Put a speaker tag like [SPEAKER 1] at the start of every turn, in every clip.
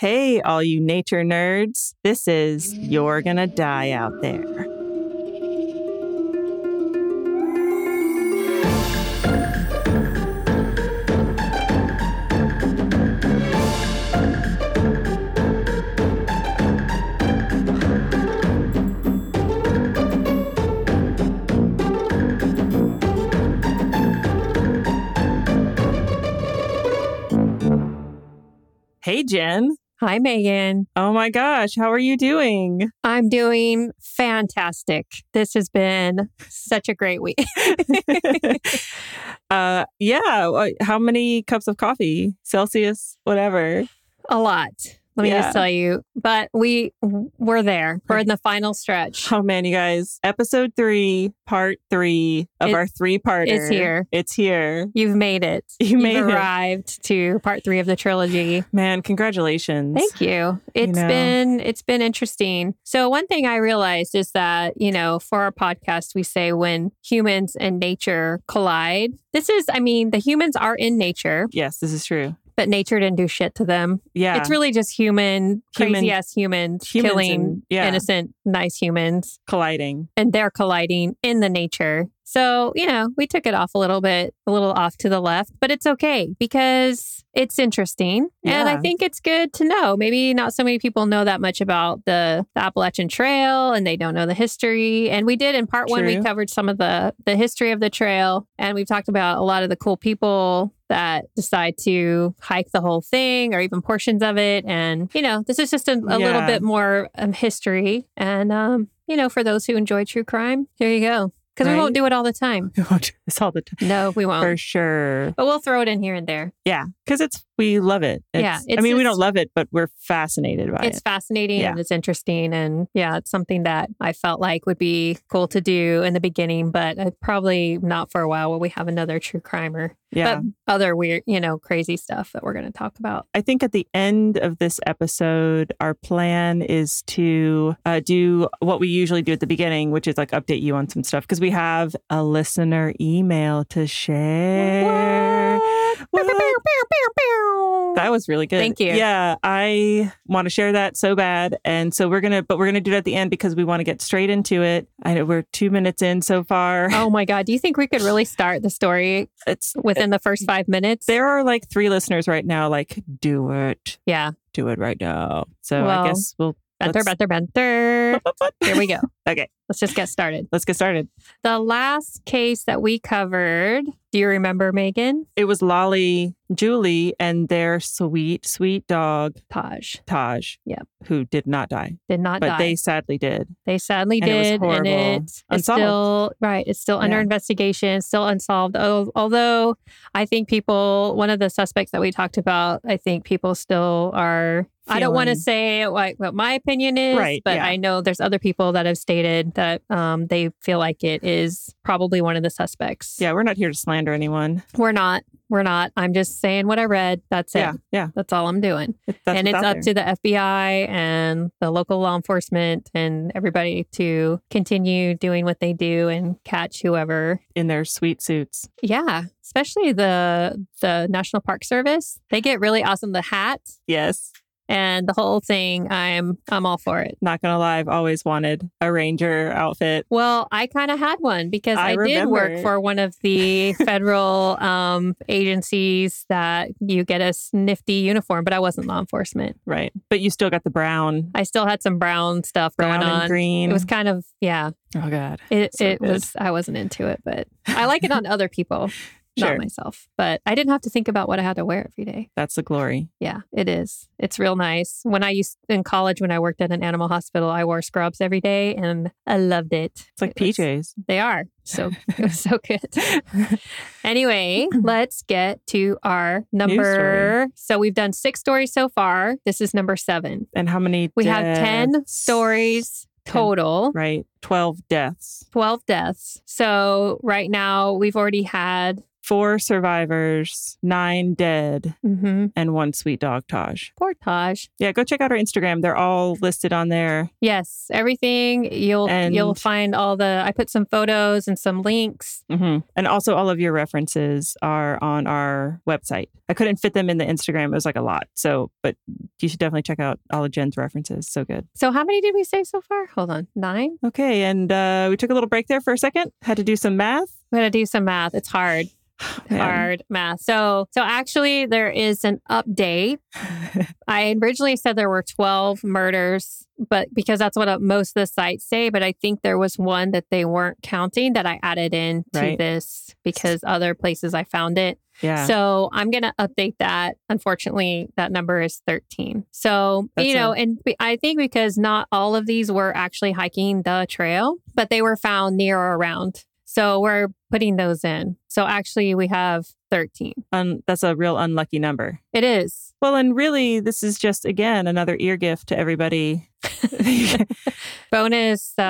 [SPEAKER 1] Hey, all you nature nerds, this is You're Gonna Die Out There. Hey, Jen.
[SPEAKER 2] Hi, Megan.
[SPEAKER 1] Oh my gosh, how are you doing?
[SPEAKER 2] I'm doing fantastic. This has been such a great week.
[SPEAKER 1] uh, yeah. uh, How many cups of coffee? Celsius, whatever.
[SPEAKER 2] a lot. Let me
[SPEAKER 1] Yeah.
[SPEAKER 2] just tell you. But we we're there. We're in the final stretch.
[SPEAKER 1] Oh man, you guys, episode three, part three of
[SPEAKER 2] It-
[SPEAKER 1] our three parter.
[SPEAKER 2] it's here.
[SPEAKER 1] It's here.
[SPEAKER 2] You've made it.
[SPEAKER 1] You made
[SPEAKER 2] You've
[SPEAKER 1] it.
[SPEAKER 2] arrived to part three of the trilogy.
[SPEAKER 1] Man, congratulations.
[SPEAKER 2] Thank you. It's
[SPEAKER 1] know.
[SPEAKER 2] been it's been interesting. So one thing I realized is that, you know, for our podcast we say when humans and nature collide. This is I mean, the humans are in nature,
[SPEAKER 1] Yes, this is true.
[SPEAKER 2] but nature didn't do shit to them.
[SPEAKER 1] Yeah.
[SPEAKER 2] It's really just human,
[SPEAKER 1] Human-
[SPEAKER 2] crazy ass humans,
[SPEAKER 1] Humans
[SPEAKER 2] killing
[SPEAKER 1] and- yeah.
[SPEAKER 2] innocent, nice humans,
[SPEAKER 1] colliding.
[SPEAKER 2] and they're colliding in the nature. So, you know, we took it off a little bit, a little off to the left, but it's okay because it's interesting. And I
[SPEAKER 1] Yeah.
[SPEAKER 2] think it's good to know. Maybe not so many people know that much about the, the Appalachian Trail and they don't know the history. And we did in part one, we
[SPEAKER 1] True.
[SPEAKER 2] covered some of the, the history of the trail and we've talked about a lot of the cool people that decide to hike the whole thing or even portions of it. And, you know, this is just a, a little
[SPEAKER 1] Yeah.
[SPEAKER 2] bit more um, history. And, um, you know, for those who enjoy true crime, here you go. Because we
[SPEAKER 1] Right.
[SPEAKER 2] won't do it all the time.
[SPEAKER 1] We won't do this all the time.
[SPEAKER 2] No, we won't.
[SPEAKER 1] For sure.
[SPEAKER 2] But we'll throw it in here and there.
[SPEAKER 1] Yeah. Because it's, we love it. It's,
[SPEAKER 2] Yeah,
[SPEAKER 1] I
[SPEAKER 2] it's
[SPEAKER 1] mean, we don't
[SPEAKER 2] just-
[SPEAKER 1] love it, but we're fascinated by
[SPEAKER 2] It's
[SPEAKER 1] it.
[SPEAKER 2] fascinating
[SPEAKER 1] Yeah.
[SPEAKER 2] and it's interesting. And yeah, it's something that I felt like would be cool to do in the beginning, but uh, probably not for a while while we have another true crimer.
[SPEAKER 1] Yeah.
[SPEAKER 2] But other weird, you know, crazy stuff that we're going to talk about.
[SPEAKER 1] I think at the end of this episode, our plan is to uh, do what we usually do at the beginning, which is like update you on some stuff because we have a listener email to share. What? That was really good.
[SPEAKER 2] Thank you.
[SPEAKER 1] Yeah, I want to share that so bad, and so we're gonna, but we're gonna do it at the end because we want to get straight into it. I know we're two minutes in so far.
[SPEAKER 2] Oh my God. Do you think we could really start the story
[SPEAKER 1] It's
[SPEAKER 2] within the first five minutes?
[SPEAKER 1] there are like three listeners right now. Like, do it,
[SPEAKER 2] Yeah.
[SPEAKER 1] do it right now. So
[SPEAKER 2] Well,
[SPEAKER 1] I guess we'll.
[SPEAKER 2] Benter, benter, benter. Here we go.
[SPEAKER 1] Okay.
[SPEAKER 2] Let's just get started.
[SPEAKER 1] Let's get started.
[SPEAKER 2] The last case that we covered, do you remember Megan?
[SPEAKER 1] It was Lolly, Julie, and their sweet, sweet dog,
[SPEAKER 2] Taj
[SPEAKER 1] Taj,
[SPEAKER 2] Yep.
[SPEAKER 1] who did not die,
[SPEAKER 2] did not
[SPEAKER 1] but
[SPEAKER 2] die.
[SPEAKER 1] they sadly did.
[SPEAKER 2] They sadly
[SPEAKER 1] And it was
[SPEAKER 2] did, and
[SPEAKER 1] horrible.
[SPEAKER 2] it is
[SPEAKER 1] Unsolved.
[SPEAKER 2] still right. It's still under
[SPEAKER 1] Yeah.
[SPEAKER 2] investigation, still unsolved. Al- Although I think people, one of the suspects that we talked about, I think people still are. I don't want to
[SPEAKER 1] Feeling-
[SPEAKER 2] say like what my opinion is,
[SPEAKER 1] Right,
[SPEAKER 2] but
[SPEAKER 1] yeah.
[SPEAKER 2] I know there's other people that have stated that um, they feel like it is probably one of the suspects.
[SPEAKER 1] Yeah, we're not here to slander anyone.
[SPEAKER 2] we're not. We're not. I'm just saying what I read. That's
[SPEAKER 1] Yeah,
[SPEAKER 2] it.
[SPEAKER 1] yeah.
[SPEAKER 2] That's all I'm doing.
[SPEAKER 1] It- That's
[SPEAKER 2] and
[SPEAKER 1] what's out
[SPEAKER 2] it's
[SPEAKER 1] there.
[SPEAKER 2] up to the FBI and the local law enforcement and everybody to continue doing what they do and catch whoever.
[SPEAKER 1] in their sweet suits.
[SPEAKER 2] Yeah, especially the the National Park Service. They get really awesome the hat
[SPEAKER 1] Yes,
[SPEAKER 2] and the whole thing. I'm I'm all for it.
[SPEAKER 1] not gonna lie, I've always wanted a ranger outfit.
[SPEAKER 2] Well, I kind of had one because
[SPEAKER 1] I
[SPEAKER 2] I, did work
[SPEAKER 1] remember.
[SPEAKER 2] for one of the federal um, agencies that you get a nifty uniform, but I wasn't law enforcement.
[SPEAKER 1] Right, but you still got the brown,
[SPEAKER 2] I still had some brown stuff
[SPEAKER 1] brown
[SPEAKER 2] going
[SPEAKER 1] and
[SPEAKER 2] on.
[SPEAKER 1] green.
[SPEAKER 2] It was kind of yeah.
[SPEAKER 1] oh god,
[SPEAKER 2] It,
[SPEAKER 1] So
[SPEAKER 2] it
[SPEAKER 1] good.
[SPEAKER 2] was, I wasn't into it, but I like it on other people,
[SPEAKER 1] Sure.
[SPEAKER 2] not myself. But I didn't have to think about what I had to wear every day.
[SPEAKER 1] that's the glory.
[SPEAKER 2] Yeah, it is. It's real nice. When I used in college, when I worked at an animal hospital, I wore scrubs every day and I loved it.
[SPEAKER 1] It's like
[SPEAKER 2] It was-
[SPEAKER 1] PJs.
[SPEAKER 2] They are. So it was so good. anyway, let's get to our
[SPEAKER 1] story.
[SPEAKER 2] number. So we've done six stories so far. This is number seven.
[SPEAKER 1] And how many?
[SPEAKER 2] We have 10
[SPEAKER 1] deaths?
[SPEAKER 2] stories total.
[SPEAKER 1] Right, twelve deaths.
[SPEAKER 2] 12 deaths. So right now we've already had
[SPEAKER 1] four survivors, nine dead,
[SPEAKER 2] Mm-hmm.
[SPEAKER 1] and one sweet dog, Taj.
[SPEAKER 2] Poor Taj.
[SPEAKER 1] Yeah, go check out our Instagram. They're all listed on there.
[SPEAKER 2] Yes, everything you'll you'll
[SPEAKER 1] And-
[SPEAKER 2] find all the. I put some photos and some links.
[SPEAKER 1] hmm And also, all of your references are on our website. I couldn't fit them in the Instagram. It was like a lot. So, but you should definitely check out all of Jen's references. So good.
[SPEAKER 2] So how many did we say so far? Hold on, nine.
[SPEAKER 1] Okay. And uh, we took a little break there for a second, had to do some math.
[SPEAKER 2] I'm gonna do some math. It's hard, hard math. So so actually, there is an update. I originally said there were twelve murders, but because that's what uh, most of the sites say. But I think there was one that they weren't counting that I added in to
[SPEAKER 1] Right.
[SPEAKER 2] this because other places I found it.
[SPEAKER 1] yeah.
[SPEAKER 2] So I'm going to update that. Unfortunately, that number is 13. So,
[SPEAKER 1] That's
[SPEAKER 2] you know,
[SPEAKER 1] a-
[SPEAKER 2] and be- I think because not all of these were actually hiking the trail, but they were found near or around. So we're putting those in. So actually, we have 13.
[SPEAKER 1] Un- that's a real unlucky number.
[SPEAKER 2] It is.
[SPEAKER 1] Well, and really, this is just, again, another ear gift to everybody.
[SPEAKER 2] Bonus uh,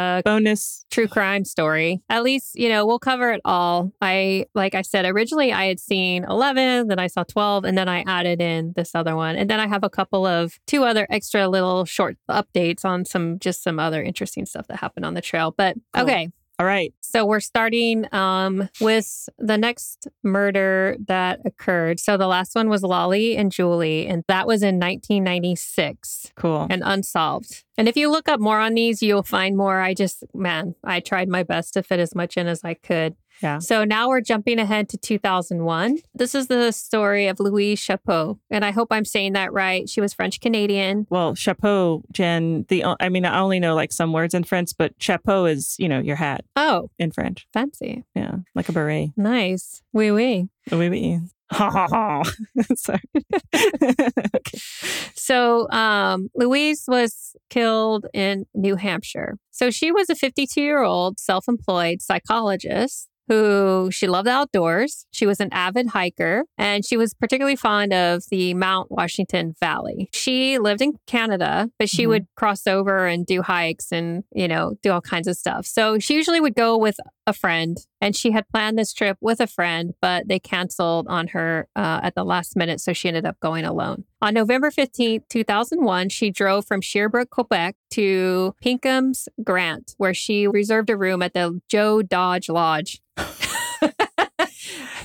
[SPEAKER 1] Uh, Bonus.
[SPEAKER 2] true crime story. At least, you know, we'll cover it all. I, like I said, originally I had seen 11, then I saw 12, and then I added in this other one. And then I have a couple of two other extra little short updates on some, just some other interesting stuff that happened on the trail. But
[SPEAKER 1] Cool.
[SPEAKER 2] okay.
[SPEAKER 1] All right.
[SPEAKER 2] So we're starting um, with the next murder that occurred. So the last one was Lolly and Julie, and that was in 1996
[SPEAKER 1] Cool.
[SPEAKER 2] and unsolved. And if you look up more on these, you'll find more. I just, man, I tried my best to fit as much in as I could.
[SPEAKER 1] Yeah.
[SPEAKER 2] So now we're jumping ahead to 2001. This is the story of Louise Chapeau. And I hope I'm saying that right. She was French Canadian.
[SPEAKER 1] Well, chapeau, Jen. The o- I mean, I only know like some words in French, but chapeau is you know your hat
[SPEAKER 2] Oh,
[SPEAKER 1] in French.
[SPEAKER 2] fancy.
[SPEAKER 1] Yeah, like a beret.
[SPEAKER 2] Nice. Wee wee.
[SPEAKER 1] Oui, oui. Ha ha ha. Sorry. okay.
[SPEAKER 2] So um, Louise was killed in New Hampshire. So she was a 52 year old self employed psychologist who she loved the outdoors. She was an avid hiker and she was particularly fond of the Mount Washington Valley. She lived in Canada, but she
[SPEAKER 1] Mhm.
[SPEAKER 2] would cross over and do hikes and, you know, do all kinds of stuff. So she usually would go with a friend and she had planned this trip with a friend but they canceled on her uh, at the last minute so she ended up going alone on november 15th 2001 she drove from sherbrooke quebec to pinkham's grant where she reserved a room at the joe dodge lodge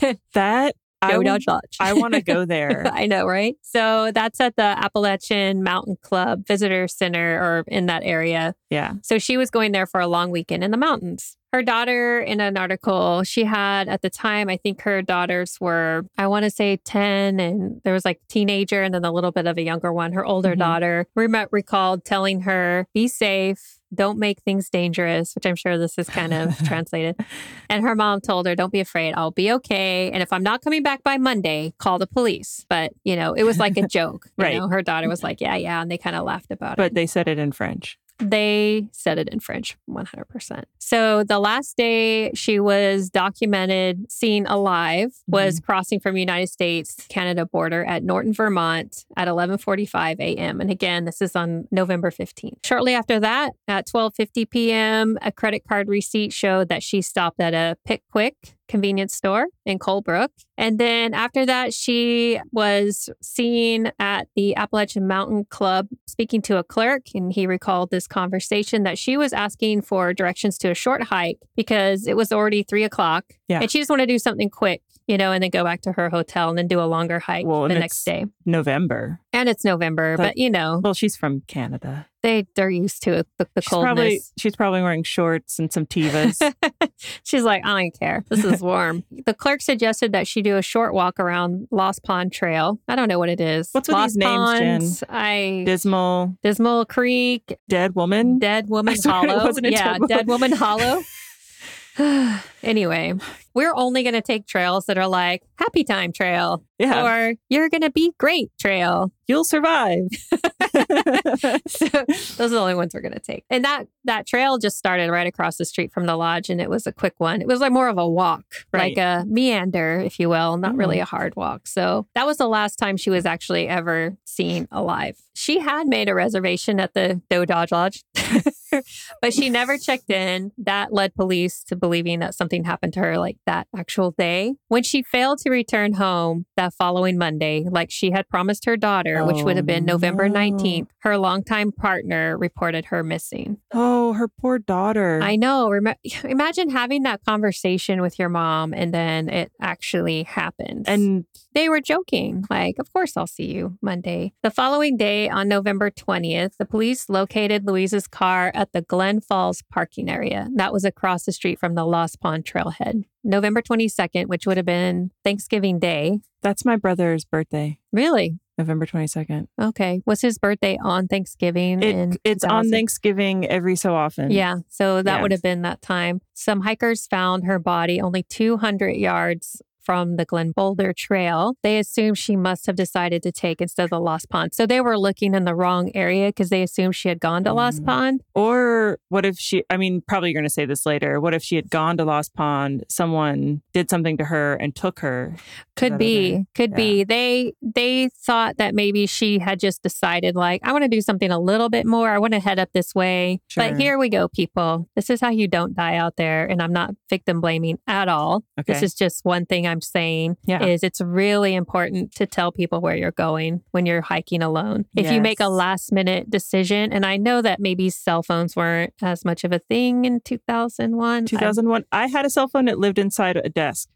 [SPEAKER 2] joe
[SPEAKER 1] That I would-
[SPEAKER 2] dodge lodge
[SPEAKER 1] I want to go there.
[SPEAKER 2] I know, right? So that's at the Appalachian Mountain Club Visitor Center or in that area.
[SPEAKER 1] Yeah.
[SPEAKER 2] So she was going there for a long weekend in the mountains. Her daughter, in an article, she had at the time, I think her daughters were, I want to say 10, and there was like teenager and then a little bit of a younger one. Her older
[SPEAKER 1] Mhm.
[SPEAKER 2] daughter rem- recalled telling her, be safe, don't make things dangerous, which I'm sure this is kind of translated. And her mom told her, don't be afraid, I'll be okay. And if I'm not coming back by Monday, call the police. But, you know, it was like a joke. you
[SPEAKER 1] Right. Mm-hmm.
[SPEAKER 2] know? Her daughter was like, yeah, yeah. And they kind of laughed about it
[SPEAKER 1] But they said it in French.
[SPEAKER 2] they said it in French 100%. So the last day she was documented seen alive was crossing from United States Canada border at Norton, Vermont at 11:45 a.m. and again this is on November 15th. Shortly after that at 12:50 p.m. a credit card receipt showed that she stopped at a Pick Quick convenience store in Colebrook and then after that, she was seen at the Appalachian Mountain Club speaking to a clerk. And he recalled this conversation that she was asking for directions to a short hike because it was already three o'clock.
[SPEAKER 1] Yeah.
[SPEAKER 2] And she just wanted to do something quick, you know, and then go back to her hotel and then do a longer hike
[SPEAKER 1] Well, and
[SPEAKER 2] the next
[SPEAKER 1] it's-
[SPEAKER 2] day.
[SPEAKER 1] November.
[SPEAKER 2] And it's November,
[SPEAKER 1] That-
[SPEAKER 2] but you know,
[SPEAKER 1] Well, she's from Canada.
[SPEAKER 2] they, they're used to it, the, the
[SPEAKER 1] She's probably
[SPEAKER 2] coldness.
[SPEAKER 1] she's probably wearing shorts and some tivas.
[SPEAKER 2] She's like, I don't care. This is warm. the clerk suggested that she do a short walk around Lost Pond Trail. I don't know what it is.
[SPEAKER 1] What's with
[SPEAKER 2] Lost
[SPEAKER 1] these names, Jen?
[SPEAKER 2] Ponds, I
[SPEAKER 1] Dismal
[SPEAKER 2] Dismal Creek,
[SPEAKER 1] dead woman.
[SPEAKER 2] Dead Woman
[SPEAKER 1] I swear it
[SPEAKER 2] Hollow.
[SPEAKER 1] wasn't a
[SPEAKER 2] yeah,
[SPEAKER 1] dead woman.
[SPEAKER 2] Dead Woman Hollow. anyway, we're only going to take trails that are like Happy Time Trail
[SPEAKER 1] Yeah.
[SPEAKER 2] or You're Going to Be Great Trail.
[SPEAKER 1] You'll survive.
[SPEAKER 2] so those are the only ones we're going to take. And that that trail just started right across the street from the lodge and it was a quick one. It was like more of a walk, like
[SPEAKER 1] Right.
[SPEAKER 2] a meander, if you will, not really a hard walk. So that was the last time she was actually ever seen alive. She had made a reservation at the Doe Dodge Lodge. but she never checked in. That led police to believing that something happened to her like that actual day. When she failed to return home that following Monday, like she had promised her daughter, which
[SPEAKER 1] Oh,
[SPEAKER 2] would have been November
[SPEAKER 1] no.
[SPEAKER 2] 19th, her longtime partner reported her missing.
[SPEAKER 1] Oh, her poor daughter.
[SPEAKER 2] I know. Rem- imagine having that conversation with your mom and then it actually happens.
[SPEAKER 1] and
[SPEAKER 2] They were joking, like, of course I'll see you Monday. The following day, on November 20th, the police located Louise's car at the Glen Falls parking area. That was across the street from the Lost Pond trailhead. November 22nd, which would have been Thanksgiving Day.
[SPEAKER 1] that's my brother's birthday,
[SPEAKER 2] Really?
[SPEAKER 1] November 22nd.
[SPEAKER 2] Okay. Was his birthday on Thanksgiving? in
[SPEAKER 1] It, it's on
[SPEAKER 2] 2000?
[SPEAKER 1] Thanksgiving every so often.
[SPEAKER 2] Yeah. So that
[SPEAKER 1] Yeah.
[SPEAKER 2] would have been that time. Some hikers found her body only 200 yards from the Glen Boulder Trail. They assumed she must have decided to take instead of the Lost Pond. So they were looking in the wrong area because they assumed she had gone to Lost
[SPEAKER 1] Mm.
[SPEAKER 2] Pond.
[SPEAKER 1] Or what if she, I mean, probably you're going to say this later. What if she had gone to Lost Pond? Someone did something to her and took her.
[SPEAKER 2] Could
[SPEAKER 1] that
[SPEAKER 2] be. Could
[SPEAKER 1] Yeah.
[SPEAKER 2] be. They they thought that maybe she had just decided like I want to do something a little bit more. I want to head up this way.
[SPEAKER 1] Sure.
[SPEAKER 2] But here we go people. This is how you don't die out there and I'm not victim blaming at all.
[SPEAKER 1] Okay.
[SPEAKER 2] This is just one thing I'm saying
[SPEAKER 1] Yeah.
[SPEAKER 2] is it's really important to tell people where you're going when you're hiking alone. If you make a
[SPEAKER 1] Yes.
[SPEAKER 2] last minute decision, and I know that maybe cell phones weren't as much of a thing in 2001. I-
[SPEAKER 1] 2001. I had a cell phone that lived inside a desk.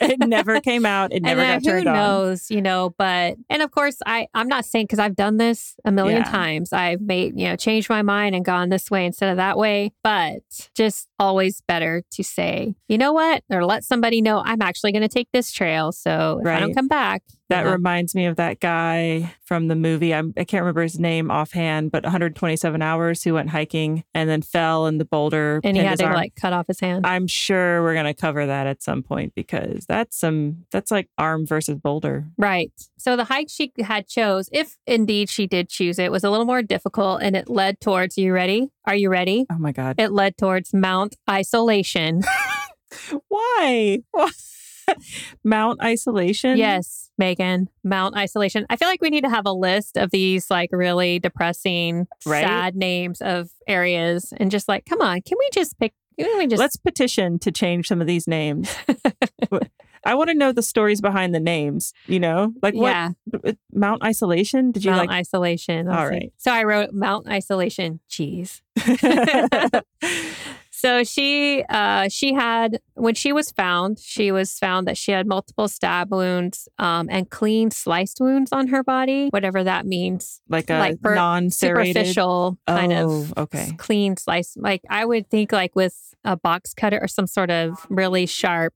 [SPEAKER 1] It never came out. It never
[SPEAKER 2] and then
[SPEAKER 1] got turned
[SPEAKER 2] who
[SPEAKER 1] on.
[SPEAKER 2] knows, you know, but, and of course, I, I'm not saying because I've done this a million
[SPEAKER 1] Yeah.
[SPEAKER 2] times. I've made, you know, changed my mind and gone this way instead of that way, but just always better to say, you know what, or let somebody know I'm actually going to take this trail. So if I don't
[SPEAKER 1] Right.
[SPEAKER 2] come back, you
[SPEAKER 1] That
[SPEAKER 2] know,
[SPEAKER 1] reminds me of that guy from the movie. I'm, I can't remember his name offhand, but 127 hours who went hiking and then fell in the boulder.
[SPEAKER 2] and he
[SPEAKER 1] pinned
[SPEAKER 2] had
[SPEAKER 1] his
[SPEAKER 2] to
[SPEAKER 1] arm.
[SPEAKER 2] like cut off his hand.
[SPEAKER 1] I'm sure we're going to cover that at some point because that's some that's like arm versus boulder.
[SPEAKER 2] Right. So the hike she had chose, if indeed she did choose it, was a little more difficult and it led towards, you ready? Are you ready?
[SPEAKER 1] Oh my god.
[SPEAKER 2] It led towards Mount Isolation.
[SPEAKER 1] Why? Why? Mount isolation?
[SPEAKER 2] yes, Megan, Mount Isolation. I feel like we need to have a list of these like really depressing,
[SPEAKER 1] Right?
[SPEAKER 2] sad names of areas and just like, come on, can we just pick, can we just,
[SPEAKER 1] Let's petition to change some of these names. I want to know the stories behind the names, you know? Like what uh,
[SPEAKER 2] yeah,
[SPEAKER 1] Mount Isolation? Did you
[SPEAKER 2] Mount
[SPEAKER 1] like
[SPEAKER 2] Isolation. I
[SPEAKER 1] All
[SPEAKER 2] was like-
[SPEAKER 1] right.
[SPEAKER 2] So I wrote Mount Isolation. Jeez. so she uh she had when she was found she was found that she had multiple stab wounds um and clean sliced wounds on her body whatever that means
[SPEAKER 1] like a
[SPEAKER 2] like per-
[SPEAKER 1] non-serrated
[SPEAKER 2] superficial kind of
[SPEAKER 1] Oh, okay.
[SPEAKER 2] s- clean slice like i would think like with a box cutter or some sort of really sharp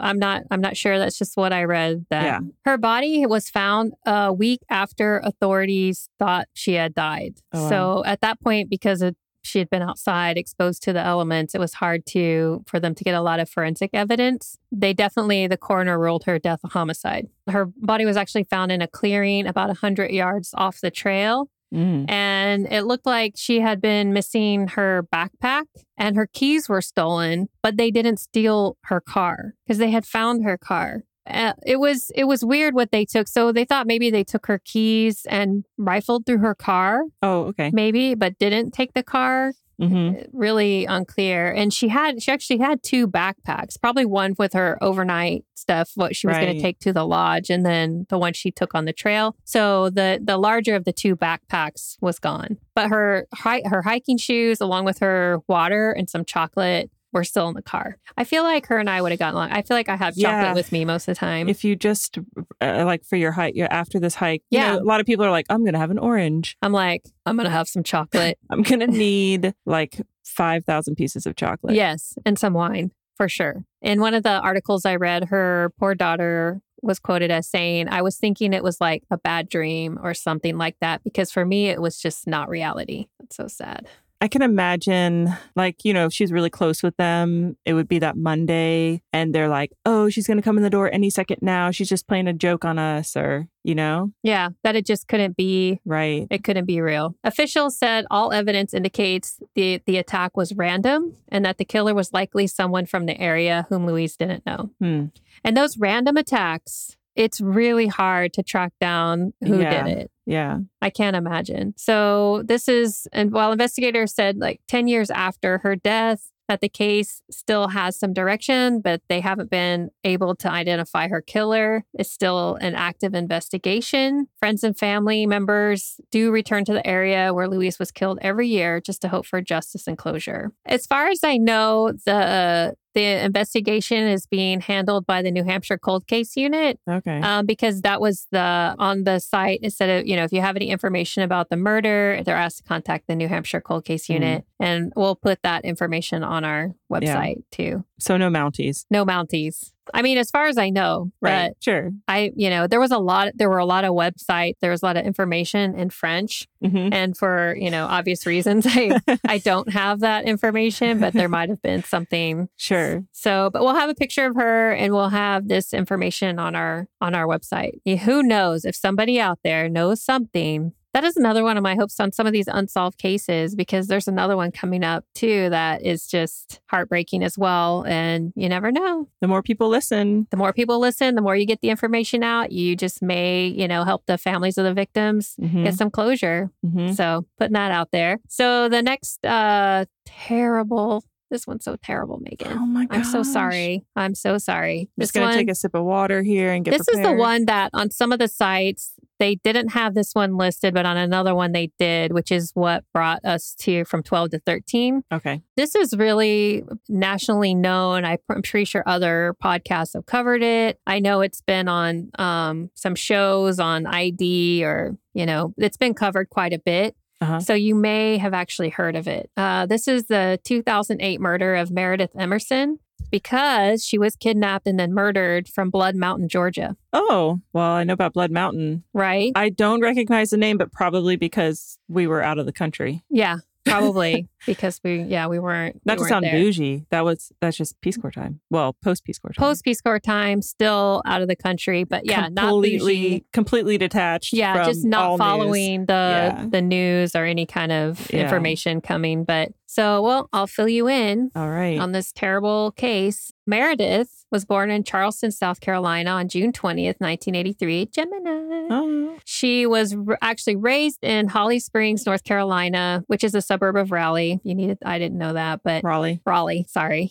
[SPEAKER 2] i'm not i'm not sure that's just what i read that
[SPEAKER 1] Yeah.
[SPEAKER 2] her body was found a week after authorities thought she had died
[SPEAKER 1] Oh,
[SPEAKER 2] so at that point because it she had been outside exposed to the elements it was hard to for them to get a lot of forensic evidence they definitely the coroner ruled her death a homicide her body was actually found in a clearing about 100 yards off the trail
[SPEAKER 1] Mm.
[SPEAKER 2] and it looked like she had been missing her backpack and her keys were stolen but they didn't steal her car because they had found her car Uh, it was it was weird what they took so they thought maybe they took her keys and rifled through her car
[SPEAKER 1] Oh, okay.
[SPEAKER 2] maybe but didn't take the car
[SPEAKER 1] Mhm.
[SPEAKER 2] really unclear and she had she actually had two backpacks probably one with her overnight stuff what she was going
[SPEAKER 1] Right.
[SPEAKER 2] to take to the lodge and then the one she took on the trail so the the larger of the two backpacks was gone but her hi- her hiking shoes along with her water and some chocolate were still in the car i feel like her and i would have gotten along i feel like i have chocolate
[SPEAKER 1] Yeah.
[SPEAKER 2] with me most of the time
[SPEAKER 1] If you just uh, like for your hike, yeah, after this hike, you
[SPEAKER 2] Yeah.
[SPEAKER 1] know, a lot of people are like, I'm going to have an orange.
[SPEAKER 2] i'm like i'm gonna have some chocolate
[SPEAKER 1] I'm going to need like 5,000 pieces of chocolate.
[SPEAKER 2] Yes, and some wine for sure. In one of the articles I read, her poor daughter was quoted as saying, I was thinking it was like a bad dream or something like that, because for me, it was just not reality. It's so sad.
[SPEAKER 1] I can imagine, like, you know, if she's really close with them, it would be that Monday and they're like, oh, she's going to come in the door any second now. She's just playing a joke on us or, you know,
[SPEAKER 2] Yeah, that it just couldn't be.
[SPEAKER 1] right.
[SPEAKER 2] It couldn't be real. Officials said all evidence indicates the, the attack was random and that the killer was likely someone from the area whom Louise didn't know.
[SPEAKER 1] Hmm.
[SPEAKER 2] And those random attacks, it's really hard to track down who
[SPEAKER 1] Yeah.
[SPEAKER 2] did it.
[SPEAKER 1] Yeah.
[SPEAKER 2] I can't imagine. So this is, and while investigators said like 10 years after her death, that the case still has some direction, but they haven't been able to identify her killer. It's still an active investigation. Friends and family members do return to the area where Luis was killed every year just to hope for justice and closure. As far as I know, the the investigation is being handled by the New Hampshire Cold Case Unit
[SPEAKER 1] Okay.
[SPEAKER 2] um, because that was the on the site it said uh, you know if you have any information about the murder they're asked to contact the new hampshire cold case
[SPEAKER 1] Mm.
[SPEAKER 2] unit and we'll put that information on our website too
[SPEAKER 1] so no Mounties.
[SPEAKER 2] no mounties i mean as far as i know
[SPEAKER 1] Right. sure.
[SPEAKER 2] but i you know there was a lot there were a lot of website there was a lot of information in french
[SPEAKER 1] hmm
[SPEAKER 2] and for you know obvious reasons i i don't have that information but there might have been something
[SPEAKER 1] Sure.
[SPEAKER 2] so, but we'll have a picture of her and we'll have this information on our on our website. Yeah, Who knows if somebody out there knows something. That is another one of my hopes on some of these unsolved cases because there's another one coming up too that is just heartbreaking as well and you never know.
[SPEAKER 1] The more people listen,
[SPEAKER 2] The more people listen, the more you get the information out, you just may, you know, help the families of the victims
[SPEAKER 1] Mhm.
[SPEAKER 2] get some closure.
[SPEAKER 1] Mhm.
[SPEAKER 2] So putting that out there. So the next uh terrible this one's so terrible, Megan.
[SPEAKER 1] oh my god,
[SPEAKER 2] I'm so sorry. I'm so sorry.
[SPEAKER 1] I'm just
[SPEAKER 2] This
[SPEAKER 1] gonna
[SPEAKER 2] one,
[SPEAKER 1] take a sip of water here and get.
[SPEAKER 2] this is the
[SPEAKER 1] prepared.
[SPEAKER 2] one that on some of the sites they didn't have this one listed, but on another one they did, which is what brought us to from 12 to 13.
[SPEAKER 1] Okay.
[SPEAKER 2] This is really nationally known. I, I'm pretty sure other podcasts have covered it. I know it's been on um, some shows on ID or, you know, it's been covered quite a bit.
[SPEAKER 1] Uh-huh.
[SPEAKER 2] So you may have actually heard of it. Uh, this is the 2008 murder of Meredith Emerson because she was kidnapped and then murdered from Blood Mountain, Georgia,
[SPEAKER 1] Oh well, I know about Blood Mountain.
[SPEAKER 2] right?
[SPEAKER 1] I don't recognize the name, but probably because we were out of the country.
[SPEAKER 2] Yeah, probably because we, yeah, we weren't.
[SPEAKER 1] Not
[SPEAKER 2] we
[SPEAKER 1] to
[SPEAKER 2] weren't
[SPEAKER 1] sound
[SPEAKER 2] there.
[SPEAKER 1] bougie, that was that's just Peace Corps time. Well, post Peace Corps time.
[SPEAKER 2] Post Peace Corps time, still out of the country, but yeah, not
[SPEAKER 1] completely
[SPEAKER 2] bougie.
[SPEAKER 1] completely detached.
[SPEAKER 2] yeah
[SPEAKER 1] from
[SPEAKER 2] just
[SPEAKER 1] all
[SPEAKER 2] not
[SPEAKER 1] news.
[SPEAKER 2] following the
[SPEAKER 1] Yeah.
[SPEAKER 2] the news or any kind of
[SPEAKER 1] Yeah.
[SPEAKER 2] information coming but so well i'll fill you in
[SPEAKER 1] All right.
[SPEAKER 2] on this terrible case meredith was born in charleston south carolina on june 20th 1983 gemini
[SPEAKER 1] oh,
[SPEAKER 2] she was r- actually raised in holly springs north carolina which is a suburb of raleigh you needed i didn't know that but
[SPEAKER 1] Raleigh.
[SPEAKER 2] raleigh sorry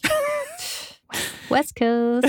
[SPEAKER 2] west coast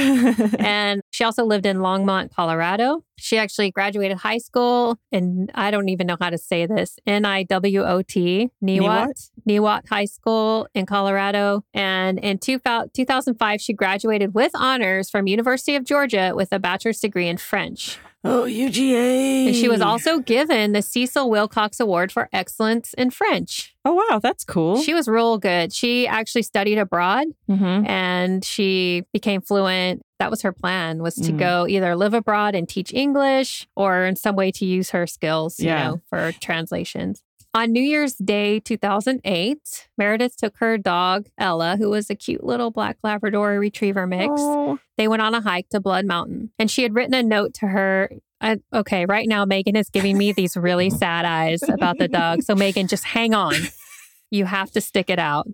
[SPEAKER 2] and she also lived in Longmont, Colorado. She actually graduated high school in, I don't even know how to say this, N I W O T, Niwot, Niwot High School in Colorado. And in two, fou- 2005, she graduated with honors from University of Georgia with a bachelor's degree in French.
[SPEAKER 1] oh, UGA.
[SPEAKER 2] And she was also given the Cecil Wilcox Award for Excellence in French.
[SPEAKER 1] Oh wow, that's cool.
[SPEAKER 2] She was real good. She actually studied abroad
[SPEAKER 1] mm-hmm.
[SPEAKER 2] and she became fluent that was her plan was to
[SPEAKER 1] Mm.
[SPEAKER 2] go either live abroad and teach english or in some way to use her skills you
[SPEAKER 1] Yeah.
[SPEAKER 2] know for translations on new year's day 2008 meredith took her dog ella who was a cute little black labrador retriever mix
[SPEAKER 1] Oh,
[SPEAKER 2] they went on a hike to blood mountain and she had written a note to her I, okay right now megan is giving me these really sad eyes about the dog so megan just hang on you have to stick it out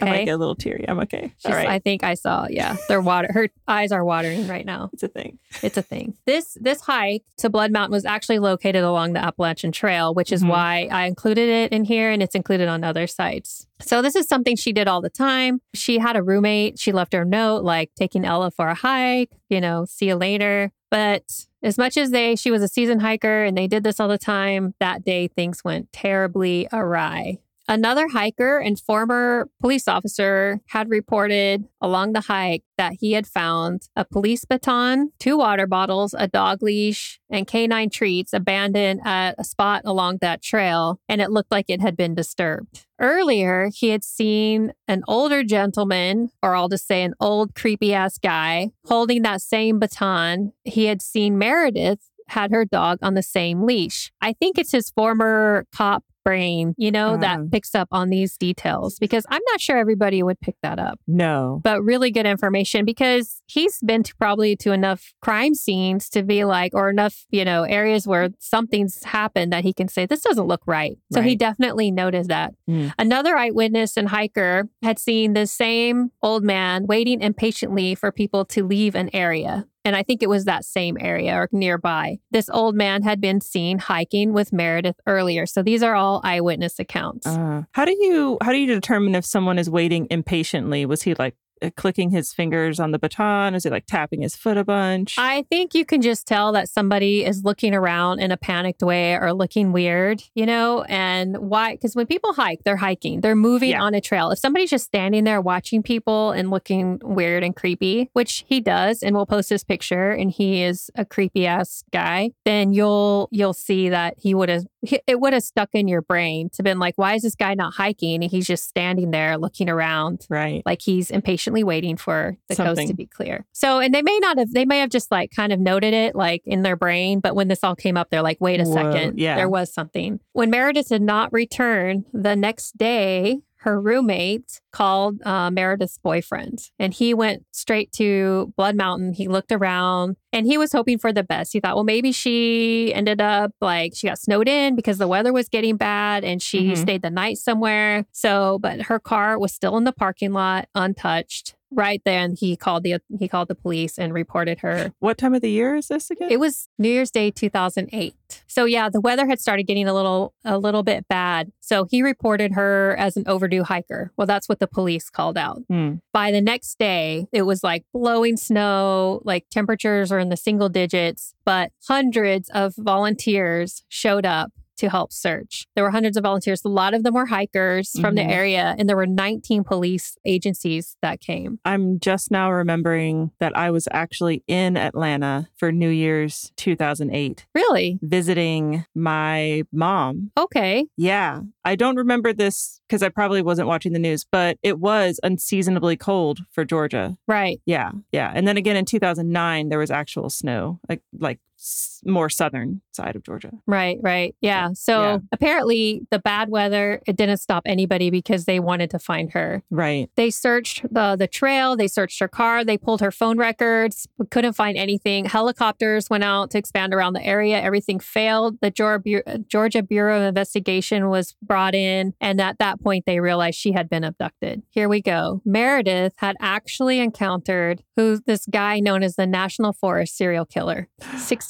[SPEAKER 1] I might
[SPEAKER 2] okay
[SPEAKER 1] get a little teary. I'm okay.
[SPEAKER 2] She's,
[SPEAKER 1] all right.
[SPEAKER 2] I think I saw. Yeah, they're water. Her eyes are watering right now.
[SPEAKER 1] it's a thing.
[SPEAKER 2] It's a thing. This this hike to Blood Mountain was actually located along the Appalachian Trail, which is
[SPEAKER 1] Mhm.
[SPEAKER 2] why I included it in here, and it's included on other sites. So this is something she did all the time. She had a roommate. She left her note like taking Ella for a hike. You know, see you later. But as much as they, she was a seasoned hiker, and they did this all the time. That day, things went terribly awry. Another hiker and former police officer had reported along the hike that he had found a police baton, two water bottles, a dog leash, and canine treats abandoned at a spot along that trail, and it looked like it had been disturbed. Earlier, he had seen an older gentleman, or I'll just say an old creepy ass guy, holding that same baton. He had seen Meredith had her dog on the same leash. I think it's his former cop brain, you know,
[SPEAKER 1] Uh-huh.
[SPEAKER 2] that picks up on these details because I'm not sure everybody would pick that up.
[SPEAKER 1] No.
[SPEAKER 2] But really good information because he's been to probably to enough crime scenes to be like, or enough, you know, areas where something's happened that he can say, this doesn't look right. So he
[SPEAKER 1] Right.
[SPEAKER 2] definitely noticed that.
[SPEAKER 1] Mm.
[SPEAKER 2] Another eyewitness and hiker had seen the same old man waiting impatiently for people to leave an area. and I think it was that same area or nearby. This old man had been seen hiking with Meredith earlier. So these are all eyewitness accounts.
[SPEAKER 1] Uh, how do you how do you determine if someone is waiting impatiently? Was he like uh, clicking his fingers on the baton? Was he like tapping his foot a bunch?
[SPEAKER 2] I think you can just tell that somebody is looking around in a panicked way or looking weird, you know, and why? Because when people hike, they're hiking, they're moving
[SPEAKER 1] Yeah.
[SPEAKER 2] on a trail. If somebody's just standing there watching people and looking weird and creepy, which he does, and we'll post his picture, and he is a creepy ass guy, then you'll you'll see that he would have it would have stuck in your brain to been like, why is this guy not hiking? And he's just standing there looking around
[SPEAKER 1] right.
[SPEAKER 2] like he's impatiently waiting for the coast to
[SPEAKER 1] Something.
[SPEAKER 2] be clear. So, and they may not have, they may have just like kind of noted it like in their brain, but when this all came up, they're like, wait a
[SPEAKER 1] Whoa,
[SPEAKER 2] second,
[SPEAKER 1] yeah.
[SPEAKER 2] there was something. When Meredith did not return the next day, her roommate called uh, Meredith's boyfriend and he went straight to Blood Mountain. He looked around and he was hoping for the best. He thought, well, maybe she ended up like she got snowed in because the weather was getting bad and she
[SPEAKER 1] Mhm.
[SPEAKER 2] stayed the night somewhere. So, but her car was still in the parking lot untouched. Right then, he called the he called the police and reported her.
[SPEAKER 1] What time of the year is this again?
[SPEAKER 2] It was New Year's Day 2008. So yeah, the weather had started getting a little a little bit bad. So he reported her as an overdue hiker. Well, that's what the police called out
[SPEAKER 1] Hmm.
[SPEAKER 2] by the next day, it was like blowing snow, like temperatures are in the single digits, but hundreds of volunteers showed up to help search. There were hundreds of volunteers. A lot of them were hikers from the
[SPEAKER 1] Mhm.
[SPEAKER 2] area, and there were 19 police agencies that came.
[SPEAKER 1] I'm just now remembering that I was actually in Atlanta for New Year's 2008
[SPEAKER 2] Really?
[SPEAKER 1] visiting my mom.
[SPEAKER 2] Okay.
[SPEAKER 1] Yeah. I don't remember this because I probably wasn't watching the news, but it was unseasonably cold for Georgia.
[SPEAKER 2] Right.
[SPEAKER 1] Yeah. Yeah. And then again in 2009, there was actual snow, like, like s- more southern side of Georgia.
[SPEAKER 2] Right, right. Yeah. So
[SPEAKER 1] Yeah.
[SPEAKER 2] apparently the bad weather it didn't stop anybody because they wanted to find her.
[SPEAKER 1] Right.
[SPEAKER 2] They searched the the trail, they searched her car, they pulled her phone records, couldn't find anything. Helicopters went out to expand around the area, everything failed. The Geor- Bu- Georgia Bureau of Investigation was brought in, and at that point they realized she had been abducted. Here we go. Meredith had actually encountered who this guy known as the National Forest serial killer.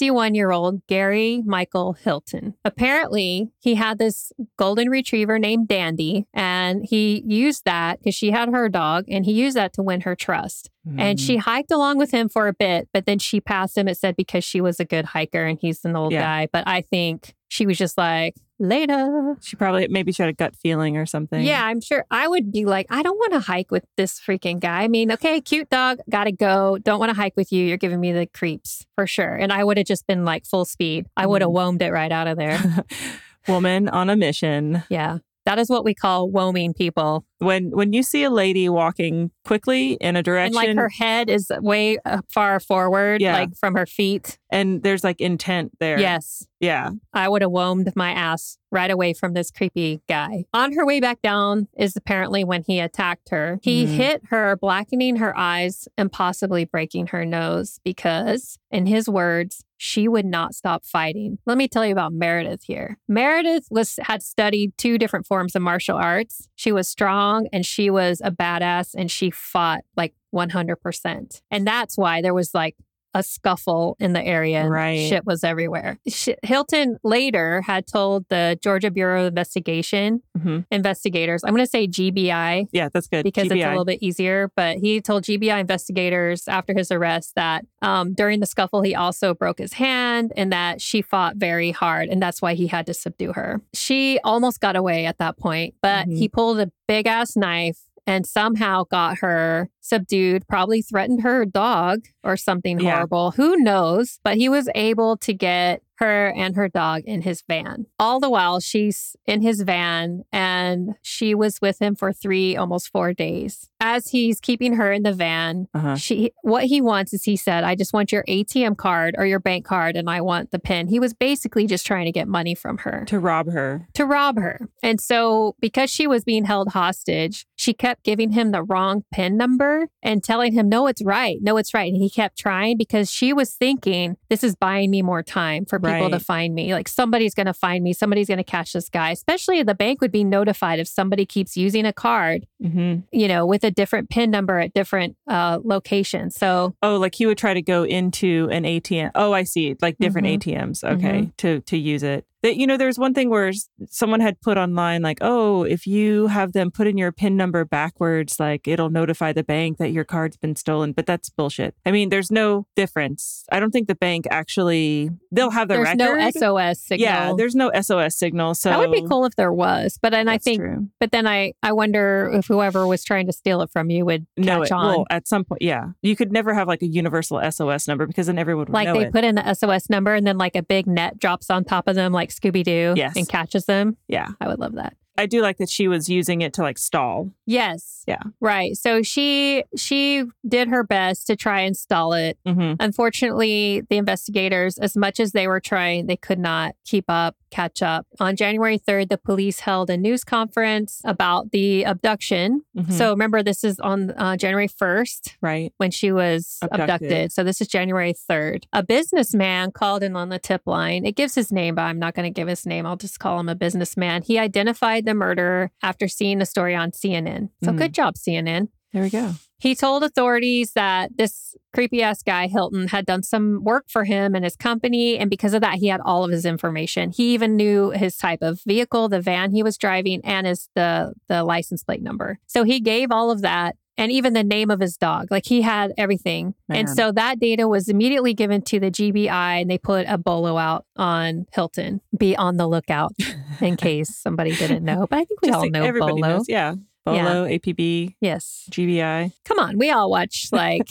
[SPEAKER 2] 61-year-old Gary Michael Hilton. Apparently, he had this golden retriever named Dandy, and he used that because she had her dog, and he used that to win her trust. And
[SPEAKER 1] Mm.
[SPEAKER 2] she hiked along with him for a bit, but then she passed him. It said because she was a good hiker and he's an old
[SPEAKER 1] Yeah.
[SPEAKER 2] guy. But I think she was just like, later.
[SPEAKER 1] She probably, maybe she had a gut feeling or something.
[SPEAKER 2] Yeah, I'm sure I would be like, I don't want to hike with this freaking guy. I mean, okay, cute dog, gotta go. Don't want to hike with you. You're giving me the creeps for sure. And I would have just been like full speed. I would have
[SPEAKER 1] Mm.
[SPEAKER 2] whoamed it right out of there.
[SPEAKER 1] Woman on a mission.
[SPEAKER 2] Yeah. That is what we call woming people.
[SPEAKER 1] When when you see a lady walking quickly in a
[SPEAKER 2] And
[SPEAKER 1] direction
[SPEAKER 2] like her head is way uh, far forward,
[SPEAKER 1] Yeah.
[SPEAKER 2] like from her feet.
[SPEAKER 1] and there's like intent there.
[SPEAKER 2] Yes.
[SPEAKER 1] Yeah.
[SPEAKER 2] I would have whoamed my ass right away from this creepy guy. On her way back down is apparently when he attacked her. He
[SPEAKER 1] Mhm.
[SPEAKER 2] hit her, blackening her eyes and possibly breaking her nose because, in his words, she would not stop fighting. Let me tell you about Meredith here. Meredith was had studied two different forms of martial arts. She was strong and she was a badass and she fought like 100%. And that's why there was like a scuffle in the area and
[SPEAKER 1] Right.
[SPEAKER 2] shit was everywhere. Sh- Hilton later had told the Georgia Bureau of Investigation
[SPEAKER 1] hmm
[SPEAKER 2] investigators, I'm going to say GBI
[SPEAKER 1] Yeah, that's good.
[SPEAKER 2] because it's a
[SPEAKER 1] GBI.
[SPEAKER 2] little bit easier, but he told GBI investigators after his arrest that um, during the scuffle, he also broke his hand and that she fought very hard. And that's why he had to subdue her. She almost got away at that point, but
[SPEAKER 1] Mhm.
[SPEAKER 2] he pulled a big ass knife. And somehow got her subdued, probably threatened her dog or something
[SPEAKER 1] Yeah.
[SPEAKER 2] horrible. Who knows? But he was able to get her and her dog in his van. All the while, she's in his van and she was with him for three, almost four days. As he's keeping her in the van,
[SPEAKER 1] uh-huh.
[SPEAKER 2] she what he wants is he said, I just want your ATM card or your bank card and I want the pin. He was basically just trying to get money from her
[SPEAKER 1] to rob her.
[SPEAKER 2] to rob her. And so, because she was being held hostage, She kept giving him the wrong PIN number and telling him, no, it's right. No, it's right. And he kept trying because she was thinking, this is buying me more time for people to
[SPEAKER 1] Right.
[SPEAKER 2] find me. Like somebody's going to find me. Somebody's going to catch this guy, especially the bank would be notified if somebody keeps using a card,
[SPEAKER 1] hmm
[SPEAKER 2] you know, with a different PIN number at different uh, locations. So
[SPEAKER 1] Oh, like he would try to go into an ATM. Oh, I see. Like different
[SPEAKER 2] Mhm.
[SPEAKER 1] ATMs. Okay, to to use it. That you know, there's one thing where s- someone had put online like, oh, if you have them put in your PIN number backwards, like it'll notify the bank that your card's been stolen. But that's bullshit. I mean, there's no difference. I don't think the bank actually they'll have their
[SPEAKER 2] there's
[SPEAKER 1] record.
[SPEAKER 2] no SOS signal.
[SPEAKER 1] Yeah, there's no SOS signal. So
[SPEAKER 2] that would be cool if there was. But then I
[SPEAKER 1] That's
[SPEAKER 2] think,
[SPEAKER 1] true.
[SPEAKER 2] but then I, I wonder if whoever was trying to steal it from you would
[SPEAKER 1] know
[SPEAKER 2] catch
[SPEAKER 1] it.
[SPEAKER 2] on.
[SPEAKER 1] Well, at some point, yeah, you could never have like a universal SOS number because then everyone would
[SPEAKER 2] like
[SPEAKER 1] know
[SPEAKER 2] they
[SPEAKER 1] it.
[SPEAKER 2] put in the SOS number and then like a big net drops on top of them like Scooby Doo
[SPEAKER 1] Yes.
[SPEAKER 2] and catches them.
[SPEAKER 1] yeah,
[SPEAKER 2] I would love that.
[SPEAKER 1] I do like that she was using it to like stall.
[SPEAKER 2] Yes.
[SPEAKER 1] Yeah.
[SPEAKER 2] Right. So she she did her best to try and stall it.
[SPEAKER 1] Mm-hmm.
[SPEAKER 2] Unfortunately, the investigators, as much as they were trying, they could not keep up, catch up. On January 3rd, the police held a news conference about the abduction. So remember, this is on uh, January 1st.
[SPEAKER 1] mm-hmm. right,
[SPEAKER 2] when she was abducted.
[SPEAKER 1] Abducted.
[SPEAKER 2] So this is January 3rd. A businessman called in on the tip line. It gives his name, but I'm not going to give his name. I'll just call him a businessman. He identified the murderer after seeing the story on CNN. So
[SPEAKER 1] Mhm.
[SPEAKER 2] good job, CNN.
[SPEAKER 1] there we go.
[SPEAKER 2] He told authorities that this creepy ass guy, Hilton, had done some work for him and his company. And because of that, he had all of his information. He even knew his type of vehicle, the van he was driving, and his the the license plate number. So he gave all of that and even the name of his dog. Like he had everything. And
[SPEAKER 1] Man.
[SPEAKER 2] so that data was immediately given to the GBI and they put a bolo out on Hilton. Be on the lookout in case somebody didn't know. But I think we
[SPEAKER 1] Just
[SPEAKER 2] all
[SPEAKER 1] like
[SPEAKER 2] know
[SPEAKER 1] everybody
[SPEAKER 2] bolo.
[SPEAKER 1] knows. Yeah, Bolo, APB,
[SPEAKER 2] Yes.
[SPEAKER 1] GBI,
[SPEAKER 2] Come on. We all watch like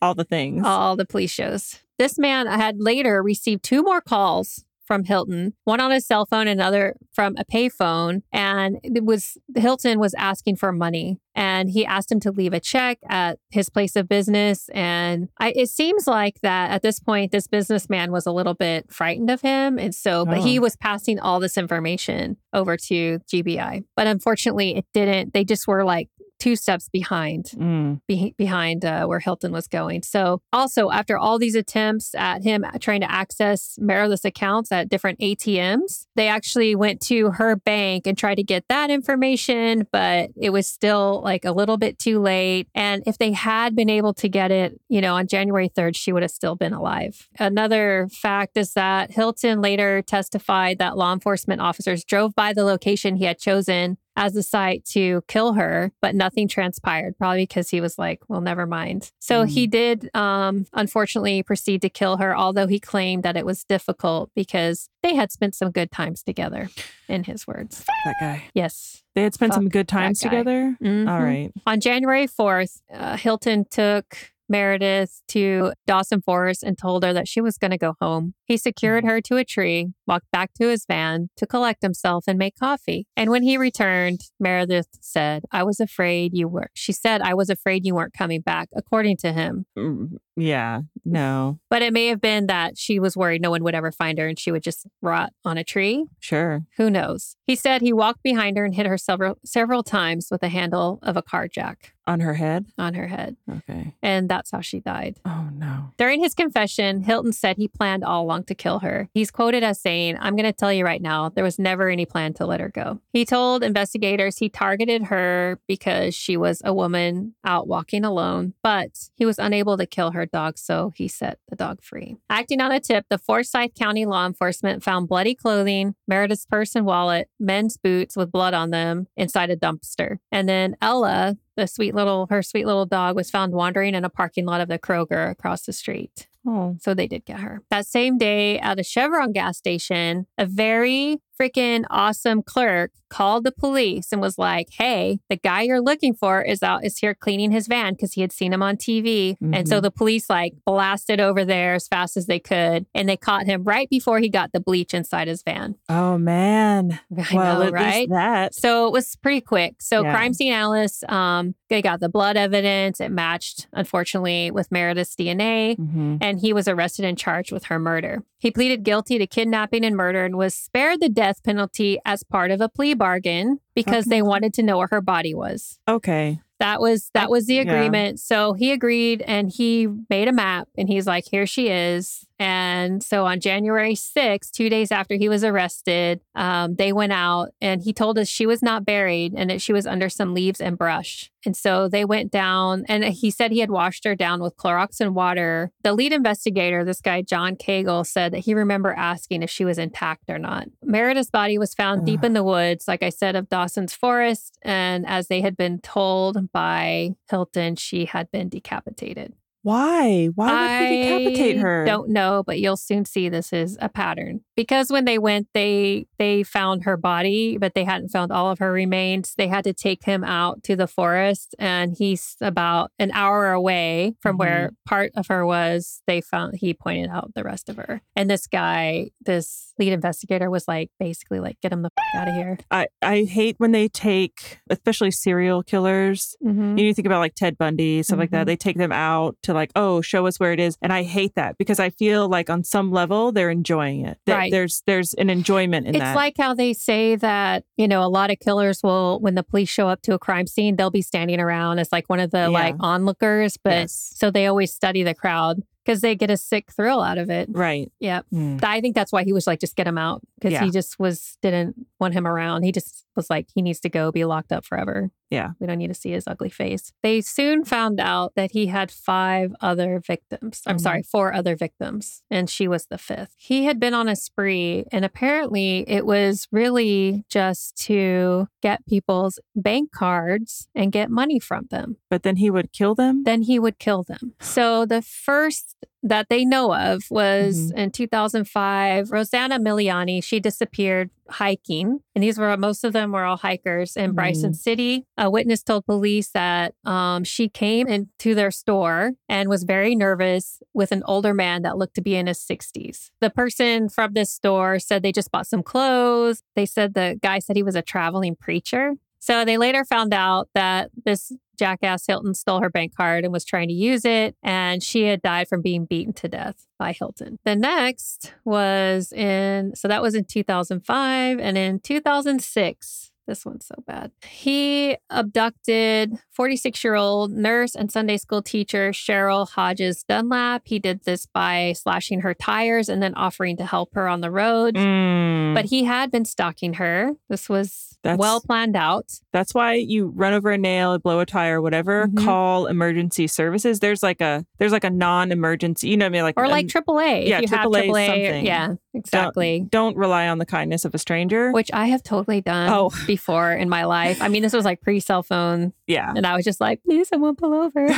[SPEAKER 1] all the things.
[SPEAKER 2] all the police shows. This man had later received two more calls from Hilton, one on his cell phone, another from a payphone, and it was Hilton was asking for money, and he asked him to leave a check at his place of business, and I, it seems like that at this point, this businessman was a little bit frightened of him, and so, but
[SPEAKER 1] Oh.
[SPEAKER 2] he was passing all this information over to GBI, but unfortunately, it didn't. They just were like two steps behind
[SPEAKER 1] Mm.
[SPEAKER 2] be- behind uh, where Hilton was going. So, also after all these attempts at him trying to access mirrorless accounts at different ATMs, they actually went to her bank and tried to get that information, but it was still like a little bit too late. And if they had been able to get it, you know, on January 3rd, she would have still been alive. Another fact is that Hilton later testified that law enforcement officers drove by the location he had chosen as the site to kill her, but nothing transpired, probably because he was like, well, never mind. So
[SPEAKER 1] Mm.
[SPEAKER 2] he did, um, unfortunately, proceed to kill her, although he claimed that it was difficult because they had spent some good times together, in his words.
[SPEAKER 1] That guy.
[SPEAKER 2] Yes.
[SPEAKER 1] They had spent
[SPEAKER 2] Fuck
[SPEAKER 1] some good times
[SPEAKER 2] guy.
[SPEAKER 1] together.
[SPEAKER 2] Mhm.
[SPEAKER 1] All right.
[SPEAKER 2] On January 4th, uh, Hilton took Meredith to Dawson Forest and told her that she was going to go home. He secured her to a tree, walked back to his van to collect himself and make coffee. And when he returned, Meredith said, "I was afraid you were." She said, "I was afraid you weren't coming back," according to him.
[SPEAKER 1] Mm, Yeah. No.
[SPEAKER 2] But it may have been that she was worried no one would ever find her and she would just rot on a tree.
[SPEAKER 1] Sure.
[SPEAKER 2] Who knows? He said he walked behind her and hit her several several times with the handle of a car jack
[SPEAKER 1] On her head.
[SPEAKER 2] on her head
[SPEAKER 1] Okay.
[SPEAKER 2] and that's how she died.
[SPEAKER 1] Oh no.
[SPEAKER 2] During his confession, Hilton said he planned all along to kill her. He's quoted as saying, I'm going to tell you right now, there was never any plan to let her go. He told investigators he targeted her because she was a woman out walking alone, but he was unable to kill her dog, so he set the dog free. Acting on a tip, the Forsyth County law enforcement found bloody clothing, Meredith's purse and wallet, men's boots with blood on them inside a dumpster. And then Ella, the sweet little her sweet little dog was found wandering in a parking lot of the Kroger across the street.
[SPEAKER 1] Oh.
[SPEAKER 2] So they did get her. That same day at a Chevron gas station, a very freaking awesome clerk called the police and was like, "Hey, the guy you're looking for is out is here cleaning his van because he had seen him on TV." And
[SPEAKER 1] Mm-hmm.
[SPEAKER 2] so the police like blasted over there as fast as they could and they caught him right before he got the bleach inside his van.
[SPEAKER 1] Oh man.
[SPEAKER 2] I
[SPEAKER 1] well,
[SPEAKER 2] know,
[SPEAKER 1] at
[SPEAKER 2] right?
[SPEAKER 1] least that.
[SPEAKER 2] So it was pretty quick. So
[SPEAKER 1] Yeah.
[SPEAKER 2] crime scene analysts um, They got the blood evidence. It matched, unfortunately, with Meredith's DNA.
[SPEAKER 1] Mhm.
[SPEAKER 2] And he was arrested and charged with her murder. He pleaded guilty to kidnapping and murder and was spared the death penalty as part of a plea bargain because
[SPEAKER 1] Okay.
[SPEAKER 2] they wanted to know where her body was.
[SPEAKER 1] Okay.
[SPEAKER 2] That was
[SPEAKER 1] I-
[SPEAKER 2] that was the
[SPEAKER 1] yeah.
[SPEAKER 2] agreement. So he agreed and he made a map and he's like, here she is. And so on January 6th, two days after he was arrested, um, they went out and he told us she was not buried and that she was under some leaves and brush. And so they went down and he said he had washed her down with Clorox and water. The lead investigator, this guy, John Cagle, said that he remember asking if she was intact or not. Meredith's body was found deep
[SPEAKER 1] Ugh.
[SPEAKER 2] in the woods, like I said, of Dawson's Forest. And as they had been told by Hilton, she had been decapitated.
[SPEAKER 1] Why? Why would they decapitate
[SPEAKER 2] I
[SPEAKER 1] her?
[SPEAKER 2] Don't know, but you'll soon see this is a pattern. Because when they went, they they found her body, but they hadn't found all of her remains. They had to take him out to the forest, and he's about an hour away from
[SPEAKER 1] Mhm.
[SPEAKER 2] where part of her was. They found he pointed out the rest of her, and this guy, this lead investigator, was like basically like, "Get him the f- out of here."
[SPEAKER 1] I, I hate when they take, especially serial killers.
[SPEAKER 2] Mm-hmm.
[SPEAKER 1] You know, You think about like Ted Bundy, stuff like
[SPEAKER 2] Mhm.
[SPEAKER 1] that. They take them out to like, oh, show us where it is, and I hate that because I feel like on some level they're enjoying it. That
[SPEAKER 2] Right.
[SPEAKER 1] There's there's an enjoyment in
[SPEAKER 2] it's
[SPEAKER 1] that.
[SPEAKER 2] like how they say that you know a lot of killers will when the police show up to a crime scene they'll be standing around as like one of the
[SPEAKER 1] Yeah.
[SPEAKER 2] like onlookers but
[SPEAKER 1] Yes.
[SPEAKER 2] so they always study the crowd because they get a sick thrill out of it
[SPEAKER 1] right.
[SPEAKER 2] yep
[SPEAKER 1] Mm.
[SPEAKER 2] i think that's why he was like just get him out because
[SPEAKER 1] Yeah.
[SPEAKER 2] he just was didn't want him around he just was like he needs to go be locked up forever
[SPEAKER 1] Yeah.
[SPEAKER 2] we don't need to see his ugly face they soon found out that he had five other victims i'm
[SPEAKER 1] Mhm.
[SPEAKER 2] sorry four other victims and she was the fifth he had been on a spree and apparently it was really just to get people's bank cards and get money from them
[SPEAKER 1] But then he would kill them.
[SPEAKER 2] then he would kill them. So the first that they know of was in 2005, Rosanna Miliani. She disappeared hiking, and these were most of them were all hikers in
[SPEAKER 1] Mm.
[SPEAKER 2] Bryson City. A witness told police that um, she came into their store and was very nervous with an older man that looked to be in his 60s. The person from this store said they just bought some clothes. They said the guy said he was a traveling preacher. So they later found out that this jackass Hilton stole her bank card and was trying to use it, and she had died from being beaten to death by Hilton. The next was in, so that was in 2005, and in 2006. This one's so bad. He abducted 46 year old nurse and Sunday school teacher Cheryl Hodges Dunlap. He did this by slashing her tires and then offering to help her on the road.
[SPEAKER 1] Mm.
[SPEAKER 2] But he had been stalking her. This was
[SPEAKER 1] That's-
[SPEAKER 2] well planned out.
[SPEAKER 1] That's why you run over a nail, blow a tire, whatever.
[SPEAKER 2] Mhm.
[SPEAKER 1] Call emergency services. There's like a there's like a non-emergency. You know what I mean? Like um,
[SPEAKER 2] Or
[SPEAKER 1] an-
[SPEAKER 2] like AAA.
[SPEAKER 1] yeah,
[SPEAKER 2] if
[SPEAKER 1] AAA
[SPEAKER 2] you have AAA.
[SPEAKER 1] something.
[SPEAKER 2] Yeah, exactly.
[SPEAKER 1] don't rely on the kindness of a stranger.
[SPEAKER 2] Which I have totally done
[SPEAKER 1] Oh.
[SPEAKER 2] before in my life. I mean, this was like pre cell phone,
[SPEAKER 1] yeah.
[SPEAKER 2] and I was just like, please, someone pull over.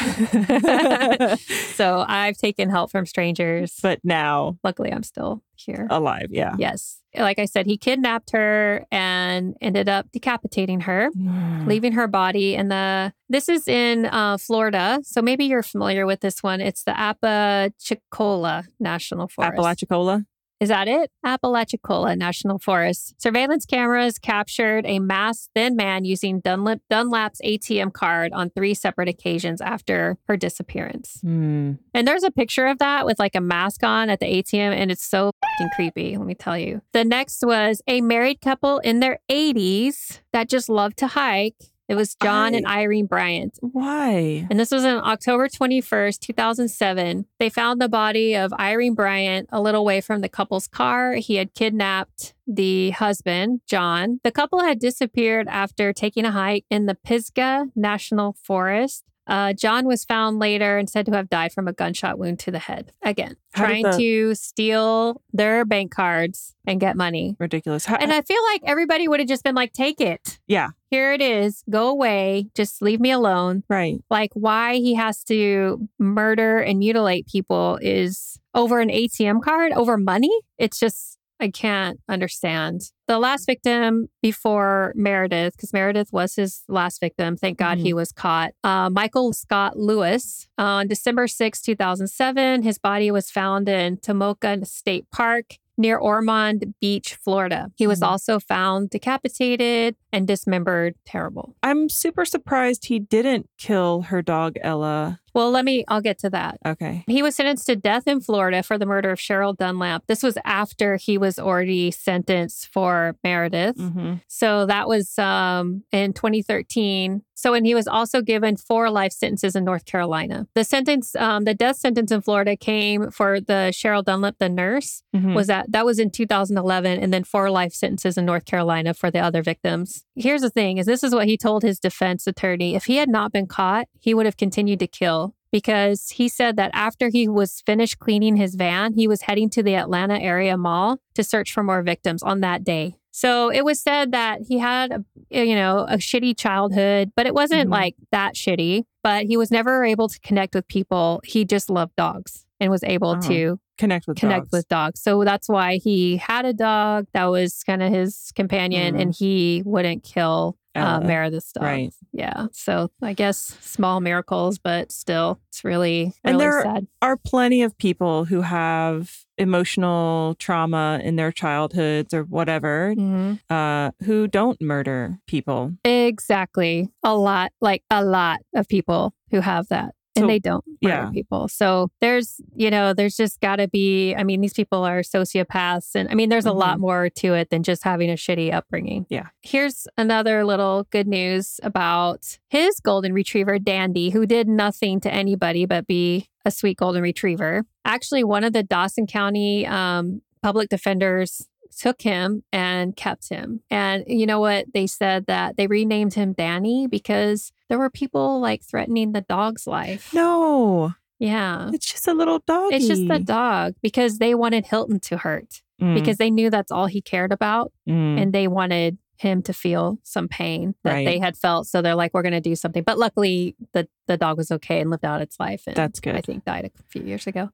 [SPEAKER 2] so I've taken help from strangers.
[SPEAKER 1] but now
[SPEAKER 2] Luckily, I'm still here.
[SPEAKER 1] alive. Yeah.
[SPEAKER 2] Yes. Like I said, he kidnapped her and ended up decapitating her.
[SPEAKER 1] Mm.
[SPEAKER 2] leaving her body in the this is in uh, florida so maybe you're familiar with this one it's the apalachicola national forest
[SPEAKER 1] Appalachicola.
[SPEAKER 2] is that it apalachicola national forest surveillance cameras captured a masked thin man using dunlap dunlap's atm card on three separate occasions after her disappearance
[SPEAKER 1] Hmm.
[SPEAKER 2] and there's a picture of that with like a mask on at the ATM, and it's so fing creepy, let me tell you. The next was a married couple in their 80s that just loved to hike. It was John and Irene Bryant.
[SPEAKER 1] Why?
[SPEAKER 2] And this was on October 21st, 2007. They found the body of Irene Bryant a little way from the couple's car. He had kidnapped the husband, John. The couple had disappeared after taking a hike in the Pisgah National Forest. Uh, John was found later and said to have died from a gunshot wound to the head. Again,
[SPEAKER 1] How did
[SPEAKER 2] trying
[SPEAKER 1] the-
[SPEAKER 2] to steal their bank cards and get money.
[SPEAKER 1] Ridiculous. How,
[SPEAKER 2] And I feel like everybody would have just been like, take it.
[SPEAKER 1] yeah.
[SPEAKER 2] Here it is. Go away. Just leave me alone
[SPEAKER 1] Right.
[SPEAKER 2] like why he has to murder and mutilate people is over an ATM card, over money. It's just, I can't understand. The last victim before Meredith, because Meredith was his last victim, thank God he was caught. Uh, Michael Scott Lewis, uh, on December 6, 2007, his body was found in Tomoka State Park. near Ormond Beach, Florida. He was
[SPEAKER 1] Mhm.
[SPEAKER 2] also found decapitated and dismembered. Terrible.
[SPEAKER 1] I'm super surprised he didn't kill her dog, Ella.
[SPEAKER 2] Well, let me, I'll get to that.
[SPEAKER 1] Okay.
[SPEAKER 2] He was sentenced to death in Florida for the murder of Cheryl Dunlap. This was after he was already sentenced for Meredith.
[SPEAKER 1] Mm-hmm.
[SPEAKER 2] So that was um, in 2013. So, and he was also given four life sentences in North Carolina. The sentence, um, the death sentence in Florida came for the Cheryl Dunlap, the nurse,
[SPEAKER 1] Mm-hmm.
[SPEAKER 2] was that that was in 2011, and then four life sentences in North Carolina for the other victims. Here's the thing: is this is what he told his defense attorney. If he had not been caught, he would have continued to kill. Because he said that after he was finished cleaning his van, he was heading to the Atlanta area mall to search for more victims on that day. So it was said that he had a you know, a shitty childhood, but it wasn't
[SPEAKER 1] Mhm.
[SPEAKER 2] like that shitty. But he was never able to connect with people. He just loved dogs and was able
[SPEAKER 1] Oh,
[SPEAKER 2] to
[SPEAKER 1] Connect with
[SPEAKER 2] connect
[SPEAKER 1] dogs.
[SPEAKER 2] with dogs. So that's why he had a dog that was kind of his companion
[SPEAKER 1] Mhm.
[SPEAKER 2] and he wouldn't kill uh,
[SPEAKER 1] Ella.
[SPEAKER 2] Meredith's dog.
[SPEAKER 1] Oh, right.
[SPEAKER 2] Yeah. So I guess small miracles, but still, it's really, really
[SPEAKER 1] And there-
[SPEAKER 2] sad.
[SPEAKER 1] are plenty of people who have emotional trauma in their childhoods or whatever
[SPEAKER 2] Mhm.
[SPEAKER 1] uh, who don't murder people.
[SPEAKER 2] Exactly. A lot, like a lot of people who have that. And
[SPEAKER 1] So-
[SPEAKER 2] they don't murder
[SPEAKER 1] yeah.
[SPEAKER 2] people. So there's, you know, there's just got to be. I mean, these people are sociopaths. And I mean, there's a lot more to it than just having a shitty upbringing.
[SPEAKER 1] Mm-hmm. Yeah.
[SPEAKER 2] Here's another little good news about his golden retriever, Dandy, who did nothing to anybody but be a sweet golden retriever. Actually, one of the Dawson County um, public defenders took him and kept him. And you know what? They said that they renamed him Danny because there were people like threatening the dog's life.
[SPEAKER 1] No,
[SPEAKER 2] Yeah.
[SPEAKER 1] it's just a little dog.
[SPEAKER 2] It's just the dog because they wanted Hilton to hurt
[SPEAKER 1] Mm,
[SPEAKER 2] because they knew that's all he cared about and they wanted him to feel some pain that
[SPEAKER 1] Right.
[SPEAKER 2] they had felt. So they're like, we're going to do something. But luckily, the, the dog was okay and lived out its life. And
[SPEAKER 1] That's good.
[SPEAKER 2] I think died a few years ago.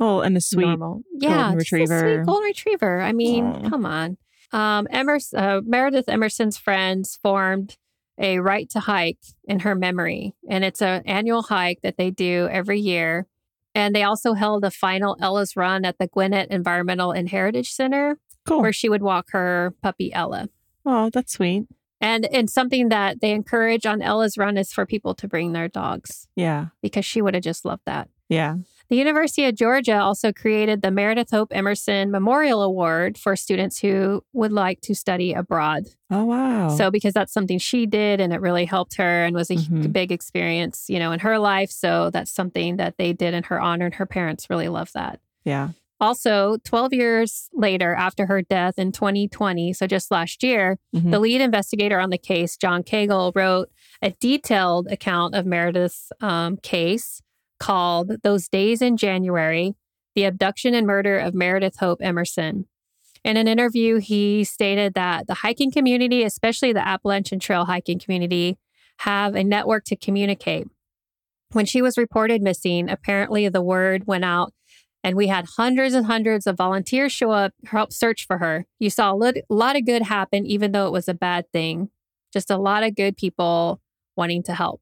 [SPEAKER 1] oh, and a sweet.
[SPEAKER 2] normal. Yeah, just a
[SPEAKER 1] retriever.
[SPEAKER 2] sweet golden retriever. I mean,
[SPEAKER 1] Aw.
[SPEAKER 2] come on. Um, Emerson, uh, Meredith Emerson's friends formed a right to hike in her memory, and it's an annual hike that they do every year. And they also held a final Ella's Run at the Gwinnett Environmental and Heritage Center,
[SPEAKER 1] Cool.
[SPEAKER 2] where she would walk her puppy Ella.
[SPEAKER 1] Oh, that's sweet.
[SPEAKER 2] And and something that they encourage on Ella's Run is for people to bring their dogs
[SPEAKER 1] Yeah.
[SPEAKER 2] because she would have just loved that.
[SPEAKER 1] Yeah.
[SPEAKER 2] The University of Georgia also created the Meredith Hope Emerson Memorial Award for students who would like to study abroad.
[SPEAKER 1] Oh, wow.
[SPEAKER 2] So, because that's something she did and it really helped her and was a h-
[SPEAKER 1] Mhm.
[SPEAKER 2] big experience, you know, in her life. So, that's something that they did in her honor, and her parents really loved that.
[SPEAKER 1] yeah.
[SPEAKER 2] Also, 12 years later, after her death in 2020, so just last year,
[SPEAKER 1] Mhm.
[SPEAKER 2] the lead investigator on the case, John Cagle, wrote a detailed account of Meredith's um, case called Those Days in January The Abduction and Murder of Meredith Hope Emerson. In an interview, he stated that the hiking community, especially the Appalachian Trail hiking community, have a network to communicate. When she was reported missing, apparently the word went out and we had hundreds and hundreds of volunteers show up help search for her you saw a lot, lot of good happen even though it was a bad thing just a lot of good people wanting to help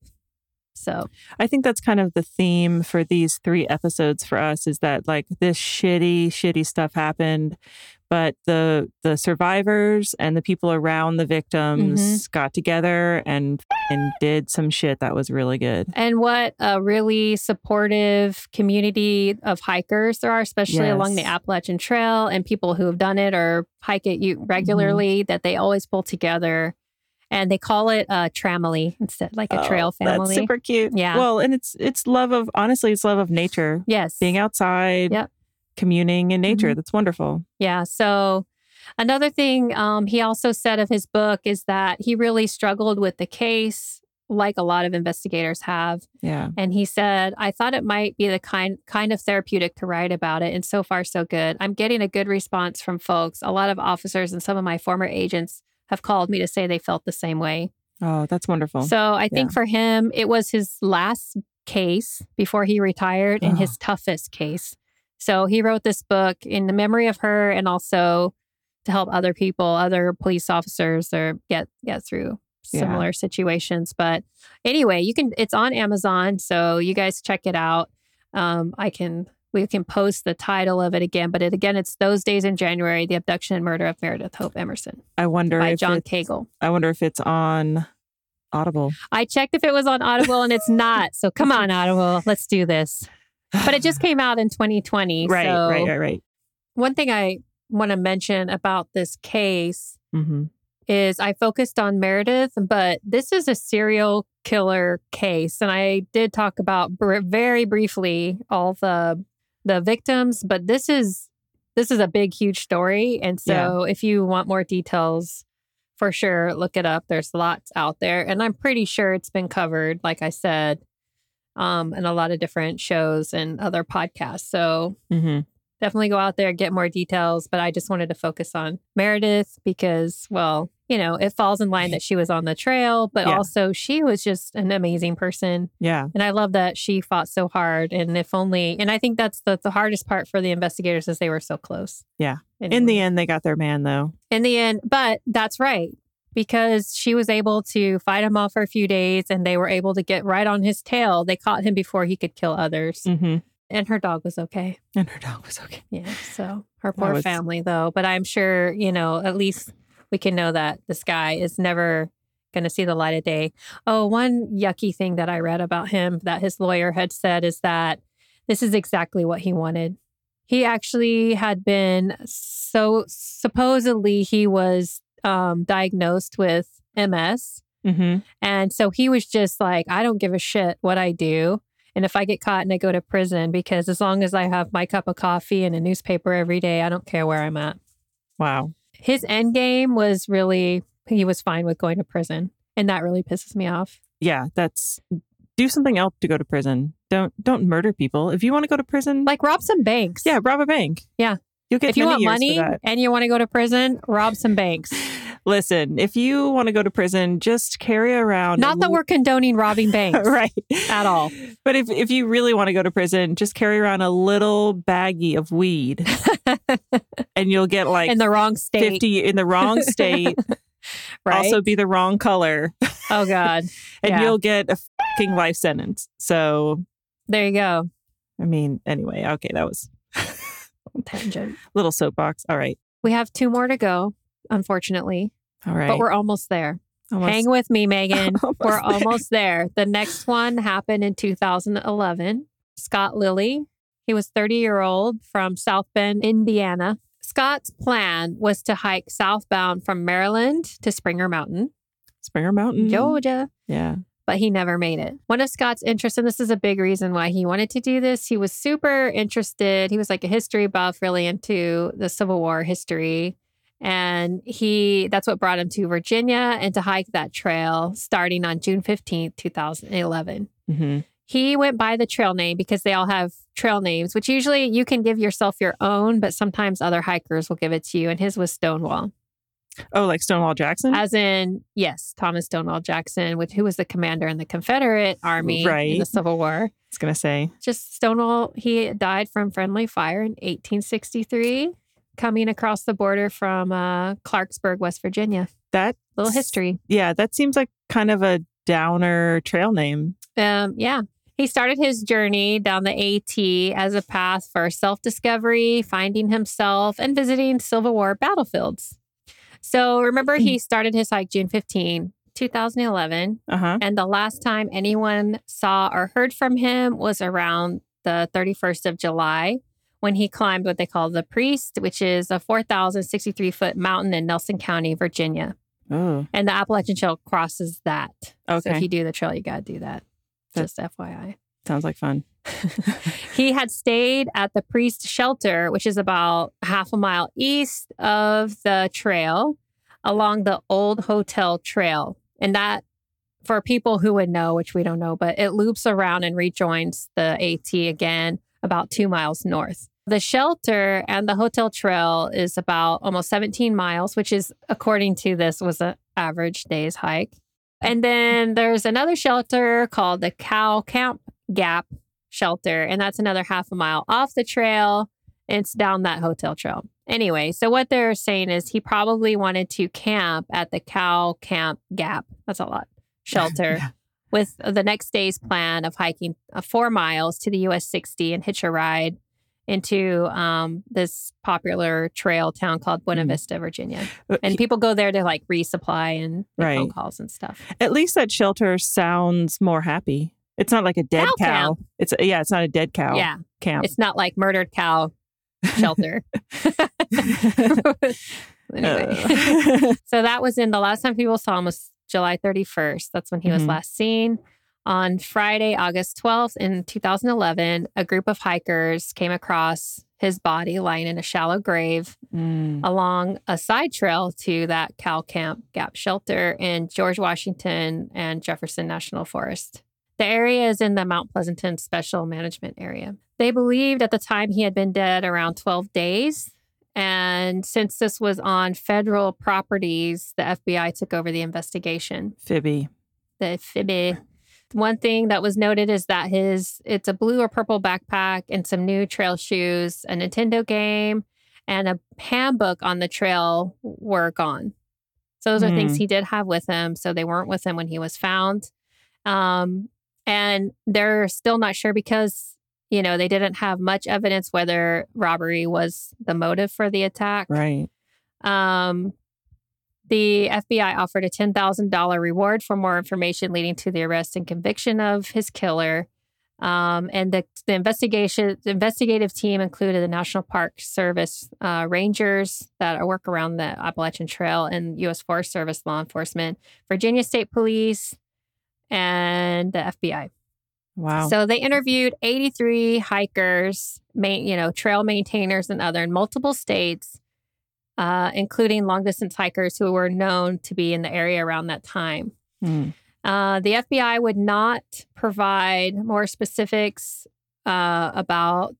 [SPEAKER 2] so
[SPEAKER 1] I think that's kind of the theme for these three episodes for us is that like this shitty, shitty stuff happened, but the the survivors and the people around the victims
[SPEAKER 2] Mm-hmm.
[SPEAKER 1] got together and and did some shit that was really good.
[SPEAKER 2] and what a really supportive community of hikers there are especially along the
[SPEAKER 1] Yes.
[SPEAKER 2] appalachian trail and people who have done it or hike it
[SPEAKER 1] Mm-hmm.
[SPEAKER 2] you regularly that they always pull together and they call it a tramily instead like a trail
[SPEAKER 1] Oh, that's
[SPEAKER 2] family
[SPEAKER 1] super cute.
[SPEAKER 2] Yeah.
[SPEAKER 1] Well, and it's it's love of honestly, it's love of nature,
[SPEAKER 2] yes
[SPEAKER 1] being outside,
[SPEAKER 2] Yep.
[SPEAKER 1] communing in nature.
[SPEAKER 2] Mhm.
[SPEAKER 1] That's wonderful.
[SPEAKER 2] Yeah. So another thing um, he also said of his book is that he really struggled with the case, like a lot of investigators have.
[SPEAKER 1] Yeah.
[SPEAKER 2] And he said, I thought it might be the kind kind of therapeutic to write about it. And so far, so good. I'm getting a good response from folks. A lot of officers and some of my former agents have called me to say they felt the same way.
[SPEAKER 1] Oh, that's wonderful.
[SPEAKER 2] So I think for him, it was his last case before he retired and
[SPEAKER 1] Ah.
[SPEAKER 2] his toughest case. So he wrote this book in the memory of her and also to help other people, other police officers or get get through
[SPEAKER 1] Yeah.
[SPEAKER 2] similar situations. But anyway, you can it's on Amazon, so you guys check it out. Um, I can We can post the title of it again, but it, again, it's those days in January: the abduction and murder of Meredith Hope Emerson
[SPEAKER 1] I wonder
[SPEAKER 2] by
[SPEAKER 1] if
[SPEAKER 2] John
[SPEAKER 1] it-
[SPEAKER 2] Cagle.
[SPEAKER 1] I wonder if it's on Audible.
[SPEAKER 2] I checked if it was on Audible, and it's not. So come on, Audible, let's do this. But it just came out in 2020.
[SPEAKER 1] right,
[SPEAKER 2] so
[SPEAKER 1] right, right, right.
[SPEAKER 2] One thing I want to mention about this case
[SPEAKER 1] Mm-hmm.
[SPEAKER 2] is I focused on Meredith, but this is a serial killer case, and I did talk about br- very briefly all the the victims, but this is this is a big, huge story, and so if you want more details, for sure look it up. There's lots out there, and I'm pretty sure it's been covered, like I said, um, in a lot of different shows and other podcasts. So
[SPEAKER 1] Mm-hmm.
[SPEAKER 2] definitely go out there get more details but i just wanted to focus on meredith because well you know it falls in line that she was on the trail but
[SPEAKER 1] Yeah.
[SPEAKER 2] also she was just an amazing person
[SPEAKER 1] Yeah.
[SPEAKER 2] and i love that she fought so hard and if only and i think that's the, the hardest part for the investigators is they were so close
[SPEAKER 1] Yeah. In
[SPEAKER 2] Anyway
[SPEAKER 1] the end, they got their man though.
[SPEAKER 2] in the end, but that's right because she was able to fight him off for a few days and they were able to get right on his tail. They caught him before he could kill others
[SPEAKER 1] Mm-hmm.
[SPEAKER 2] and her dog was okay.
[SPEAKER 1] And her dog was okay.
[SPEAKER 2] Yeah, so her
[SPEAKER 1] That
[SPEAKER 2] poor
[SPEAKER 1] was-
[SPEAKER 2] family though, but I'm sure, you know, at least we can know that this guy is never going to see the light of day. Oh, one yucky thing that I read about him that his lawyer had said is that this is exactly what he wanted. He actually had been so supposedly he was um, diagnosed with MS.
[SPEAKER 1] Mm-hmm.
[SPEAKER 2] And so he was just like, I don't give a shit what I do. And if I get caught and I go to prison, because as long as I have my cup of coffee and a newspaper every day, I don't care where I'm at.
[SPEAKER 1] Wow.
[SPEAKER 2] His end game was really, he was fine with going to prison. And that really pisses me off.
[SPEAKER 1] Yeah. That's do something else to go to prison. Don't don't murder people. If you want to go to prison,
[SPEAKER 2] Like rob some banks.
[SPEAKER 1] yeah, rob a bank.
[SPEAKER 2] Yeah.
[SPEAKER 1] You'll get
[SPEAKER 2] If you
[SPEAKER 1] many
[SPEAKER 2] want
[SPEAKER 1] years for
[SPEAKER 2] money
[SPEAKER 1] that.
[SPEAKER 2] and you want to go to prison, rob some banks.
[SPEAKER 1] Listen, if you want to go to prison, just carry around.
[SPEAKER 2] Not that we're condoning robbing banks.
[SPEAKER 1] right
[SPEAKER 2] at all.
[SPEAKER 1] But if if you really want to go to prison, just carry around a little baggie of weed, and you'll get like
[SPEAKER 2] In the wrong state.
[SPEAKER 1] fifty in the wrong state.
[SPEAKER 2] right?
[SPEAKER 1] Also, be the wrong color,
[SPEAKER 2] oh, God.
[SPEAKER 1] and
[SPEAKER 2] Yeah.
[SPEAKER 1] you'll get a fucking life sentence. So,
[SPEAKER 2] There you go.
[SPEAKER 1] I mean, anyway, okay, that was
[SPEAKER 2] Tangent.
[SPEAKER 1] little soapbox. All right,
[SPEAKER 2] We have two more to go, unfortunately.
[SPEAKER 1] all right.
[SPEAKER 2] but we're almost there.
[SPEAKER 1] Almost-
[SPEAKER 2] Hang with me, Megan.
[SPEAKER 1] Almost
[SPEAKER 2] we're
[SPEAKER 1] there.
[SPEAKER 2] almost there. The next one happened in 2011. Scott Lilly, he was 30 year old from South Bend, Indiana. Scott's plan was to hike southbound from Maryland to Springer Mountain,
[SPEAKER 1] Springer Mountain.
[SPEAKER 2] Georgia
[SPEAKER 1] Yeah.
[SPEAKER 2] but he never made it. One of Scott's interests, and this is a big reason why he wanted to do this, he was super interested. He was like a history buff, really into the Civil War history. And he that's what brought him to Virginia and to hike that trail starting on June 15th, 2011.
[SPEAKER 1] hmm
[SPEAKER 2] He went by the trail name because they all have trail names, which usually you can give yourself your own, but sometimes other hikers will give it to you. And his was Stonewall.
[SPEAKER 1] Oh, like Stonewall Jackson.
[SPEAKER 2] As in, yes, Thomas Stonewall Jackson, which, who was the commander in the Confederate Army in the
[SPEAKER 1] Right.
[SPEAKER 2] Civil War.
[SPEAKER 1] was gonna say.
[SPEAKER 2] Just Stonewall, he died from friendly fire in 1863, coming across the border from uh, Clarksburg, West Virginia.
[SPEAKER 1] That
[SPEAKER 2] Little
[SPEAKER 1] S-
[SPEAKER 2] history.
[SPEAKER 1] yeah, that seems like kind of a downer trail name.
[SPEAKER 2] Um, yeah. He started his journey down the AT as a path for self discovery, finding himself, and visiting Civil War battlefields. So remember,
[SPEAKER 1] Hmm.
[SPEAKER 2] he started his hike June 15, 2011.
[SPEAKER 1] Uh huh.
[SPEAKER 2] And the last time anyone saw or heard from him was around the 31st of July when he climbed what they call the Priest, which is a 4,063 foot mountain in Nelson County, Virginia.
[SPEAKER 1] Oh,
[SPEAKER 2] And the Appalachian Trail crosses that. So
[SPEAKER 1] Okay.
[SPEAKER 2] if you do the trail, you got to do that.
[SPEAKER 1] That-
[SPEAKER 2] Just FYI.
[SPEAKER 1] sounds like fun.
[SPEAKER 2] He had stayed at the priest shelter, which is about half a mile east of the trail along the old hotel trail. And that, for people who would know, which we don't know, but it loops around and rejoins the AT again about two miles north. The shelter and the hotel trail is about almost 17 miles, which is, according to this, was an average day's hike. And then there's another shelter called the Cow Camp Gap shelter, and that's another half a mile off the trail. and It's down that hotel trail. Anyway, so what they're saying is he probably wanted to camp at the Cow Camp Gap. That's a lot. Shelter
[SPEAKER 1] Yeah.
[SPEAKER 2] with the next day's plan of hiking uh, four miles to the US 60 and hitch a ride into um, this popular trail town called Buena
[SPEAKER 1] Mhm.
[SPEAKER 2] Vista, Virginia.
[SPEAKER 1] But
[SPEAKER 2] And
[SPEAKER 1] Uh, he-
[SPEAKER 2] people go there to like resupply and make phone
[SPEAKER 1] Right.
[SPEAKER 2] calls and stuff.
[SPEAKER 1] At least that shelter sounds more happy. It's not like a dead
[SPEAKER 2] Cow
[SPEAKER 1] cow.
[SPEAKER 2] camp.
[SPEAKER 1] It's yeah, it's not a dead cow
[SPEAKER 2] Yeah.
[SPEAKER 1] camp.
[SPEAKER 2] It's not like murdered cow shelter. anyway.
[SPEAKER 1] Uh,
[SPEAKER 2] So that was in the last time people saw him was July 31st. That's when he was
[SPEAKER 1] Mhm.
[SPEAKER 2] last seen. On Friday, August 12th in 2011, a group of hikers came across his body lying in a shallow grave
[SPEAKER 1] mm,
[SPEAKER 2] along a side trail to that Cal Camp Gap Shelter in George Washington and Jefferson National Forest. The area is in the Mount Pleasanton Special Management Area. They believed at the time he had been dead around 12 days. And since this was on federal properties, the FBI took over the investigation.
[SPEAKER 1] Fibby.
[SPEAKER 2] The FIBI. One thing that was noted is that his it's a blue or purple backpack and some new trail shoes, a Nintendo game, and a handbook on the trail were gone. So those are things
[SPEAKER 1] Hmm.
[SPEAKER 2] he did have with him. So they weren't with him when he was found. Um, and they're still not sure because you know they didn't have much evidence whether robbery was the motive for the attack.
[SPEAKER 1] Right.
[SPEAKER 2] Um, the FBI offered a $10,000 reward for more information leading to the arrest and conviction of his killer. Um, and the, the investigation the investigative team included the National Park Service uh, rangers that work around the Appalachian Trail and U.S. Forest Service law enforcement, Virginia State Police, and the FBI.
[SPEAKER 1] Wow.
[SPEAKER 2] So they interviewed 83 hikers, main, you know, trail maintainers and other in multiple states, uh, including long distance hikers who were known to be in the area around that time.
[SPEAKER 1] Mm,
[SPEAKER 2] Uh, the FBI would not provide more specifics uh, about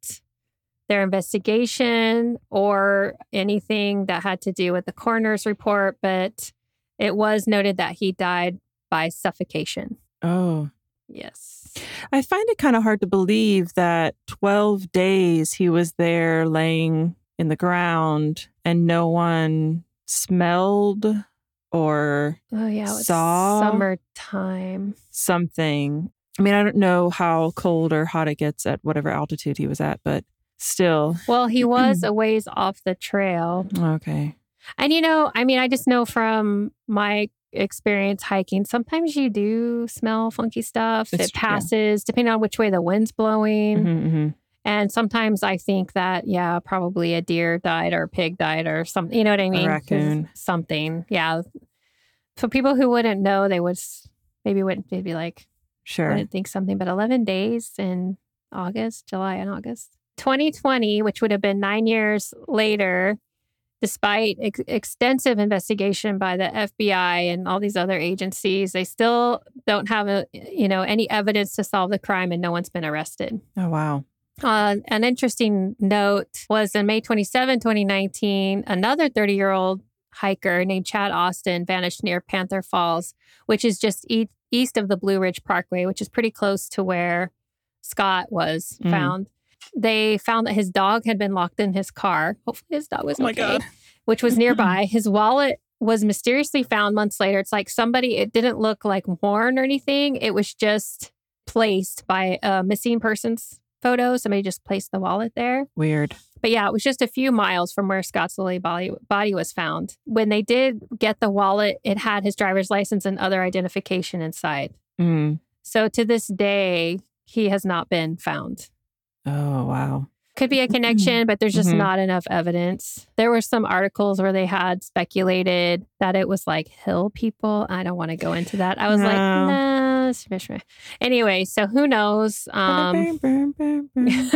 [SPEAKER 2] their investigation or anything that had to do with the coroner's report, but it was noted that he died by suffocation.
[SPEAKER 1] Oh.
[SPEAKER 2] Yes.
[SPEAKER 1] I find it kind of hard to believe that 12 days he was there laying in the ground and no one smelled or
[SPEAKER 2] Oh yeah, it's
[SPEAKER 1] Saw.
[SPEAKER 2] summertime.
[SPEAKER 1] something. I mean, I don't know how cold or hot it gets at whatever altitude he was at, but still.
[SPEAKER 2] Well, he was a ways off the trail.
[SPEAKER 1] Okay.
[SPEAKER 2] And you know, I mean, I just know from my experience hiking, sometimes you do smell funky stuff.
[SPEAKER 1] It's-
[SPEAKER 2] it
[SPEAKER 1] yeah.
[SPEAKER 2] passes depending on which way the wind's blowing.
[SPEAKER 1] Mhm, mhm.
[SPEAKER 2] And sometimes I think that, yeah, probably a deer died or a pig died or something. You know what I mean? 'Cause
[SPEAKER 1] raccoon.
[SPEAKER 2] Something. Yeah. So people who wouldn't know, they would s- maybe wouldn't they'd be like,
[SPEAKER 1] Sure.
[SPEAKER 2] wouldn't think something, but 11 days in August, July and August. 2020, which would have been nine years later, despite ex- extensive investigation by the FBI and all these other agencies, they still don't have a, you know any evidence to solve the crime, and no one's been arrested.
[SPEAKER 1] Oh, wow.
[SPEAKER 2] Uh, an interesting note was on May 27, 2019, another 30 year old hiker named Chad Austin vanished near Panther Falls, which is just e- east of the Blue Ridge Parkway, which is pretty close to where Scott was
[SPEAKER 1] Mm.
[SPEAKER 2] found. They found that his dog had been locked in his car. Hopefully, his dog was
[SPEAKER 1] Oh my
[SPEAKER 2] okay,
[SPEAKER 1] God.
[SPEAKER 2] which was nearby. his wallet was mysteriously found months later. It's like somebody, it didn't look like worn or anything. It was just placed by a missing person's photo. Somebody just placed the wallet there.
[SPEAKER 1] Weird.
[SPEAKER 2] But yeah, it was just a few miles from where Scott's lily body, body was found. When they did get the wallet, it had his driver's license and other identification inside.
[SPEAKER 1] Mm.
[SPEAKER 2] So to this day, he has not been found.
[SPEAKER 1] Oh, wow.
[SPEAKER 2] Could be a connection, but there's just
[SPEAKER 1] Mhm.
[SPEAKER 2] not enough evidence. There were some articles where they had speculated that it was like hill people. I don't want to go into that. I was like,
[SPEAKER 1] No.
[SPEAKER 2] nah. it's fish- fish." Anyway, so who knows? Um,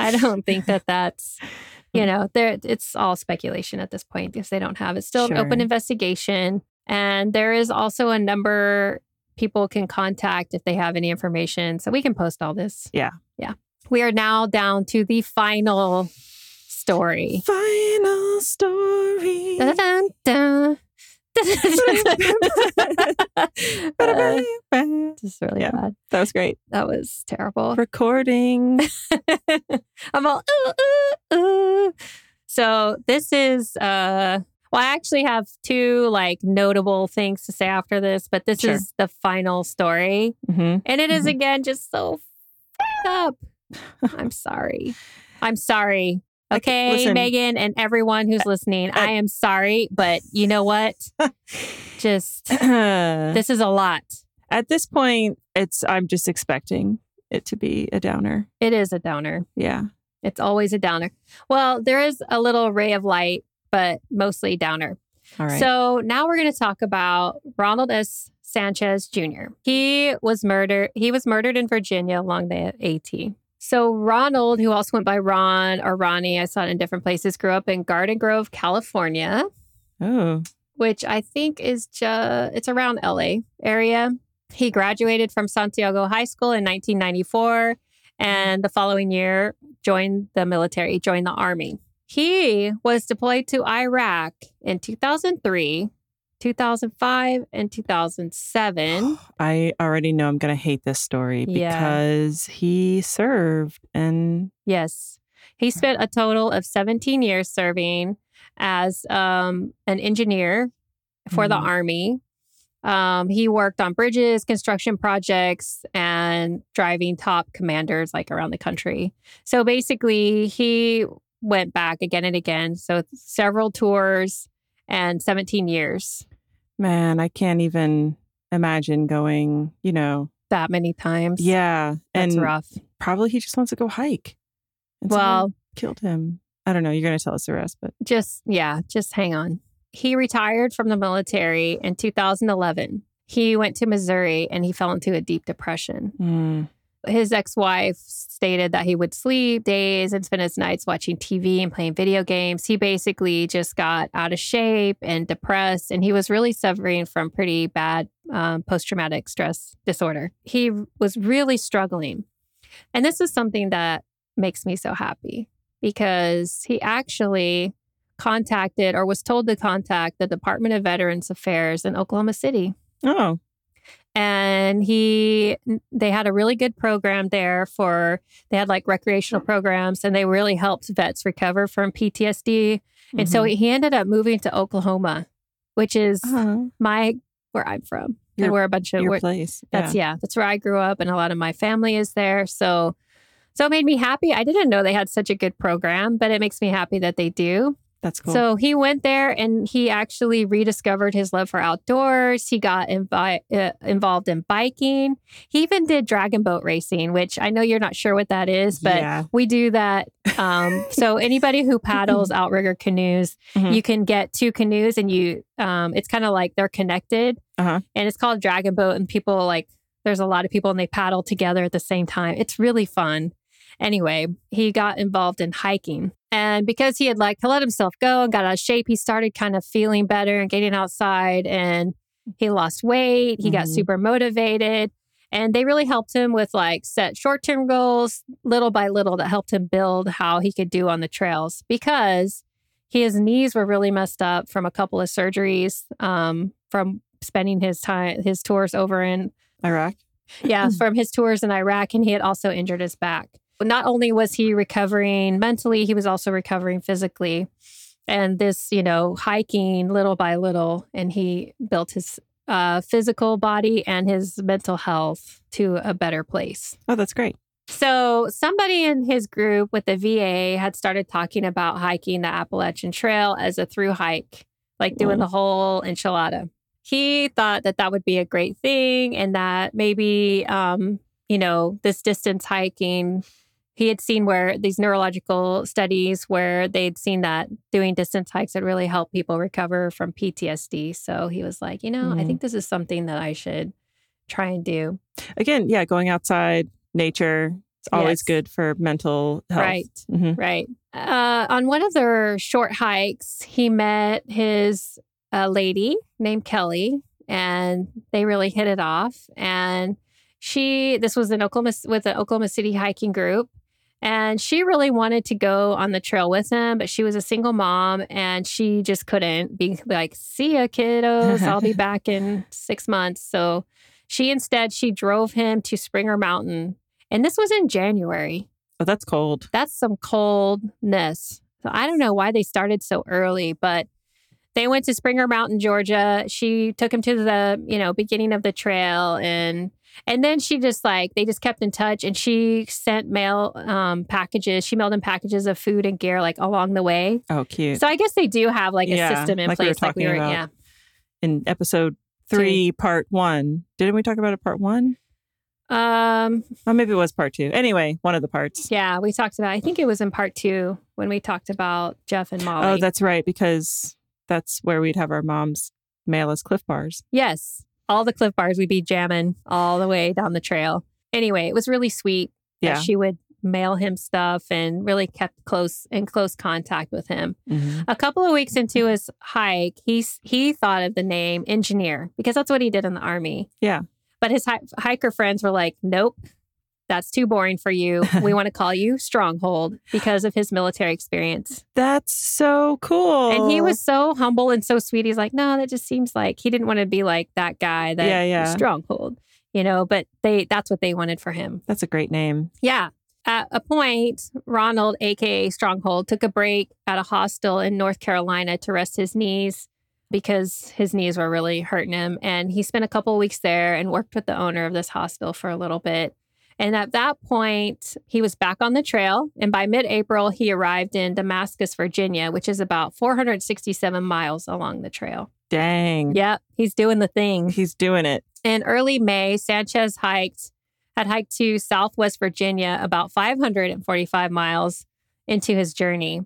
[SPEAKER 2] I don't think that that's,
[SPEAKER 1] Mm.
[SPEAKER 2] you know, there. It's all speculation at this point because they don't have it's still an open
[SPEAKER 1] Sure.
[SPEAKER 2] investigation, and there is also a number people can contact if they have any information. So we can post all this.
[SPEAKER 1] Yeah.
[SPEAKER 2] yeah. We are now down to the final story.
[SPEAKER 1] Final story.
[SPEAKER 2] Dun, dun, dun. Uh,
[SPEAKER 1] Ba-da-ba-ba.
[SPEAKER 2] this is really
[SPEAKER 1] Yeah.
[SPEAKER 2] bad.
[SPEAKER 1] that was great.
[SPEAKER 2] That was terrible.
[SPEAKER 1] Recording.
[SPEAKER 2] I'm all ooh ooh ooh. So this is uh well, I actually have two like notable things to say after this, but this
[SPEAKER 1] Sure.
[SPEAKER 2] is the final story.
[SPEAKER 1] hmm
[SPEAKER 2] And it is
[SPEAKER 1] Mhm.
[SPEAKER 2] again just so fed up I'm sorry. I'm sorry.
[SPEAKER 1] Like,
[SPEAKER 2] Okay,
[SPEAKER 1] listen.
[SPEAKER 2] Megan and everyone who's listening, I am sorry, but you know what? Just this is a lot.
[SPEAKER 1] At this point, it's I'm just expecting it to be a downer.
[SPEAKER 2] It is a downer.
[SPEAKER 1] Yeah.
[SPEAKER 2] It's always a downer. Well, there is a little ray of light, but mostly downer.
[SPEAKER 1] All right.
[SPEAKER 2] So now we're going to talk about Ronald S. Sanchez Jr. He was murdered. He was murdered in Virginia along the AT. So Ronald, who also went by Ron or Ronnie, I saw it in different places, grew up in Garden Grove, California,
[SPEAKER 1] oh,
[SPEAKER 2] which I think is just it's around LA area. He graduated from Santiago High School in 1994 and the following year joined the military, joined the army. He was deployed to Iraq in 2003, 2005, and 2007.
[SPEAKER 1] I already know I'm going to hate this story
[SPEAKER 2] Yeah.
[SPEAKER 1] because he served and
[SPEAKER 2] Yes. He spent a total of 17 years serving as um, an engineer for the
[SPEAKER 1] Mhm.
[SPEAKER 2] Army. Um, he worked on bridges, construction projects, and driving top commanders like around the country. So basically, he went back again and again. So several tours and 17 years
[SPEAKER 1] man, I can't even imagine going, you know.
[SPEAKER 2] that many times.
[SPEAKER 1] Yeah.
[SPEAKER 2] That's
[SPEAKER 1] and
[SPEAKER 2] rough.
[SPEAKER 1] probably he just wants to go hike. And someone
[SPEAKER 2] Well,
[SPEAKER 1] killed him. I don't know. You're going to tell us the rest, but
[SPEAKER 2] just yeah, just hang on. He retired from the military in 2011. He went to Missouri and he fell into a deep depression.
[SPEAKER 1] mm,
[SPEAKER 2] His ex-wife stated that he would sleep days and spend his nights watching TV and playing video games. He basically just got out of shape and depressed, and he was really suffering from pretty bad um, post-traumatic stress disorder. He was really struggling, and this is something that makes me so happy because he actually contacted or was told to contact the Department of Veterans Affairs in Oklahoma City.
[SPEAKER 1] oh,
[SPEAKER 2] And he, they had a really good program there for, they had like recreational programs and they really helped vets recover from PTSD. And so
[SPEAKER 1] mhm.
[SPEAKER 2] he ended up moving to Oklahoma, which is
[SPEAKER 1] Oh,
[SPEAKER 2] my, where I'm from.
[SPEAKER 1] Your-
[SPEAKER 2] and where a bunch of,
[SPEAKER 1] your
[SPEAKER 2] where-
[SPEAKER 1] place.
[SPEAKER 2] that's yeah. that's where I grew up, and a lot of my family is there. So, so it made me happy. I didn't know they had such a good program, but it makes me happy that they do.
[SPEAKER 1] That's cool.
[SPEAKER 2] So he went there, and he actually rediscovered his love for outdoors. He got invi- uh, involved in biking. He even did dragon boat racing, which I know you're not sure what that is, but
[SPEAKER 1] yeah.
[SPEAKER 2] we do that. Um, so anybody who paddles outrigger canoes,
[SPEAKER 1] Mhm.
[SPEAKER 2] you can get two canoes and you, um, it's kind of like they're connected
[SPEAKER 1] Uh-huh.
[SPEAKER 2] and it's called dragon boat and people like, there's a lot of people and they paddle together at the same time. It's really fun. Anyway, he got involved in hiking. And because he had like let himself go and got out of shape, he started kind of feeling better and getting outside and he lost weight. He got
[SPEAKER 1] Mhm.
[SPEAKER 2] super motivated. And they really helped him with like set short term goals little by little that helped him build how he could do on the trails because his knees were really messed up from a couple of surgeries um, from spending his time, his tours over in
[SPEAKER 1] Iraq.
[SPEAKER 2] yeah, from his tours in Iraq, and he had also injured his back. But Not only was he recovering mentally, he was also recovering physically. And this, you know, hiking little by little, and he built his uh, physical body and his mental health to a better place.
[SPEAKER 1] Oh, that's great.
[SPEAKER 2] So, somebody in his group with the VA had started talking about hiking the Appalachian Trail as a through hike, like doing
[SPEAKER 1] Mm.
[SPEAKER 2] the whole enchilada. He thought that that would be a great thing and that maybe, um, you know, this distance hiking, he had seen where these neurological studies where they'd seen that doing distance hikes would really help people recover from PTSD. So he was like, you know, I
[SPEAKER 1] Mhm.
[SPEAKER 2] think this is something that I should try and do.
[SPEAKER 1] Again, yeah, going outside, nature. It's always
[SPEAKER 2] Yes.
[SPEAKER 1] good for mental health.
[SPEAKER 2] Right.
[SPEAKER 1] Mhm.
[SPEAKER 2] Right. Uh, on one of their short hikes, he met his uh, lady named Kelly, and they really hit it off. And she, this was an Oklahoma with an Oklahoma City hiking group, and she really wanted to go on the trail with him, but she was a single mom, and she just couldn't be like, "See ya, kiddos. I'll be back in six months." So she instead she drove him to Springer Mountain, and this was in January.
[SPEAKER 1] Oh, that's cold.
[SPEAKER 2] That's some coldness. So I don't know why they started so early, but They went to Springer Mountain, Georgia. She took him to the, you know, beginning of the trail and and then she just like they just kept in touch and she sent mail um packages. She mailed him packages of food and gear like along the way.
[SPEAKER 1] Oh, cute.
[SPEAKER 2] So I guess they do have like a
[SPEAKER 1] Yeah,
[SPEAKER 2] system in
[SPEAKER 1] like we were
[SPEAKER 2] place like we
[SPEAKER 1] talking
[SPEAKER 2] were
[SPEAKER 1] about.
[SPEAKER 2] yeah.
[SPEAKER 1] In episode three, part one, didn't we talk about it? Part one?
[SPEAKER 2] Um
[SPEAKER 1] Oh, maybe it was part two. Anyway, one of the parts.
[SPEAKER 2] yeah, we talked about I think it was in part 2 when we talked about Jeff and Molly.
[SPEAKER 1] Oh, that's right, because that's where we'd have our moms mail us Cliff Bars.
[SPEAKER 2] Yes. All the cliff bars, we'd be jamming all the way down the trail. Anyway, it was really sweet
[SPEAKER 1] Yeah.
[SPEAKER 2] that she would mail him stuff and really kept close in close contact with him. A couple of weeks into his hike, he s- he thought of the name engineer because that's what he did in the army.
[SPEAKER 1] Yeah.
[SPEAKER 2] But his hi- hiker friends were like, "Nope, that's too boring for you. We want to call you Stronghold because of his military experience."
[SPEAKER 1] That's so cool.
[SPEAKER 2] And he was
[SPEAKER 1] Oh.
[SPEAKER 2] so humble and so sweet. He's like, no, that just seems like he didn't want to be like that guy that
[SPEAKER 1] Yeah, yeah.
[SPEAKER 2] stronghold, you know, but they that's what they wanted for him.
[SPEAKER 1] That's a great name.
[SPEAKER 2] Yeah. At a point, Ronald, aka Stronghold, took a break at a hostel in North Carolina to rest his knees because his knees were really hurting him. And he spent a couple of weeks there and worked with the owner of this hostel for a little bit. And at that point, he was back on the trail. And by mid April, he arrived in Damascus, Virginia, which is about 467 miles along the trail.
[SPEAKER 1] Dang.
[SPEAKER 2] Yep, he's doing the thing.
[SPEAKER 1] He's doing it.
[SPEAKER 2] In early May, Sanchez hiked, had hiked to Southwest Virginia about 545 miles into his journey.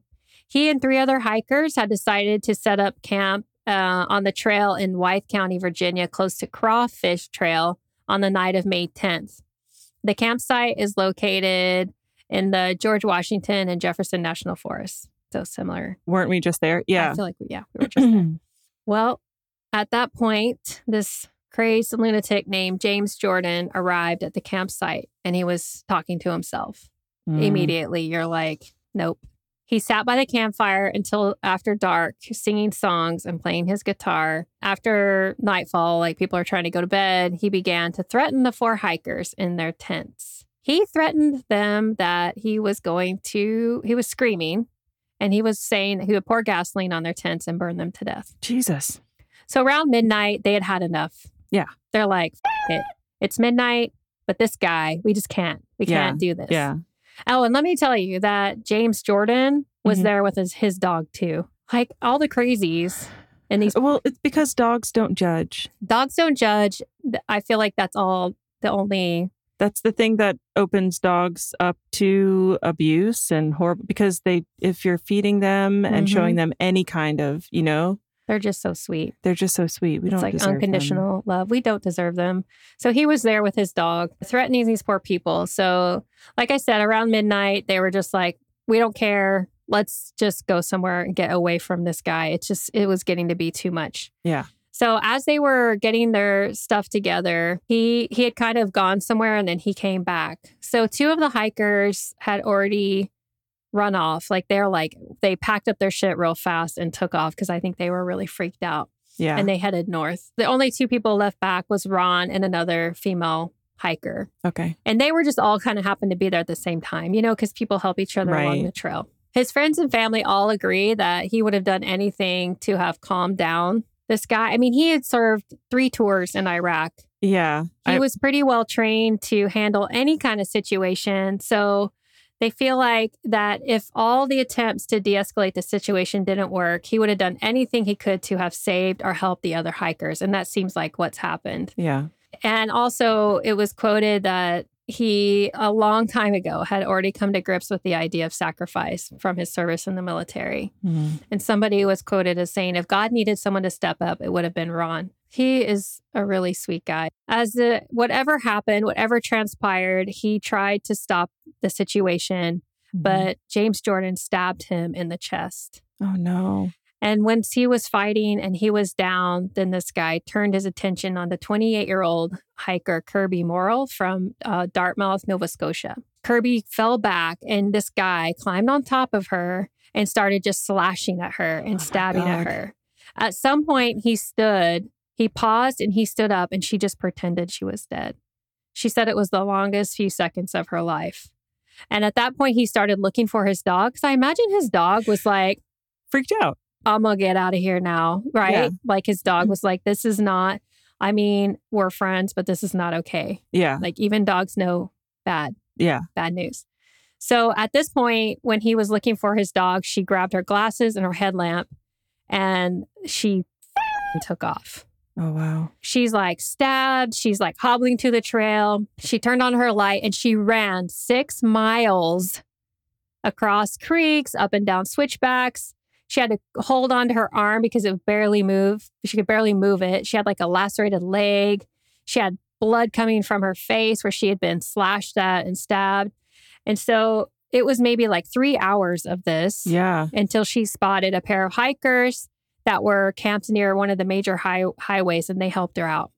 [SPEAKER 2] He and three other hikers had decided to set up camp uh, on the trail in Wythe County, Virginia, close to Crawfish Trail on the night of May 10th. The campsite is located in the George Washington and Jefferson National Forest. So similar.
[SPEAKER 1] Weren't we just there?
[SPEAKER 2] I
[SPEAKER 1] Yeah.
[SPEAKER 2] feel like, yeah, we were just well, at that point, this crazed lunatic named James Jordan arrived at the campsite and he was talking to himself.
[SPEAKER 1] Mm.
[SPEAKER 2] Immediately, you're like, nope. He sat by the campfire until after dark, singing songs and playing his guitar. After nightfall, like people are trying to go to bed, he began to threaten the four hikers in their tents. He threatened them that he was going to, he was screaming and he was saying that he would pour gasoline on their tents and burn them to death.
[SPEAKER 1] Jesus.
[SPEAKER 2] So around midnight, they had had enough.
[SPEAKER 1] Yeah.
[SPEAKER 2] They're like, F- it. It's midnight, but this guy, we just can't. We
[SPEAKER 1] Yeah.
[SPEAKER 2] can't do this.
[SPEAKER 1] Yeah.
[SPEAKER 2] Oh, and let me tell you that James Jordan was
[SPEAKER 1] Mhm.
[SPEAKER 2] there with his, his dog too. Like all the crazies and these
[SPEAKER 1] Well, it's because dogs don't judge.
[SPEAKER 2] dogs don't judge. Th- I feel like that's all the only.
[SPEAKER 1] That's the thing that opens dogs up to abuse and horrible because they, if you're feeding them and
[SPEAKER 2] Mhm.
[SPEAKER 1] showing them any kind of, you know,
[SPEAKER 2] They're just so sweet.
[SPEAKER 1] they're just so sweet. We don't
[SPEAKER 2] it's like
[SPEAKER 1] deserve them.
[SPEAKER 2] unconditional love. We don't deserve them. So he was there with his dog, threatening these poor people. So, like I said, around midnight, they were just like, we don't care. Let's just go somewhere and get away from this guy. It's just, it was getting to be too much.
[SPEAKER 1] Yeah.
[SPEAKER 2] So as they were getting their stuff together, he he had kind of gone somewhere and then he came back. So two of the hikers had already run off. Like they're like they packed up their shit real fast and took off because I think they were really freaked out
[SPEAKER 1] Yeah.
[SPEAKER 2] and they headed north. The only two people left back was Ron and another female hiker.
[SPEAKER 1] okay.
[SPEAKER 2] And they were just all kind of happened to be there at the same time, you know, because people help each other along
[SPEAKER 1] Right.
[SPEAKER 2] the trail. His friends and family all agree that he would have done anything to have calmed down this guy. I mean, he had served three tours in Iraq.
[SPEAKER 1] Yeah.
[SPEAKER 2] He
[SPEAKER 1] I-
[SPEAKER 2] was pretty well trained to handle any kind of situation. So they feel like that if all the attempts to de escalate the situation didn't work, he would have done anything he could to have saved or helped the other hikers. And that seems like what's happened.
[SPEAKER 1] Yeah.
[SPEAKER 2] And also, it was quoted that he, a long time ago, had already come to grips with the idea of sacrifice from his service in the military.
[SPEAKER 1] Mm.
[SPEAKER 2] And somebody was quoted as saying, if God needed someone to step up, it would have been Ron. He is a really sweet guy. As the whatever happened, whatever transpired, he tried to stop the situation,
[SPEAKER 1] Mm-hmm.
[SPEAKER 2] but James Jordan stabbed him in the chest.
[SPEAKER 1] oh no.
[SPEAKER 2] And once he was fighting and he was down, then this guy turned his attention on the 28 year old hiker Kirby Morrill from uh, Dartmouth, Nova Scotia. Kirby fell back, and this guy climbed on top of her and started just slashing at her
[SPEAKER 1] Oh my
[SPEAKER 2] and stabbing at
[SPEAKER 1] God.
[SPEAKER 2] her. At some point, he stood, he paused, and he stood up, and she just pretended she was dead. She said it was the longest few seconds of her life. And at that point, he started looking for his dog. Because I imagine his dog was like,
[SPEAKER 1] Freaked out.
[SPEAKER 2] I'm gonna get out of here now, right?
[SPEAKER 1] Yeah. Mm-hmm.
[SPEAKER 2] Like his dog was like, this is not. I mean, we're friends, but this is not okay.
[SPEAKER 1] Yeah.
[SPEAKER 2] Like even dogs know bad
[SPEAKER 1] Yeah.
[SPEAKER 2] bad news. So at this point, when he was looking for his dog, she grabbed her glasses and her headlamp and she took off.
[SPEAKER 1] Oh, wow.
[SPEAKER 2] She's like stabbed. She's like hobbling to the trail. She turned on her light and she ran six miles across creeks, up and down switchbacks. She had to hold on to her arm because it would barely move. She could barely move it. She had like a lacerated leg. She had blood coming from her face where she had been slashed at and stabbed. And so it was maybe like three hours of this
[SPEAKER 1] Yeah.
[SPEAKER 2] until she spotted a pair of hikers that were camped near one of the major high, highways and they helped her out.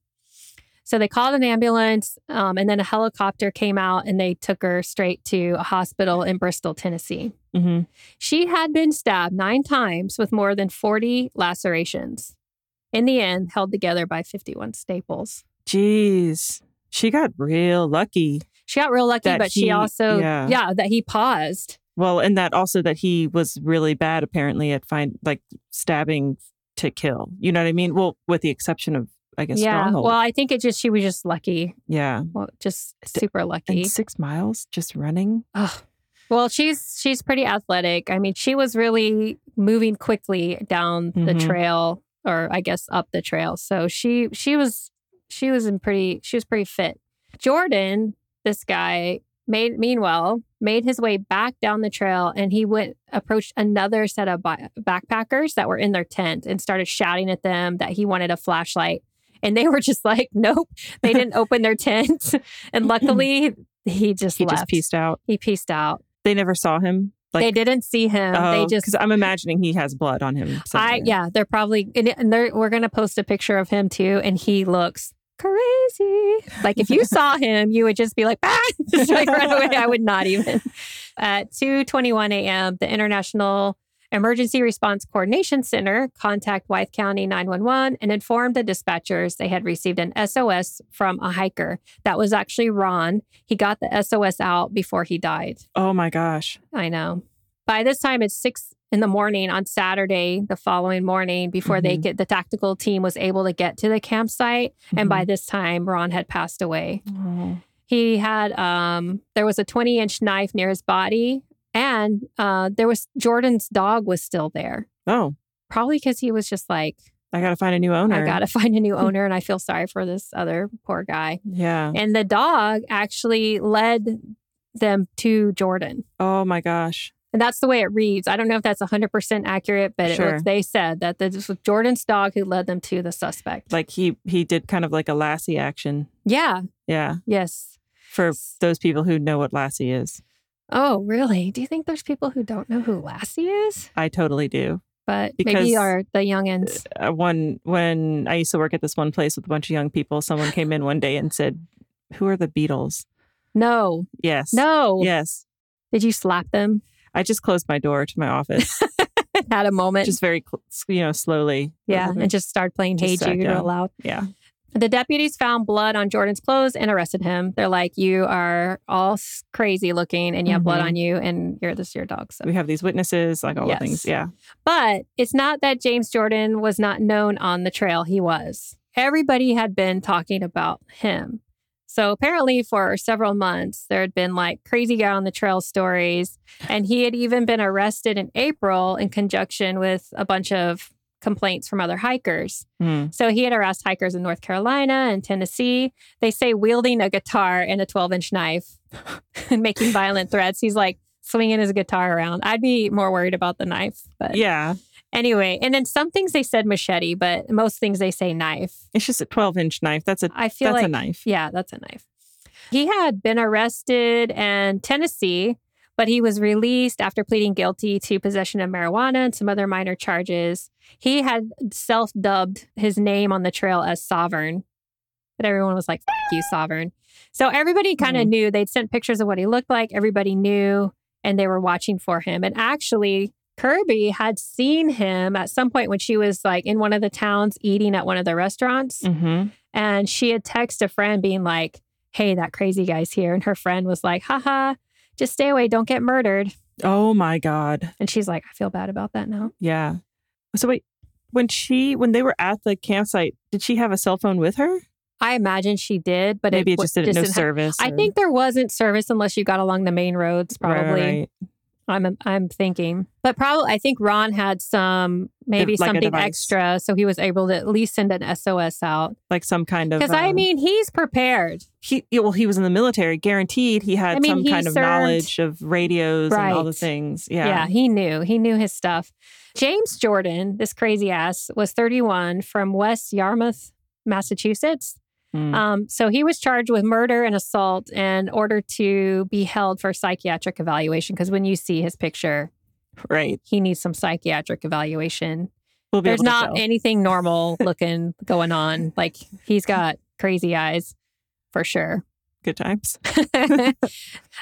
[SPEAKER 2] So they called an ambulance um, and then a helicopter came out and they took her straight to a hospital in Bristol, Tennessee.
[SPEAKER 1] hmm
[SPEAKER 2] She had been stabbed nine times with more than 40 lacerations. In the end, held together by 51 staples.
[SPEAKER 1] Jeez. She got real lucky.
[SPEAKER 2] She got real lucky,
[SPEAKER 1] That
[SPEAKER 2] but
[SPEAKER 1] he-
[SPEAKER 2] she also,
[SPEAKER 1] yeah.
[SPEAKER 2] yeah, that he paused
[SPEAKER 1] Well, and that also that he was really bad apparently at find like stabbing to kill. You know what I mean? Well, with the exception of I guess
[SPEAKER 2] yeah.
[SPEAKER 1] stronghold.
[SPEAKER 2] Well, I think it just she was just lucky.
[SPEAKER 1] yeah.
[SPEAKER 2] Well, just
[SPEAKER 1] D-
[SPEAKER 2] super lucky.
[SPEAKER 1] And six miles just running.
[SPEAKER 2] Ugh. Well, she's she's pretty athletic. I mean, she was really moving quickly down the
[SPEAKER 1] Mhm.
[SPEAKER 2] trail or I guess up the trail. So she she was she was in pretty she was pretty fit. Jordan, this guy, made meanwhile made his way back down the trail and he went approached another set of bi- backpackers that were in their tent and started shouting at them that he wanted a flashlight and they were just like nope they didn't open their tent and luckily he just
[SPEAKER 1] He
[SPEAKER 2] left
[SPEAKER 1] just pieced out.
[SPEAKER 2] he pieced out.
[SPEAKER 1] They never saw him. Like oh,
[SPEAKER 2] they didn't see him. they
[SPEAKER 1] because
[SPEAKER 2] just,
[SPEAKER 1] I'm imagining he has blood on him.
[SPEAKER 2] I
[SPEAKER 1] somewhere.
[SPEAKER 2] yeah, they're probably and, and they're, we're gonna post a picture of him too, and he looks crazy. Like if you saw him, you would just be like, ah! just like right away. I would not even. At 2:21 a.m., the International Emergency Response Coordination Center contacted Wythe County 911 and informed the dispatchers they had received an SOS from a hiker. That was actually Ron. He got the SOS out before he died.
[SPEAKER 1] Oh my gosh.
[SPEAKER 2] I know. By this time, it's six in the morning on Saturday, the following morning, before they
[SPEAKER 1] Mhm.
[SPEAKER 2] get the tactical team was able to get to the campsite. And
[SPEAKER 1] Mm-hmm.
[SPEAKER 2] by Oh. this time, Ron had passed away.
[SPEAKER 1] Mhm.
[SPEAKER 2] He had, um, there was a 20 inch knife near his body. And uh, there was Jordan's dog was still there,
[SPEAKER 1] oh. Oh,
[SPEAKER 2] probably because he was just like,
[SPEAKER 1] I gotta find a new owner.
[SPEAKER 2] I got to find a new owner. And I feel sorry for this other poor guy.
[SPEAKER 1] Yeah.
[SPEAKER 2] And the dog actually led them to Jordan.
[SPEAKER 1] Oh my gosh.
[SPEAKER 2] And that's the way it reads. I don't know if that's 100% accurate, but it
[SPEAKER 1] Sure.
[SPEAKER 2] looks, they said that this was Jordan's dog who led them to the suspect.
[SPEAKER 1] Like he he did kind of like a Lassie action.
[SPEAKER 2] yeah,
[SPEAKER 1] Yeah.
[SPEAKER 2] yes.
[SPEAKER 1] For those people who know what Lassie is,
[SPEAKER 2] Oh, really? Do you think there's people who don't know who Lassie is?
[SPEAKER 1] I totally do.
[SPEAKER 2] But
[SPEAKER 1] Because-
[SPEAKER 2] maybe are the youngins.
[SPEAKER 1] Uh, one when I used to work at this one place with a bunch of young people, someone came in one day and said, "Who are the Beatles?"
[SPEAKER 2] No,
[SPEAKER 1] Yes.
[SPEAKER 2] no.
[SPEAKER 1] Yes.
[SPEAKER 2] Did you slap them?
[SPEAKER 1] I just closed my door to my office,
[SPEAKER 2] Had a moment.
[SPEAKER 1] just very, cl- you know, slowly.
[SPEAKER 2] yeah, and just started playing Hey
[SPEAKER 1] Just sat
[SPEAKER 2] Jude
[SPEAKER 1] down.
[SPEAKER 2] real loud.
[SPEAKER 1] Yeah.
[SPEAKER 2] The deputies found blood on Jordan's clothes and arrested him. They're like, "You are all s- crazy looking, and you have blood
[SPEAKER 1] Mhm.
[SPEAKER 2] on you, and you're this is your dog." So
[SPEAKER 1] we have these witnesses, like all the
[SPEAKER 2] Yes.
[SPEAKER 1] things. Yeah.
[SPEAKER 2] But it's not that James Jordan was not known on the trail. He was. Everybody had been talking about him. So apparently, for several months, there had been like crazy guy on the trail stories. And he had even been arrested in April in conjunction with a bunch of complaints from other hikers.
[SPEAKER 1] Hmm.
[SPEAKER 2] So he had harassed hikers in North Carolina and Tennessee. They say wielding a guitar and a 12 inch knife and making violent threats. He's like swinging his guitar around. I'd be more worried about the knife. But
[SPEAKER 1] Yeah.
[SPEAKER 2] Anyway, and then some things they said machete, but most things they say knife.
[SPEAKER 1] It's just a 12 inch knife. That's a
[SPEAKER 2] I feel
[SPEAKER 1] that's
[SPEAKER 2] like
[SPEAKER 1] a knife.
[SPEAKER 2] yeah, that's a knife. He had been arrested in Tennessee, but he was released after pleading guilty to possession of marijuana and some other minor charges. He had self-dubbed his name on the trail as Sovereign. But everyone was like, F you, Sovereign. So everybody kind of
[SPEAKER 1] Mhm.
[SPEAKER 2] knew. They'd sent pictures of what he looked like. Everybody knew, and they were watching for him. And actually, Kirby had seen him at some point when she was like in one of the towns eating at one of the restaurants.
[SPEAKER 1] Mm-hmm.
[SPEAKER 2] And she had texted a friend being like, Hey, that crazy guy's here. And her friend was like, Haha, just stay away. Don't get murdered.
[SPEAKER 1] Oh my God.
[SPEAKER 2] And she's like, I feel bad about that now.
[SPEAKER 1] Yeah. So wait, when she when they were at the campsite, did she have a cell phone with her?
[SPEAKER 2] I imagine she did, but
[SPEAKER 1] Maybe it
[SPEAKER 2] wa-
[SPEAKER 1] just didn't no
[SPEAKER 2] have-
[SPEAKER 1] service.
[SPEAKER 2] I
[SPEAKER 1] or-
[SPEAKER 2] think there wasn't service unless you got along the main roads,
[SPEAKER 1] Right, right,
[SPEAKER 2] probably.
[SPEAKER 1] right.
[SPEAKER 2] I'm I'm thinking, but probably I think Ron had some maybe
[SPEAKER 1] Like a
[SPEAKER 2] something
[SPEAKER 1] device.
[SPEAKER 2] extra, so he was able to at least send an SOS out.
[SPEAKER 1] like some kind of
[SPEAKER 2] Because I
[SPEAKER 1] um,
[SPEAKER 2] mean, he's prepared.
[SPEAKER 1] he yeah, well he was in the military guaranteed he had
[SPEAKER 2] I mean,
[SPEAKER 1] some
[SPEAKER 2] he
[SPEAKER 1] kind of
[SPEAKER 2] served-
[SPEAKER 1] knowledge of radios and all the
[SPEAKER 2] Right.
[SPEAKER 1] things
[SPEAKER 2] Yeah.
[SPEAKER 1] yeah
[SPEAKER 2] he knew. He knew his stuff. James Jordan, this crazy ass, was 31 from West Yarmouth, Massachusetts.
[SPEAKER 1] Hmm.
[SPEAKER 2] Um, so he was charged with murder and assault in order to be held for psychiatric evaluation. Because when you see his picture,
[SPEAKER 1] right
[SPEAKER 2] he needs some psychiatric evaluation.
[SPEAKER 1] we'll be
[SPEAKER 2] There's
[SPEAKER 1] able to
[SPEAKER 2] not
[SPEAKER 1] tell.
[SPEAKER 2] anything normal looking going on. Like he's got crazy eyes for sure.
[SPEAKER 1] good times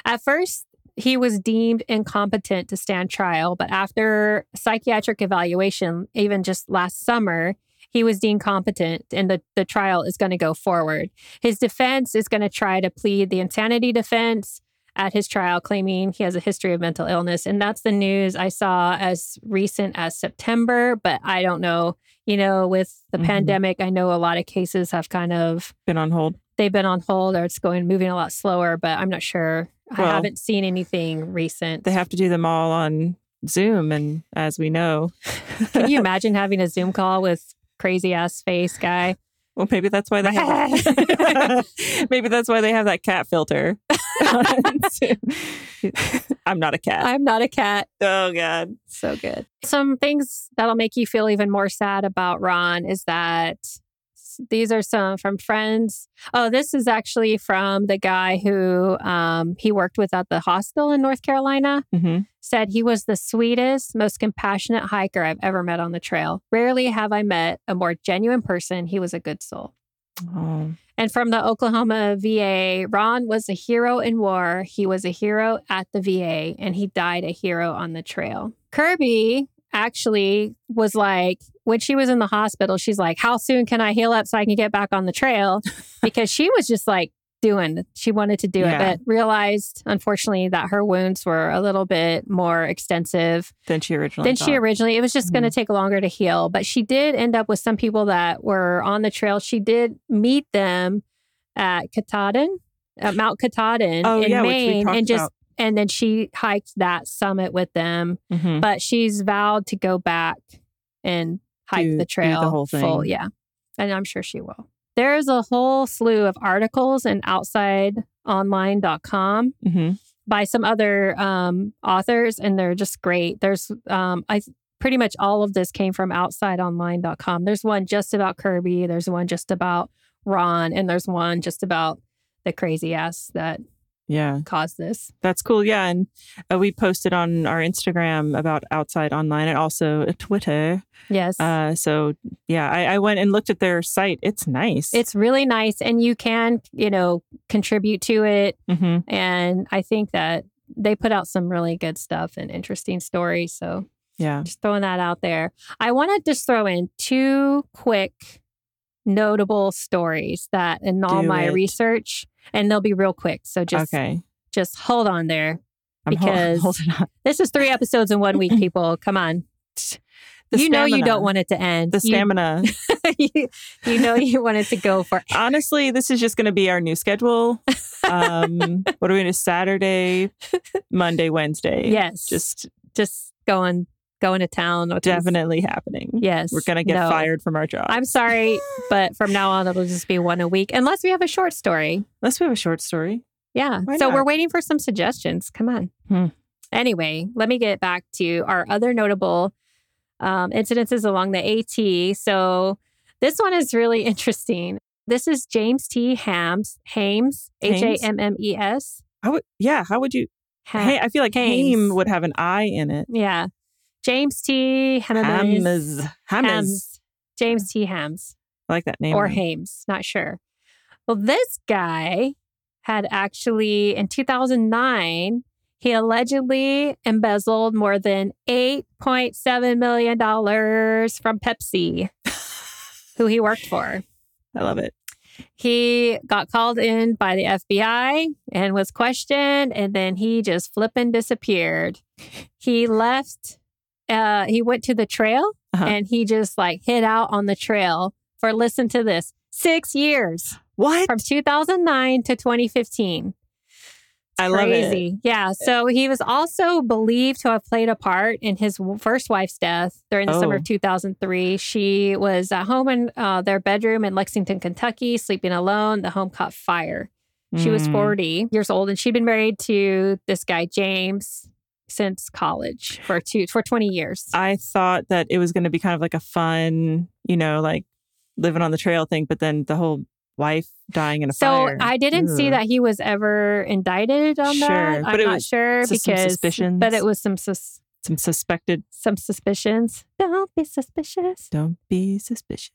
[SPEAKER 2] At first, he was deemed incompetent to stand trial, but after psychiatric evaluation, even just last summer, he was deemed competent and the, the trial is going to go forward. His defense is going to try to plead the insanity defense at his trial, claiming he has a history of mental illness. And that's the news I saw as recent as September, but I don't know. You know, with the
[SPEAKER 1] Mhm.
[SPEAKER 2] pandemic, I know a lot of cases have kind of
[SPEAKER 1] been on hold
[SPEAKER 2] they've been on hold or it's going moving a lot slower, but I'm not sure.
[SPEAKER 1] Well-
[SPEAKER 2] I haven't seen anything recent.
[SPEAKER 1] they have to do them all on zoom and as we know
[SPEAKER 2] Can you imagine having a Zoom call with crazy ass face guy?
[SPEAKER 1] well maybe that's why they have that. maybe that's why they have that cat filter on Zoom. i'm not a cat
[SPEAKER 2] I'm not a cat.
[SPEAKER 1] oh god
[SPEAKER 2] So good. Some things that'll make you feel even more sad about Ron is that these are some from friends. Oh, this is actually from the guy who um, he worked with at the hospital in North Carolina.
[SPEAKER 1] hmm
[SPEAKER 2] said he was the sweetest, most compassionate hiker I've ever met on the trail. Rarely have I met a more genuine person. He was a good soul.
[SPEAKER 1] oh.
[SPEAKER 2] And from the Oklahoma VA, Ron was a hero in war. He was a hero at the VA, and he died a hero on the trail. Kirby actually was like, when she was in the hospital, she's like, How soon can I heal up so I can get back on the trail? Because she was just like, doing she wanted to do
[SPEAKER 1] Yeah.
[SPEAKER 2] it but realized unfortunately that her wounds were a little bit more extensive
[SPEAKER 1] then she originally
[SPEAKER 2] than
[SPEAKER 1] thought. Mm-hmm.
[SPEAKER 2] she originally. It was just going to take longer to heal, but she did end up with some people that were on the trail. She did meet them at Katahdin, at Mount Katahdin
[SPEAKER 1] oh
[SPEAKER 2] in
[SPEAKER 1] yeah which we
[SPEAKER 2] Maine,
[SPEAKER 1] talked
[SPEAKER 2] and just
[SPEAKER 1] about.
[SPEAKER 2] and then she hiked that summit with them.
[SPEAKER 1] Mhm.
[SPEAKER 2] But she's vowed to go back and hike
[SPEAKER 1] Do- do
[SPEAKER 2] the
[SPEAKER 1] the
[SPEAKER 2] trail
[SPEAKER 1] whole thing.
[SPEAKER 2] full, yeah, and I'm sure she will. There's a whole slew of articles in outsideonline.com
[SPEAKER 1] Mhm.
[SPEAKER 2] by some other um, authors, and they're just great. There's, um, I pretty much all of this came from outsideonline.com. There's one just about Kirby, there's one just about Ron, and there's one just about the crazy ass that
[SPEAKER 1] yeah
[SPEAKER 2] caused this.
[SPEAKER 1] That's cool. Yeah. And uh, we posted on our Instagram about outside online and also uh, Twitter.
[SPEAKER 2] Yes.
[SPEAKER 1] Uh, so, yeah, I, I went and looked at their site. It's nice.
[SPEAKER 2] it's really nice, and you can, you know, contribute to it.
[SPEAKER 1] Mhm.
[SPEAKER 2] And I think that they put out some really good stuff and interesting stories. So
[SPEAKER 1] yeah.
[SPEAKER 2] Just throwing that out there. I want to just throw in two quick notable stories that in all
[SPEAKER 1] Do
[SPEAKER 2] my
[SPEAKER 1] it.
[SPEAKER 2] research, and they'll be real quick. So just
[SPEAKER 1] okay.
[SPEAKER 2] just hold on there.
[SPEAKER 1] I'm hol-
[SPEAKER 2] because-
[SPEAKER 1] holding on.
[SPEAKER 2] This is three episodes in one week, people. Come on.
[SPEAKER 1] The
[SPEAKER 2] you know you
[SPEAKER 1] stamina.
[SPEAKER 2] don't want it to end.
[SPEAKER 1] the
[SPEAKER 2] You-
[SPEAKER 1] stamina.
[SPEAKER 2] You, you know you want it to go for
[SPEAKER 1] Honestly, this is just going to be our new schedule. Um, what are we going to Saturday, Monday, Wednesday?
[SPEAKER 2] yes. Just
[SPEAKER 1] Just
[SPEAKER 2] just going going to town. with these-
[SPEAKER 1] definitely happening.
[SPEAKER 2] Yes.
[SPEAKER 1] We're going to get
[SPEAKER 2] No.
[SPEAKER 1] fired from our job.
[SPEAKER 2] I'm sorry, but from now on it'll just be one a week, unless we have a short story.
[SPEAKER 1] Unless we have a short story.
[SPEAKER 2] Yeah.
[SPEAKER 1] Why
[SPEAKER 2] so
[SPEAKER 1] not?
[SPEAKER 2] we're waiting for some suggestions. Come on.
[SPEAKER 1] Hmm.
[SPEAKER 2] Anyway, let me get back to our other notable um, incidences along the AT. So this one is really interesting. This is James T. Hams, Hames, H A
[SPEAKER 1] Hames?
[SPEAKER 2] M M E S.
[SPEAKER 1] How would, yeah. How would you?
[SPEAKER 2] Ha-
[SPEAKER 1] Hey, I feel like
[SPEAKER 2] Hames.
[SPEAKER 1] Haim would have an I in it.
[SPEAKER 2] Yeah. James T. Hames.
[SPEAKER 1] Hammers. Hammers.
[SPEAKER 2] Hams. James T. Hams.
[SPEAKER 1] I like that name.
[SPEAKER 2] or Hames, not sure. Well, this guy had actually, in 2009, he allegedly embezzled more than $8.7 million from Pepsi, who he worked for.
[SPEAKER 1] I love it.
[SPEAKER 2] He got called in by the FBI and was questioned, and then he just flippin' disappeared. He left, uh, he went to the trail
[SPEAKER 1] Uh-huh.
[SPEAKER 2] and he just like hit out on the trail for listen to this six years
[SPEAKER 1] What?
[SPEAKER 2] from 2009 to 2015.
[SPEAKER 1] I love it.
[SPEAKER 2] Crazy. Yeah. So he was also believed to have played a part in his w- first wife's death during the summer
[SPEAKER 1] Oh.
[SPEAKER 2] of 2003. She was at home in uh, their bedroom in Lexington, Kentucky, sleeping alone. The home caught fire. She was
[SPEAKER 1] Mm.
[SPEAKER 2] 40 years old and she'd been married to this guy, James, since college for two for 20 years.
[SPEAKER 1] I thought that it was going to be kind of like a fun, you know, like living on the trail thing, but then the whole wife dying in a
[SPEAKER 2] so
[SPEAKER 1] fire.
[SPEAKER 2] I didn't see
[SPEAKER 1] Ugh.
[SPEAKER 2] that he was ever indicted on
[SPEAKER 1] Sure,
[SPEAKER 2] that.
[SPEAKER 1] but
[SPEAKER 2] I'm
[SPEAKER 1] it
[SPEAKER 2] not
[SPEAKER 1] was-
[SPEAKER 2] sure
[SPEAKER 1] so
[SPEAKER 2] because
[SPEAKER 1] some suspicions.
[SPEAKER 2] but it was some sus-
[SPEAKER 1] Some suspected.
[SPEAKER 2] some suspicions. Don't be suspicious.
[SPEAKER 1] Don't be suspicious.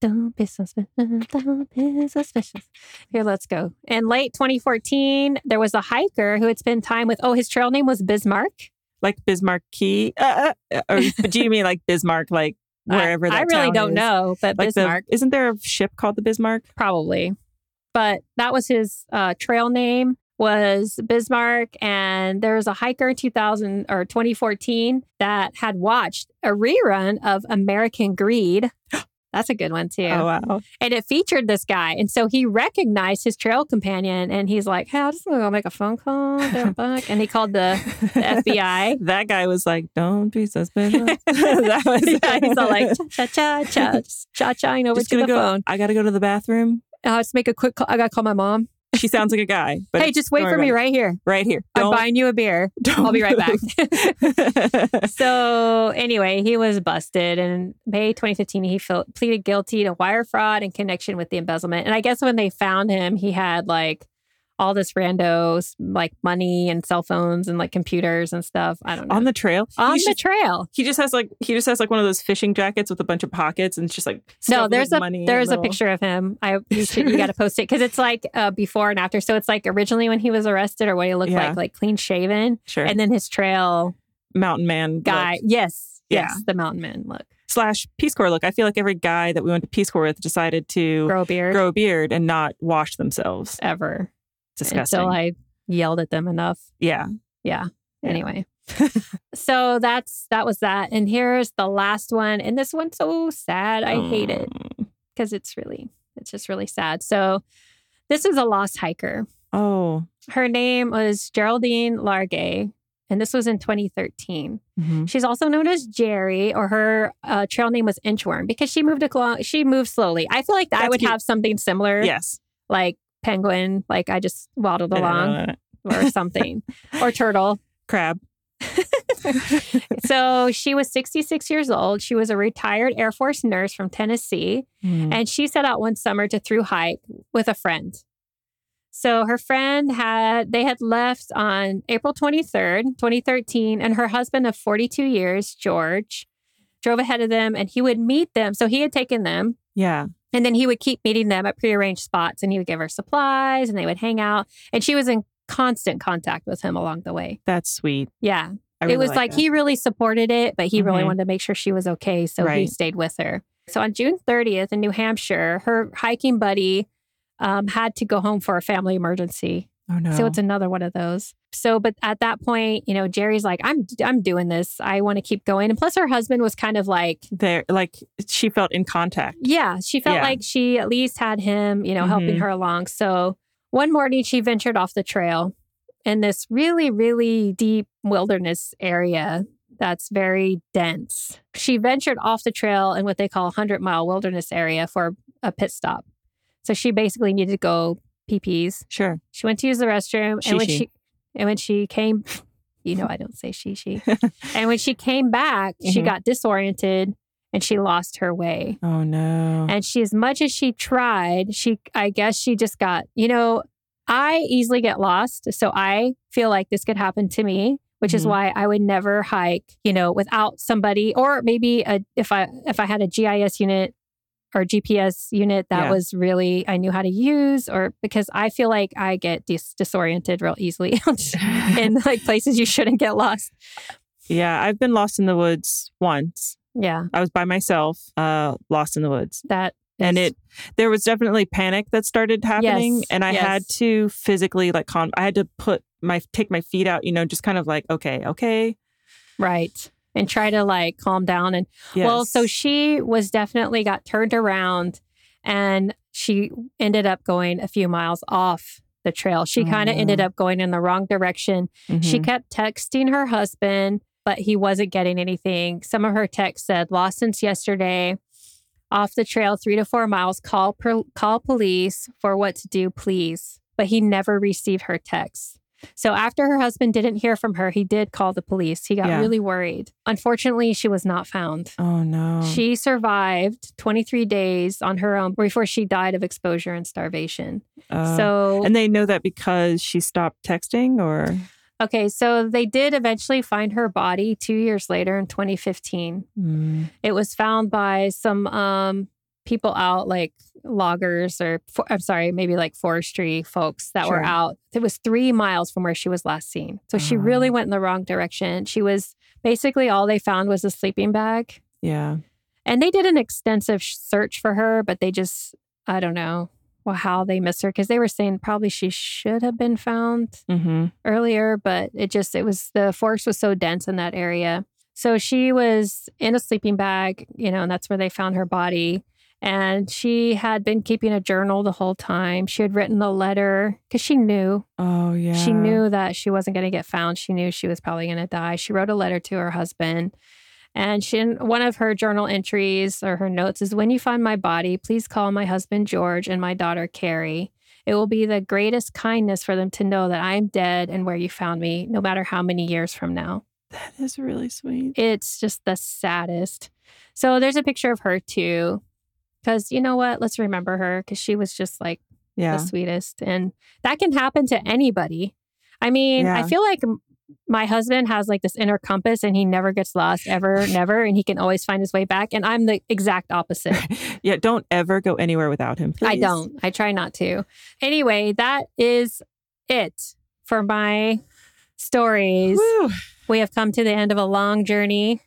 [SPEAKER 2] Don't be suspicious. Don't be suspicious. Here, let's go. In late 2014, there was a hiker who had spent time with, oh, his trail name was Bismarck.
[SPEAKER 1] Like Bismarck Key. Uh, uh, or but do you mean like Bismarck, like
[SPEAKER 2] I-
[SPEAKER 1] wherever that
[SPEAKER 2] I, really
[SPEAKER 1] town
[SPEAKER 2] don't
[SPEAKER 1] is?
[SPEAKER 2] know, but
[SPEAKER 1] Like the-
[SPEAKER 2] Bismarck,
[SPEAKER 1] isn't there a ship called the Bismarck?
[SPEAKER 2] probably. But that was his uh, trail name was Bismarck. And there was a hiker in 2000 or 2014 that had watched a rerun of American Greed. That's a good one, too.
[SPEAKER 1] Oh, wow.
[SPEAKER 2] and it featured this guy. And so he recognized his trail companion and he's like, Hey, I just want to go make a phone call. down back." And he called the, the FBI.
[SPEAKER 1] that guy was like, don't be suspicious. that was
[SPEAKER 2] yeah, he's all like, cha cha cha cha, cha chaing over
[SPEAKER 1] Just
[SPEAKER 2] to
[SPEAKER 1] gonna
[SPEAKER 2] the
[SPEAKER 1] go.
[SPEAKER 2] phone.
[SPEAKER 1] I got to go to the bathroom.
[SPEAKER 2] Uh, let's make a quick call. I got to call my mom.
[SPEAKER 1] She sounds like a guy, but
[SPEAKER 2] hey, just wait
[SPEAKER 1] don't
[SPEAKER 2] for
[SPEAKER 1] worry
[SPEAKER 2] me
[SPEAKER 1] about
[SPEAKER 2] right here.
[SPEAKER 1] right here.
[SPEAKER 2] I'm
[SPEAKER 1] Don't,
[SPEAKER 2] buying you a beer.
[SPEAKER 1] don't
[SPEAKER 2] I'll be right back.
[SPEAKER 1] back.
[SPEAKER 2] so, anyway, he was busted. And in May 2015, he fel- pleaded guilty to wire fraud in connection with the embezzlement. And I guess when they found him, he had like all this randos, like money and cell phones and like computers and stuff. I don't know.
[SPEAKER 1] on the trail.
[SPEAKER 2] On
[SPEAKER 1] he,
[SPEAKER 2] the
[SPEAKER 1] should-
[SPEAKER 2] trail.
[SPEAKER 1] he just has like he just has like one of those fishing jackets with a bunch of pockets, and it's just like stuffed
[SPEAKER 2] No,
[SPEAKER 1] with
[SPEAKER 2] there's a
[SPEAKER 1] money and
[SPEAKER 2] there's a
[SPEAKER 1] little-
[SPEAKER 2] picture of him. I you, should, you got to post it because it's like uh, before and after. So it's like originally when he was arrested or what he looked
[SPEAKER 1] Yeah.
[SPEAKER 2] like, like clean shaven,
[SPEAKER 1] Sure,
[SPEAKER 2] and then his trail
[SPEAKER 1] mountain man
[SPEAKER 2] guy.
[SPEAKER 1] look.
[SPEAKER 2] Yes,
[SPEAKER 1] Yeah.
[SPEAKER 2] yes, the mountain man look,
[SPEAKER 1] slash Peace Corps look. I feel like every guy that we went to Peace Corps with decided to
[SPEAKER 2] grow a beard,
[SPEAKER 1] grow a beard and not wash themselves.
[SPEAKER 2] ever.
[SPEAKER 1] It's disgusting.
[SPEAKER 2] until I yelled at them enough.
[SPEAKER 1] yeah, Yeah.
[SPEAKER 2] Anyway. so that's that was that. And here's the last one. And this one's so sad. I hate it
[SPEAKER 1] Mm.
[SPEAKER 2] because it's really it's just really sad. So this is a lost hiker.
[SPEAKER 1] Oh,
[SPEAKER 2] Her name was Geraldine Largay, and this was in 2013.
[SPEAKER 1] mhm.
[SPEAKER 2] She's also known as Jerry, or her uh, trail name was Inchworm because she moved along. She moved slowly. I feel like I
[SPEAKER 1] That's
[SPEAKER 2] would
[SPEAKER 1] cute.
[SPEAKER 2] have something similar,
[SPEAKER 1] yes,
[SPEAKER 2] like penguin, like I just waddled along, or something, or turtle.
[SPEAKER 1] crab.
[SPEAKER 2] so she was 66 years old. She was a retired Air Force nurse from Tennessee,
[SPEAKER 1] Mm.
[SPEAKER 2] and she set out one summer to through hike with a friend. So her friend had they had left on April 23rd, 2013, and her husband of 42 years, George, drove ahead of them and he would meet them. So he had taken them
[SPEAKER 1] Yeah.
[SPEAKER 2] and then he would keep meeting them at prearranged spots and he would give her supplies and they would hang out. And she was in constant contact with him along the way.
[SPEAKER 1] That's sweet.
[SPEAKER 2] Yeah
[SPEAKER 1] I really
[SPEAKER 2] it was like
[SPEAKER 1] that.
[SPEAKER 2] he really supported it, but he really
[SPEAKER 1] Mhm.
[SPEAKER 2] wanted to make sure she was okay. So he
[SPEAKER 1] Right.
[SPEAKER 2] stayed with her. So on June 30th in New Hampshire, her hiking buddy um, had to go home for a family emergency.
[SPEAKER 1] Oh no.
[SPEAKER 2] So it's another one of those. So, but at that point, you know, Jerry's like, I'm, I'm doing this. I want to keep going. And plus, her husband was kind of like,
[SPEAKER 1] there. Like she felt in contact.
[SPEAKER 2] yeah, she felt
[SPEAKER 1] Yeah.
[SPEAKER 2] like she at least had him, you know, helping
[SPEAKER 1] Mhm.
[SPEAKER 2] her along. So one morning she ventured off the trail in this really, really deep wilderness area that's very dense. She ventured off the trail in what they call a 100 mile wilderness area for a pit stop. So she basically needed to go pee pees.
[SPEAKER 1] Sure.
[SPEAKER 2] She went to use the restroom,
[SPEAKER 1] She,
[SPEAKER 2] and when
[SPEAKER 1] she.
[SPEAKER 2] she and when she came, you know, I don't say she she. and when she came back, she
[SPEAKER 1] Mhm.
[SPEAKER 2] got disoriented and she lost her way.
[SPEAKER 1] Oh no.
[SPEAKER 2] And she, as much as she tried, she I guess she just got you know, I easily get lost, so I feel like this could happen to me. Which is
[SPEAKER 1] Mhm.
[SPEAKER 2] why I would never hike, you know, without somebody, or maybe a, if I if I had a GIS unit or GPS unit that
[SPEAKER 1] Yeah.
[SPEAKER 2] was really I knew how to use, or because I feel like I get dis- disoriented real easily in like places you shouldn't get lost.
[SPEAKER 1] yeah, I've been lost in the woods once.
[SPEAKER 2] Yeah,
[SPEAKER 1] I was by myself, uh, lost in the woods.
[SPEAKER 2] that
[SPEAKER 1] And
[SPEAKER 2] is-
[SPEAKER 1] it there was definitely panic that started happening.
[SPEAKER 2] Yes,
[SPEAKER 1] and I had
[SPEAKER 2] yes.
[SPEAKER 1] to physically like calm I had to put my take my feet out, you know, just kind of like, okay, okay.
[SPEAKER 2] right. and try to like calm down. And
[SPEAKER 1] Yes.
[SPEAKER 2] well, so she was definitely got turned around and she ended up going a few miles off the trail. She
[SPEAKER 1] Oh,
[SPEAKER 2] kind of
[SPEAKER 1] no. Mm-hmm.
[SPEAKER 2] ended up going in the wrong direction. She kept texting her husband, but he wasn't getting anything. Some of her texts said, "Lost since yesterday, off the trail, three to four miles. Call per, call police for what to do, please." But he never received her texts. So after her husband didn't hear from her, he did call the police. He got
[SPEAKER 1] Yeah.
[SPEAKER 2] really worried. Unfortunately, she was not found.
[SPEAKER 1] oh no.
[SPEAKER 2] She survived 23 days on her own before she died of exposure and starvation.
[SPEAKER 1] Oh.
[SPEAKER 2] so
[SPEAKER 1] and they know that because she stopped texting, or
[SPEAKER 2] Okay, so they did eventually find her body two years later in 2015.
[SPEAKER 1] Mm.
[SPEAKER 2] It was found by some um, people out, like loggers or for, I'm sorry, maybe like forestry folks that
[SPEAKER 1] Sure.
[SPEAKER 2] were out. It was three miles from where she was last seen. So she
[SPEAKER 1] Ah.
[SPEAKER 2] really went in the wrong direction. She was basically all they found was a sleeping bag.
[SPEAKER 1] yeah,
[SPEAKER 2] And they did an extensive sh- search for her, but they just, I don't know well, how they missed her because they were saying probably she should have been found
[SPEAKER 1] mm-hmm.
[SPEAKER 2] earlier, but it just it was the forest was so dense in that area. So she was in a sleeping bag, you know, and that's where they found her body. And she had been keeping a journal the whole time. She had written a letter because she knew
[SPEAKER 1] oh yeah,
[SPEAKER 2] she knew that she wasn't going to get found. She knew she was probably going to die. She wrote a letter to her husband. And she, one of her journal entries or her notes is When you find my body, please call my husband George and my daughter Carrie. It will be the greatest kindness for them to know that I am dead and where you found me, no matter how many years from now.
[SPEAKER 1] that is really sweet.
[SPEAKER 2] It's just the saddest. So there's a picture of her too. Because you know what? Let's remember her because she was just like,
[SPEAKER 1] Yeah,
[SPEAKER 2] the sweetest. And that can happen to anybody. I mean, I
[SPEAKER 1] Yeah.
[SPEAKER 2] feel like m- my husband has like this inner compass and he never gets lost ever, never, and he can always find his way back. And I'm the exact opposite.
[SPEAKER 1] yeah. Don't ever go anywhere without him.
[SPEAKER 2] I
[SPEAKER 1] please.
[SPEAKER 2] don't. I try not to. Anyway, that is it for my stories.
[SPEAKER 1] Woo.
[SPEAKER 2] We have come to the end of a long journey.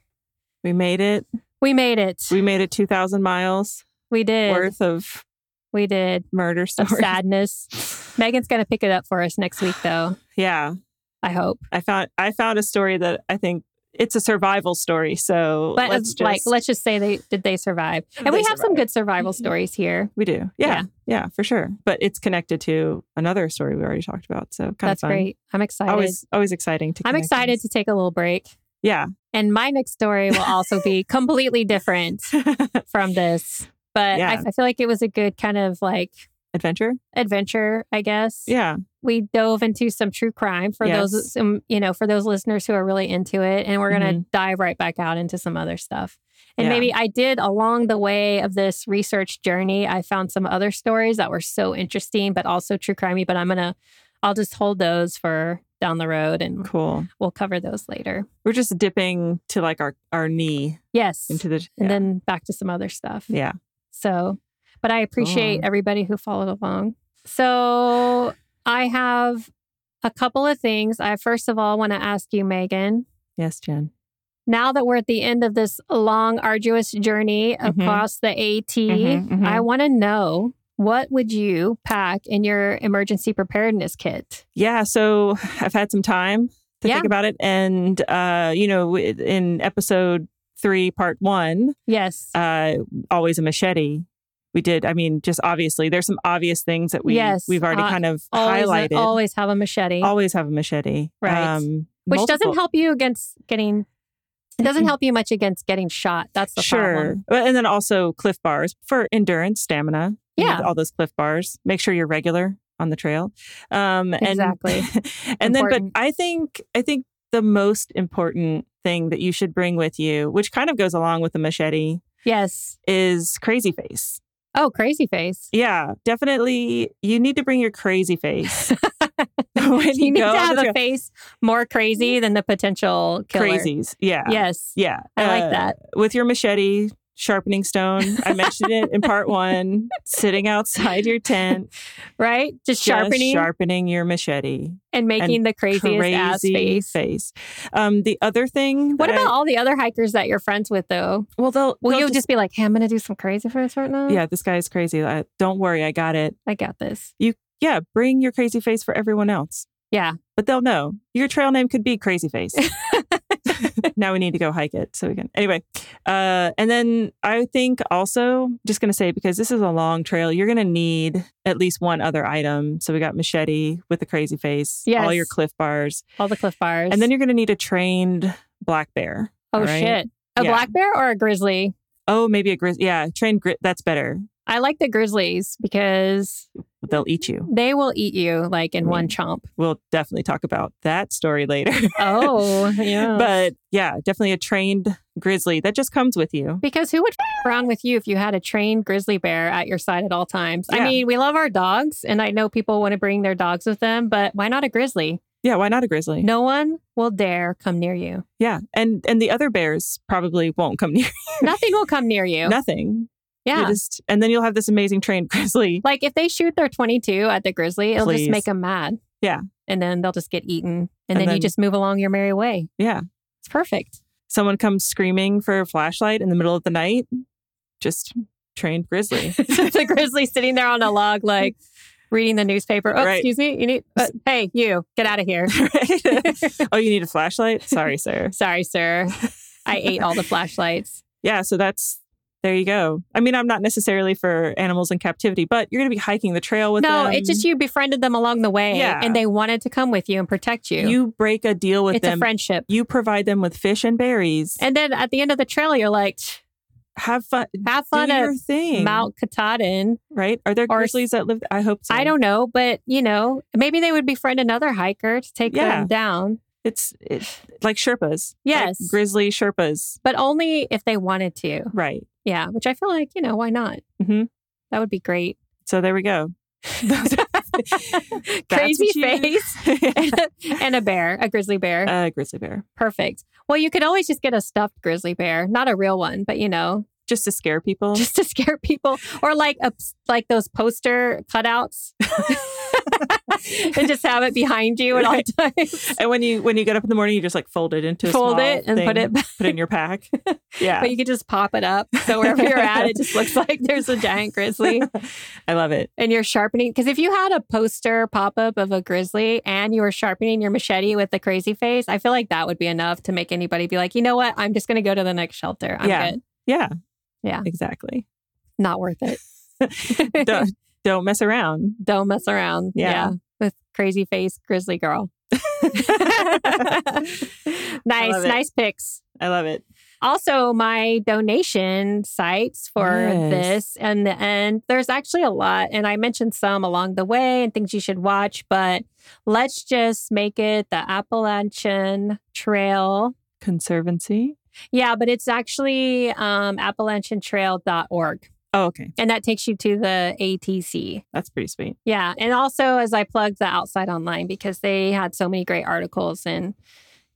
[SPEAKER 1] We made it.
[SPEAKER 2] We made it.
[SPEAKER 1] We made it two thousand miles
[SPEAKER 2] We did.
[SPEAKER 1] worth of
[SPEAKER 2] We did.
[SPEAKER 1] murder
[SPEAKER 2] Of
[SPEAKER 1] stories.
[SPEAKER 2] sadness. Megan's going to pick it up for us next week, though.
[SPEAKER 1] Yeah,
[SPEAKER 2] I hope.
[SPEAKER 1] I found I found a story that I think it's a survival story. So
[SPEAKER 2] But
[SPEAKER 1] let's
[SPEAKER 2] it's
[SPEAKER 1] just,
[SPEAKER 2] like, let's just say they did they survive, and
[SPEAKER 1] They Mm-hmm.
[SPEAKER 2] we have some
[SPEAKER 1] survived.
[SPEAKER 2] good survival stories here.
[SPEAKER 1] we do. Yeah, yeah, for sure. But it's connected to another story we already talked about. So kind
[SPEAKER 2] That's
[SPEAKER 1] of fun.
[SPEAKER 2] great. I'm excited.
[SPEAKER 1] Always, always exciting to.
[SPEAKER 2] I'm
[SPEAKER 1] connect
[SPEAKER 2] excited
[SPEAKER 1] things.
[SPEAKER 2] to take a little break,
[SPEAKER 1] Yeah.
[SPEAKER 2] and my next story will also be completely different from this. But
[SPEAKER 1] Yeah.
[SPEAKER 2] I, I feel like it was a good kind of like
[SPEAKER 1] Adventure.
[SPEAKER 2] adventure, I guess.
[SPEAKER 1] Yeah.
[SPEAKER 2] We dove into some true crime for
[SPEAKER 1] Yes. Mm-hmm.
[SPEAKER 2] those, um, you know, for those listeners who are really into it, and we're gonna dive right back out into some other stuff. And
[SPEAKER 1] Yeah.
[SPEAKER 2] maybe I did along the way of this research journey, I found some other stories that were so interesting, but also true crimey. But I'm gonna, I'll just hold those for down the road, and
[SPEAKER 1] Cool.
[SPEAKER 2] we'll cover those later.
[SPEAKER 1] We're just dipping to like our our knee
[SPEAKER 2] Yes,
[SPEAKER 1] into the yeah.
[SPEAKER 2] and then back to some other stuff.
[SPEAKER 1] yeah.
[SPEAKER 2] So, but I appreciate
[SPEAKER 1] Cool.
[SPEAKER 2] everybody who followed along. So, I have a couple of things. I first of all want to ask you, Megan,
[SPEAKER 1] Yes, Jen.
[SPEAKER 2] now that we're at the end of this long, arduous journey
[SPEAKER 1] Mhm.
[SPEAKER 2] across the AT,
[SPEAKER 1] Mhm, mhm.
[SPEAKER 2] I want to know what would you pack in your emergency preparedness kit?
[SPEAKER 1] Yeah. So I've had some time to
[SPEAKER 2] Yeah.
[SPEAKER 1] think about it, and uh, you know, w- in episode three, part one,
[SPEAKER 2] Yes.
[SPEAKER 1] uh, always a machete. We did. I mean, just obviously, there's some obvious things that we
[SPEAKER 2] Yes,
[SPEAKER 1] we've already
[SPEAKER 2] uh,
[SPEAKER 1] kind of
[SPEAKER 2] always,
[SPEAKER 1] highlighted.
[SPEAKER 2] always have a machete,
[SPEAKER 1] Always have a machete, Um,
[SPEAKER 2] Right. which doesn't help you against getting it doesn't help you much against getting shot. That's the
[SPEAKER 1] sure,
[SPEAKER 2] problem.
[SPEAKER 1] But- and then also cliff bars for endurance, stamina. You need
[SPEAKER 2] Yeah.
[SPEAKER 1] all those cliff bars. Make sure you're regular on the trail. Um, and,
[SPEAKER 2] Exactly.
[SPEAKER 1] and then, but
[SPEAKER 2] Important.
[SPEAKER 1] I think I think the most important thing that you should bring with you, which kind of goes along with the machete,
[SPEAKER 2] Yes.
[SPEAKER 1] is crazy face.
[SPEAKER 2] Oh, crazy face.
[SPEAKER 1] Yeah, definitely. You need to bring your crazy face when you,
[SPEAKER 2] you, need
[SPEAKER 1] go on
[SPEAKER 2] to have
[SPEAKER 1] the
[SPEAKER 2] a
[SPEAKER 1] trail.
[SPEAKER 2] face more crazy than the potential killer.
[SPEAKER 1] crazies. Yeah,
[SPEAKER 2] Yes.
[SPEAKER 1] yeah.
[SPEAKER 2] I
[SPEAKER 1] Uh,
[SPEAKER 2] like that.
[SPEAKER 1] with your machete sharpening stone. I mentioned it in part one. Sitting outside your tent,
[SPEAKER 2] Right? Just,
[SPEAKER 1] just
[SPEAKER 2] sharpening
[SPEAKER 1] sharpening your machete.
[SPEAKER 2] and making the craziest ass
[SPEAKER 1] Crazy
[SPEAKER 2] face.
[SPEAKER 1] face. Um, the other thing.
[SPEAKER 2] What
[SPEAKER 1] that I-
[SPEAKER 2] about all the other hikers that you're friends with though?
[SPEAKER 1] well, they'll.
[SPEAKER 2] Will
[SPEAKER 1] they'll
[SPEAKER 2] you just, be like, hey, I'm gonna do some crazy face right now?
[SPEAKER 1] Yeah, this guy is crazy. I, don't worry, I got it.
[SPEAKER 2] I got this.
[SPEAKER 1] Yeah, bring your crazy face for everyone else.
[SPEAKER 2] Yeah.
[SPEAKER 1] But they'll know your trail name could be Crazy Face. now we need to go hike it so we can anyway uh and then i think also just gonna say because this is a long trail you're gonna need at least one other item so we got machete with the crazy face all your
[SPEAKER 2] Yes.
[SPEAKER 1] cliff bars
[SPEAKER 2] All the cliff bars.
[SPEAKER 1] and then you're gonna need a trained black bear
[SPEAKER 2] oh
[SPEAKER 1] all right?
[SPEAKER 2] shit, a
[SPEAKER 1] Yeah.
[SPEAKER 2] black bear or a grizzly?
[SPEAKER 1] oh maybe a grizzly yeah trained gri- that's better
[SPEAKER 2] I like the grizzlies because
[SPEAKER 1] they'll eat you
[SPEAKER 2] they will eat you like in
[SPEAKER 1] Mm.
[SPEAKER 2] one chomp.
[SPEAKER 1] we'll definitely talk about that story later
[SPEAKER 2] Oh, yeah.
[SPEAKER 1] but yeah definitely a trained grizzly that just comes with you
[SPEAKER 2] Because who would f- around with you if you had a trained grizzly bear at your side at all times? I
[SPEAKER 1] Yeah.
[SPEAKER 2] mean, we love our dogs, and I know people want to bring their dogs with them, but why not a grizzly?
[SPEAKER 1] yeah why not a grizzly
[SPEAKER 2] No one will dare come near you.
[SPEAKER 1] Yeah, and and the other bears probably won't come near
[SPEAKER 2] Nothing will come near you.
[SPEAKER 1] nothing. You're
[SPEAKER 2] yeah.
[SPEAKER 1] just and then you'll have this amazing trained grizzly.
[SPEAKER 2] like if they shoot their 22 at the grizzly, it'll
[SPEAKER 1] Please.
[SPEAKER 2] just make them mad.
[SPEAKER 1] Yeah.
[SPEAKER 2] And then they'll just get eaten. And,
[SPEAKER 1] And
[SPEAKER 2] then,
[SPEAKER 1] then-
[SPEAKER 2] you just move along your merry way.
[SPEAKER 1] Yeah.
[SPEAKER 2] It's perfect.
[SPEAKER 1] Someone comes screaming for a flashlight in the middle of the night. Just trained grizzly.
[SPEAKER 2] the grizzly sitting there on a log, like reading the newspaper. Oh,
[SPEAKER 1] Right.
[SPEAKER 2] excuse me. You need, uh, hey, you, get out of here.
[SPEAKER 1] oh, you need a flashlight? Sorry, sir.
[SPEAKER 2] Sorry, sir. I ate all the flashlights.
[SPEAKER 1] Yeah, so that's there you go. I mean, I'm not necessarily for animals in captivity, but you're going to be hiking the trail with
[SPEAKER 2] no,
[SPEAKER 1] them.
[SPEAKER 2] it's just you befriended them along the way
[SPEAKER 1] Yeah.
[SPEAKER 2] and they wanted to come with you and protect you.
[SPEAKER 1] you break a deal with
[SPEAKER 2] it's a
[SPEAKER 1] them.
[SPEAKER 2] friendship.
[SPEAKER 1] you provide them with fish and berries.
[SPEAKER 2] And then at the end of the trail, you're like, "Tch,
[SPEAKER 1] have fun.
[SPEAKER 2] have fun
[SPEAKER 1] do
[SPEAKER 2] at
[SPEAKER 1] your thing.
[SPEAKER 2] Mount Katahdin.
[SPEAKER 1] right? Are there
[SPEAKER 2] or-
[SPEAKER 1] grizzlies that live? I hope so.
[SPEAKER 2] I don't know, but you know, maybe they would befriend another hiker to take
[SPEAKER 1] Yeah.
[SPEAKER 2] them down.
[SPEAKER 1] It's it, like Sherpas. Like
[SPEAKER 2] Yes.
[SPEAKER 1] grizzly Sherpas.
[SPEAKER 2] but only if they wanted to.
[SPEAKER 1] Right.
[SPEAKER 2] Yeah, which I feel like, you know, why not?
[SPEAKER 1] hmm
[SPEAKER 2] That would be great.
[SPEAKER 1] So there we go. Those are- That's
[SPEAKER 2] Crazy
[SPEAKER 1] what you-
[SPEAKER 2] face and a bear, a grizzly bear.
[SPEAKER 1] uh, grizzly bear,
[SPEAKER 2] Perfect. Well, you could always just get a stuffed grizzly bear, not a real one, but you know,
[SPEAKER 1] just to scare people.
[SPEAKER 2] just to scare people or like a, like those poster cutouts. and just have it behind you at all
[SPEAKER 1] Right.
[SPEAKER 2] times.
[SPEAKER 1] and when you when you get up in the morning, you just like fold it into a
[SPEAKER 2] Fold
[SPEAKER 1] small
[SPEAKER 2] it and put
[SPEAKER 1] thing,
[SPEAKER 2] it back.
[SPEAKER 1] put it in your pack. Yeah,
[SPEAKER 2] but you could just pop it up. So wherever you're at, it just looks like there's a giant grizzly
[SPEAKER 1] I love it.
[SPEAKER 2] and you're sharpening. Because if you had a poster pop up of a grizzly and you were sharpening your machete with the crazy face, I feel like that would be enough to make anybody be like, you know what? I'm just going to go to the next shelter. I'm
[SPEAKER 1] Yeah.
[SPEAKER 2] good.
[SPEAKER 1] Yeah,
[SPEAKER 2] Yeah.
[SPEAKER 1] exactly.
[SPEAKER 2] Not worth it.
[SPEAKER 1] Don't don't mess around.
[SPEAKER 2] Don't mess around.
[SPEAKER 1] Yeah.
[SPEAKER 2] With crazy face grizzly girl. nice,
[SPEAKER 1] it.
[SPEAKER 2] nice picks.
[SPEAKER 1] I love it.
[SPEAKER 2] Also, my donation sites for
[SPEAKER 1] Yes.
[SPEAKER 2] this and the end, there's actually a lot. And I mentioned some along the way and things you should watch, but let's just make it the Appalachian Trail.
[SPEAKER 1] Conservancy.
[SPEAKER 2] Yeah, but it's actually um, appalachiantrail.org.
[SPEAKER 1] Oh, okay,
[SPEAKER 2] And that takes you to the ATC.
[SPEAKER 1] that's pretty sweet.
[SPEAKER 2] Yeah. And also, as I plugged the Outside Online, because they had so many great articles and,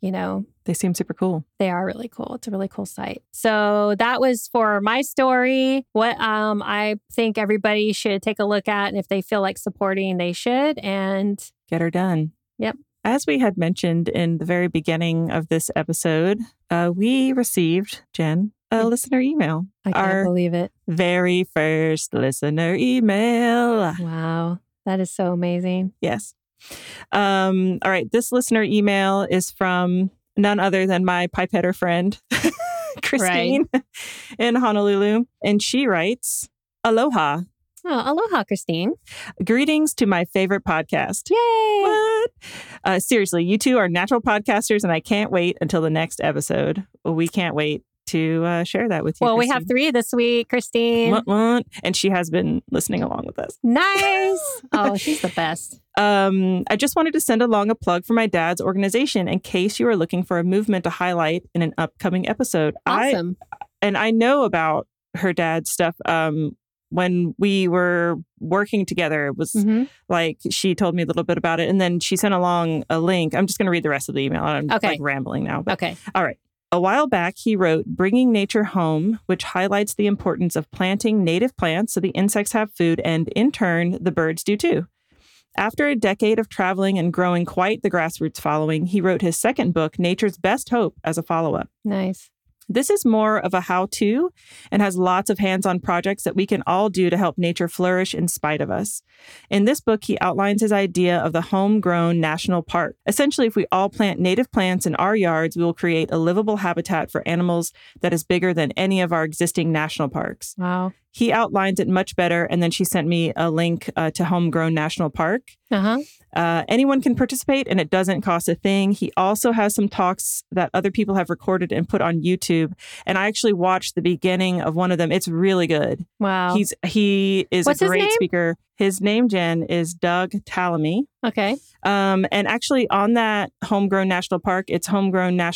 [SPEAKER 2] you know,
[SPEAKER 1] They seem super cool.
[SPEAKER 2] they are really cool. It's a really cool site. So that was for my story. What um I think everybody should take a look at, and if they feel like supporting, they should. And
[SPEAKER 1] Get her done.
[SPEAKER 2] Yep.
[SPEAKER 1] As we had mentioned in the very beginning of this episode, uh, we received Jen a
[SPEAKER 2] Yes.
[SPEAKER 1] listener email.
[SPEAKER 2] I can't
[SPEAKER 1] Our-
[SPEAKER 2] believe it.
[SPEAKER 1] Very first listener email.
[SPEAKER 2] Wow, that is so amazing.
[SPEAKER 1] Yes. Um, all right. This listener email is from none other than my pipetter friend, Christine in Honolulu. And she writes Aloha.
[SPEAKER 2] Oh, aloha, Christine.
[SPEAKER 1] Greetings to my favorite podcast.
[SPEAKER 2] Yay!
[SPEAKER 1] What? Uh, seriously, you two are natural podcasters, and I can't wait until the next episode. We can't wait to uh, share that with you.
[SPEAKER 2] Well, we have three this week, Christine.
[SPEAKER 1] Christine. Mwah, mwah. And she has been listening along with us.
[SPEAKER 2] Nice. oh, she's the best.
[SPEAKER 1] Um, I just wanted to send along a plug for my dad's organization in case you are looking for a movement to highlight in an upcoming episode. I
[SPEAKER 2] Awesome.
[SPEAKER 1] and I know about her dad's stuff. Um, when we were working together, it was
[SPEAKER 2] Mhm.
[SPEAKER 1] like she told me a little bit about it, and then she sent along a link. I'm just going to read the rest of the email. I'm
[SPEAKER 2] Okay.
[SPEAKER 1] like rambling now, but
[SPEAKER 2] Okay.
[SPEAKER 1] all right. A while back, he wrote Bringing Nature Home, which highlights the importance of planting native plants so the insects have food and, in turn, the birds do too. After a decade of traveling and growing quite the grassroots following, he wrote his second book, Nature's Best Hope, as a follow up.
[SPEAKER 2] Nice.
[SPEAKER 1] This is more of a how to and has lots of hands on projects that we can all do to help nature flourish in spite of us. In this book, he outlines his idea of the homegrown national park. Essentially, if we all plant native plants in our yards, we will create a livable habitat for animals that is bigger than any of our existing national parks
[SPEAKER 2] Wow.
[SPEAKER 1] he outlines it much better. And then she sent me a link uh, to Homegrown National Park.
[SPEAKER 2] Uh huh.
[SPEAKER 1] Uh, anyone can participate and it doesn't cost a thing. He also has some talks that other people have recorded and put on YouTube. And I actually watched the beginning of one of them. It's really good.
[SPEAKER 2] Wow.
[SPEAKER 1] He's he is
[SPEAKER 2] What's
[SPEAKER 1] a
[SPEAKER 2] his
[SPEAKER 1] great
[SPEAKER 2] name?
[SPEAKER 1] speaker. His name, Jen, is Doug Tallamy.
[SPEAKER 2] okay.
[SPEAKER 1] Um, and actually on that Homegrown National Park, it's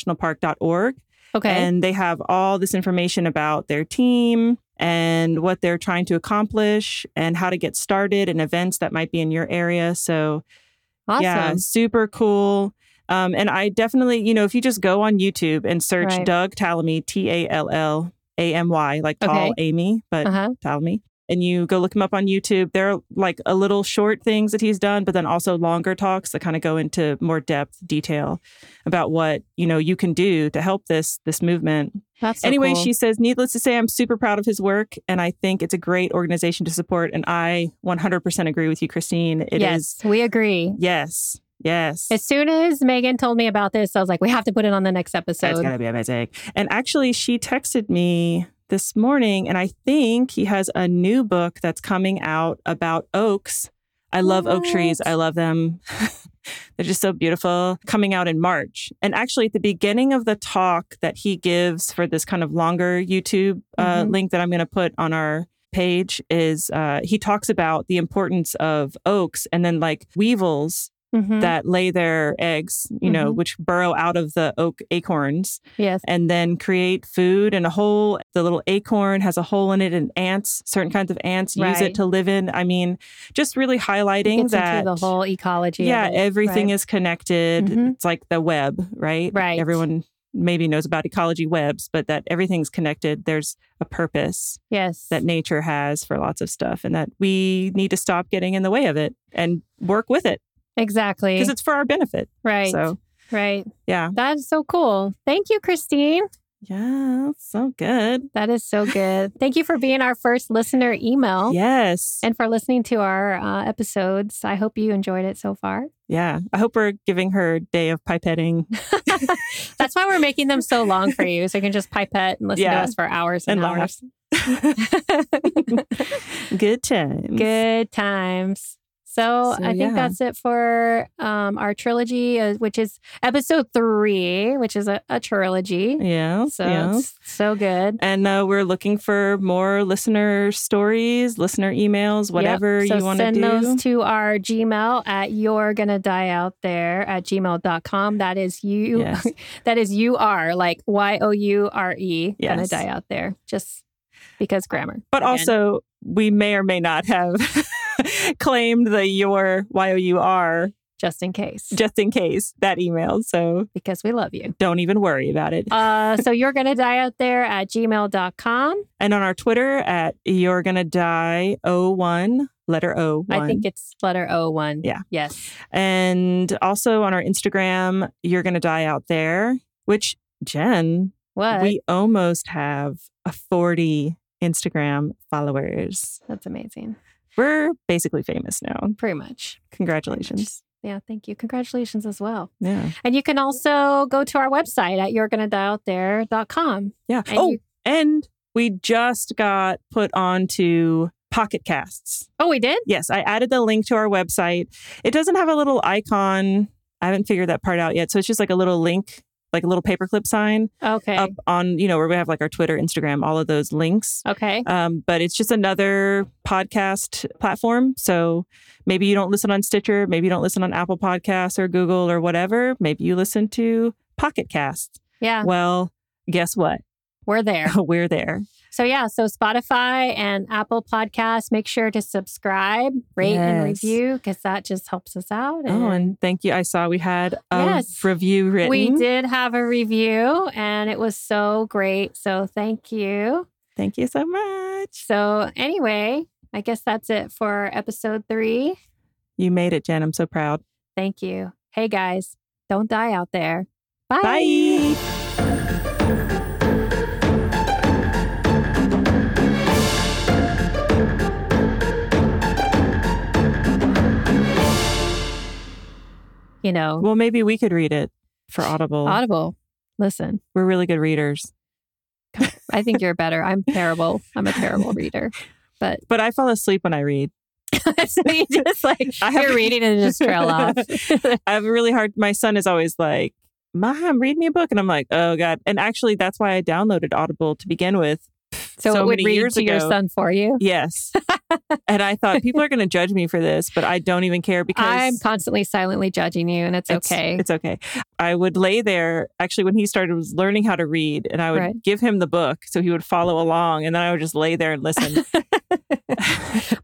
[SPEAKER 1] homegrownnationalpark.org
[SPEAKER 2] Okay.
[SPEAKER 1] and they have all this information about their team and what they're trying to accomplish and how to get started and events that might be in your area. So,
[SPEAKER 2] awesome.
[SPEAKER 1] yeah, super cool. Um, and I definitely, you know, if you just go on YouTube and search
[SPEAKER 2] Right.
[SPEAKER 1] Doug Tallamy, T A L L A M Y, like tall
[SPEAKER 2] Okay.
[SPEAKER 1] Amy, but
[SPEAKER 2] Uh huh.
[SPEAKER 1] Tallamy, and you go look him up on YouTube, there are like a little short things that he's done, but then also longer talks that kind of go into more depth detail about what, you know, you can do to help this this movement
[SPEAKER 2] That's so
[SPEAKER 1] anyway,
[SPEAKER 2] cool.
[SPEAKER 1] she says, needless to say, I'm super proud of his work and I think it's a great organization to support. And I 100% agree with you, Christine. It is
[SPEAKER 2] yes, we agree.
[SPEAKER 1] yes, yes.
[SPEAKER 2] As soon as Megan told me about this, I was like, we have to put it on the next
[SPEAKER 1] it's
[SPEAKER 2] episode.
[SPEAKER 1] going to be amazing. And actually, she texted me this morning and I think he has a new book that's coming out about oaks. I love oak trees,
[SPEAKER 2] What?
[SPEAKER 1] I love them. They're just so beautiful. Coming out in March. And actually, at the beginning of the talk that he gives for this kind of longer YouTube uh,
[SPEAKER 2] Mhm.
[SPEAKER 1] link that I'm going to put on our page, is uh, he talks about the importance of oaks and then like weevils
[SPEAKER 2] Mhm.
[SPEAKER 1] that lay their eggs, you know,
[SPEAKER 2] Mm-hmm.
[SPEAKER 1] which burrow out of the oak acorns
[SPEAKER 2] yes.
[SPEAKER 1] and then create food and a hole. The little acorn has a hole in it, and ants, certain kinds of ants, use
[SPEAKER 2] Right.
[SPEAKER 1] it to live in. I mean, just really highlighting
[SPEAKER 2] Gets
[SPEAKER 1] that.
[SPEAKER 2] into the whole ecology. of
[SPEAKER 1] yeah,
[SPEAKER 2] it,
[SPEAKER 1] everything
[SPEAKER 2] right?
[SPEAKER 1] is connected.
[SPEAKER 2] Mhm.
[SPEAKER 1] It's like the web, right?
[SPEAKER 2] Right.
[SPEAKER 1] Everyone maybe knows about ecology webs, but that everything's connected. There's a purpose
[SPEAKER 2] yes.
[SPEAKER 1] that nature has for lots of stuff, and that we need to stop getting in the way of it and work with it
[SPEAKER 2] exactly.
[SPEAKER 1] because it's for our benefit.
[SPEAKER 2] right.
[SPEAKER 1] So,
[SPEAKER 2] Right.
[SPEAKER 1] yeah.
[SPEAKER 2] That's so cool. Thank you, Christine.
[SPEAKER 1] Yeah, so good.
[SPEAKER 2] That is so good. Thank you for being our first listener email
[SPEAKER 1] Yes.
[SPEAKER 2] and for listening to our uh, episodes. I hope you enjoyed it so far.
[SPEAKER 1] Yeah. I hope we're giving her day of pipetting
[SPEAKER 2] That's why we're making them so long for you, so you can just pipette and listen to
[SPEAKER 1] Yeah.
[SPEAKER 2] us for hours and,
[SPEAKER 1] and
[SPEAKER 2] hours.
[SPEAKER 1] laugh. Good times.
[SPEAKER 2] Good times. So,
[SPEAKER 1] So,
[SPEAKER 2] I think
[SPEAKER 1] yeah.
[SPEAKER 2] that's it for um, our trilogy, uh, which is episode three, which is a, a trilogy.
[SPEAKER 1] Yeah.
[SPEAKER 2] So
[SPEAKER 1] yeah.
[SPEAKER 2] it's so good.
[SPEAKER 1] And uh, we're looking for more listener stories, listener emails, whatever
[SPEAKER 2] Yep. So
[SPEAKER 1] you want to
[SPEAKER 2] send
[SPEAKER 1] do.
[SPEAKER 2] those to our Gmail at you're gonna die out there at gmail.com. That is you
[SPEAKER 1] Yes.
[SPEAKER 2] that is you are like Y O U R E gonna
[SPEAKER 1] Yes.
[SPEAKER 2] die out there. Just because grammar.
[SPEAKER 1] but
[SPEAKER 2] Again.
[SPEAKER 1] also, we may or may not have claimed the your Y O U R
[SPEAKER 2] just in case.
[SPEAKER 1] just in case that email. So
[SPEAKER 2] because we love you.
[SPEAKER 1] don't even worry about it.
[SPEAKER 2] Uh so you're gonna die out there at gmail.com.
[SPEAKER 1] and on our Twitter at you're gonna die 01 letter O one.
[SPEAKER 2] I think it's letter O one.
[SPEAKER 1] Yeah.
[SPEAKER 2] Yes.
[SPEAKER 1] And also on our Instagram, you're going to die out there, which Jen,
[SPEAKER 2] What?
[SPEAKER 1] we almost have a 40 Instagram followers.
[SPEAKER 2] That's amazing.
[SPEAKER 1] We're basically famous now.
[SPEAKER 2] Pretty much.
[SPEAKER 1] Congratulations.
[SPEAKER 2] Yeah, thank you. Congratulations as well.
[SPEAKER 1] Yeah.
[SPEAKER 2] And you can also go to our website at you're gonna die out there.com.
[SPEAKER 1] Yeah.
[SPEAKER 2] And
[SPEAKER 1] oh,
[SPEAKER 2] you-
[SPEAKER 1] and we just got put onto Pocket Casts.
[SPEAKER 2] Oh, we did?
[SPEAKER 1] Yes, I added the link to our website. It doesn't have a little icon. I haven't figured that part out yet. So it's just like a little link, like a little paperclip sign
[SPEAKER 2] Okay.
[SPEAKER 1] up on, you know, where we have like our Twitter, Instagram, all of those links.
[SPEAKER 2] Okay.
[SPEAKER 1] Um, but it's just another podcast platform. So maybe you don't listen on Stitcher, maybe you don't listen on Apple Podcasts or Google or whatever. Maybe you listen to Pocket Casts.
[SPEAKER 2] Yeah,
[SPEAKER 1] Well, guess what?
[SPEAKER 2] we're Uh-huh. there.
[SPEAKER 1] We're there.
[SPEAKER 2] So yeah, so Spotify and Apple Podcasts, make sure to subscribe, rate and
[SPEAKER 1] Yes.
[SPEAKER 2] review because that just helps us out.
[SPEAKER 1] Oh, and thank you. I saw we had a
[SPEAKER 2] Yes.
[SPEAKER 1] review written.
[SPEAKER 2] we did have a review and it was so great. So thank you.
[SPEAKER 1] Thank you so much.
[SPEAKER 2] So anyway, I guess that's it for episode 3.
[SPEAKER 1] You made it, Jen. I'm so proud.
[SPEAKER 2] Thank you. Hey guys, don't die out there. Bye.
[SPEAKER 1] Bye.
[SPEAKER 2] you know,
[SPEAKER 1] Well, maybe we could read it for Audible.
[SPEAKER 2] Audible. Listen,
[SPEAKER 1] We're really good readers.
[SPEAKER 2] I think you're better. I'm terrible. I'm a terrible reader.
[SPEAKER 1] But I fall asleep when I read.
[SPEAKER 2] so you just like
[SPEAKER 1] I have-
[SPEAKER 2] you're reading and just trail off.
[SPEAKER 1] I have a really hard my son is always like, Mom, read me a book. And I'm like, oh God. And actually that's why I downloaded Audible to begin with.
[SPEAKER 2] So,
[SPEAKER 1] So
[SPEAKER 2] it would
[SPEAKER 1] many
[SPEAKER 2] read
[SPEAKER 1] years
[SPEAKER 2] to your
[SPEAKER 1] ago.
[SPEAKER 2] son for you.
[SPEAKER 1] Yes. and I thought people are going to judge me for this, but I don't even care because
[SPEAKER 2] I'm constantly silently judging you, and it's, okay.
[SPEAKER 1] It's okay. I would lay there. Actually, when he started was learning how to read, and I would
[SPEAKER 2] Right.
[SPEAKER 1] give him the book so he would follow along, and then I would just lay there and listen.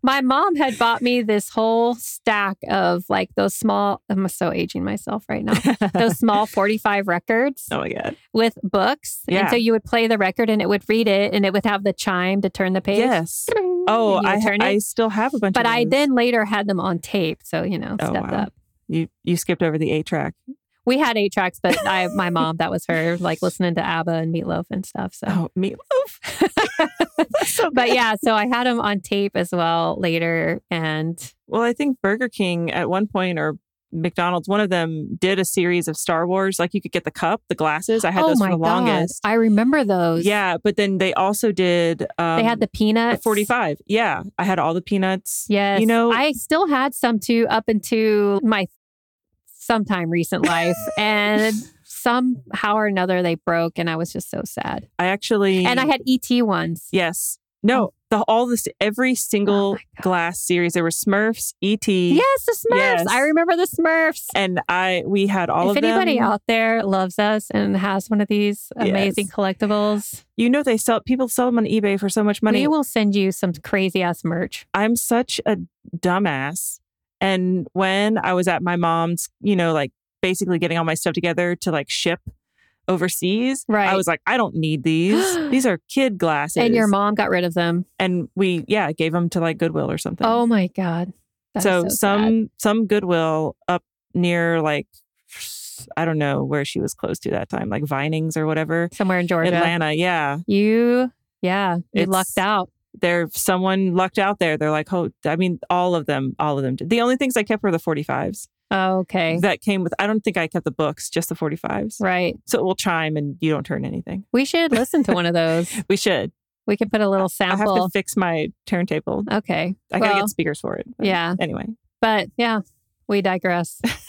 [SPEAKER 2] My mom had bought me this whole stack of like those small. I'm so aging myself right now. Those small 45 records
[SPEAKER 1] oh my god!
[SPEAKER 2] with books,
[SPEAKER 1] Yeah.
[SPEAKER 2] and so you would play the record, and it would read it, and it would have the chime to turn the page.
[SPEAKER 1] Yes.
[SPEAKER 2] Ding,
[SPEAKER 1] Oh,
[SPEAKER 2] and you would
[SPEAKER 1] I
[SPEAKER 2] turn it.
[SPEAKER 1] I still have a bunch.
[SPEAKER 2] but
[SPEAKER 1] of
[SPEAKER 2] I
[SPEAKER 1] those.
[SPEAKER 2] then later had them on tape, so you know,
[SPEAKER 1] Oh,
[SPEAKER 2] stepped
[SPEAKER 1] wow.
[SPEAKER 2] up.
[SPEAKER 1] You you skipped over the A track.
[SPEAKER 2] We had eight tracks, but I, my mom, that was her, like listening to ABBA and Meatloaf and stuff. So
[SPEAKER 1] Oh, meatloaf. That's so
[SPEAKER 2] but
[SPEAKER 1] good.
[SPEAKER 2] yeah, so I had them on tape as well later, and
[SPEAKER 1] Well, I think Burger King at one point or. McDonald's, one of them did a series of Star Wars. Like you could get the cup, the glasses. I had
[SPEAKER 2] oh
[SPEAKER 1] those
[SPEAKER 2] my
[SPEAKER 1] for the
[SPEAKER 2] god,
[SPEAKER 1] longest.
[SPEAKER 2] I remember those.
[SPEAKER 1] Yeah, but then they also did. Um,
[SPEAKER 2] they had the
[SPEAKER 1] the
[SPEAKER 2] peanuts.
[SPEAKER 1] 45. Yeah, I had all the peanuts.
[SPEAKER 2] Yes,
[SPEAKER 1] You know-
[SPEAKER 2] I still had some too up into my sometime recent life, and somehow or another they broke, and I was just so sad.
[SPEAKER 1] I actually
[SPEAKER 2] And I had E ET ones.
[SPEAKER 1] yes, no, the all this every
[SPEAKER 2] Oh
[SPEAKER 1] single
[SPEAKER 2] my God.
[SPEAKER 1] glass series. There were Smurfs, ET,
[SPEAKER 2] Yes, the Smurfs.
[SPEAKER 1] Yes.
[SPEAKER 2] I remember the Smurfs.
[SPEAKER 1] and I. We had all
[SPEAKER 2] if
[SPEAKER 1] of them.
[SPEAKER 2] anybody out there loves us and has one of these amazing
[SPEAKER 1] Yes.
[SPEAKER 2] collectibles,
[SPEAKER 1] you know, they sell people sell them on eBay for so much money.
[SPEAKER 2] we will send you some crazy ass merch.
[SPEAKER 1] I'm such a dumbass. And when I was at my mom's, you know, like basically getting all my stuff together to like ship overseas,
[SPEAKER 2] Right.
[SPEAKER 1] I was like, I don't need these. these are kid glasses.
[SPEAKER 2] And your mom got rid of them.
[SPEAKER 1] and we yeah gave them to like Goodwill or something.
[SPEAKER 2] Oh my god. That is
[SPEAKER 1] so,
[SPEAKER 2] sad.
[SPEAKER 1] some some goodwill up near like i don't know where she was close to that time like vinings or whatever
[SPEAKER 2] somewhere in Georgia.
[SPEAKER 1] atlanta yeah
[SPEAKER 2] You yeah, you
[SPEAKER 1] It's-
[SPEAKER 2] lucked out.
[SPEAKER 1] there someone lucked out there they're like oh i mean all of them all of them did. the only things i kept were the 45s
[SPEAKER 2] Oh, okay.
[SPEAKER 1] that came with i don't think i kept the books just the 45s
[SPEAKER 2] Right.
[SPEAKER 1] so it will chime and you don't turn anything
[SPEAKER 2] We should listen to one of those.
[SPEAKER 1] we should
[SPEAKER 2] We can put a little
[SPEAKER 1] i have to
[SPEAKER 2] sample.
[SPEAKER 1] fix my turntable
[SPEAKER 2] Okay.
[SPEAKER 1] i gotta
[SPEAKER 2] Well,
[SPEAKER 1] get speakers for it but
[SPEAKER 2] yeah.
[SPEAKER 1] anyway
[SPEAKER 2] But yeah, we digress.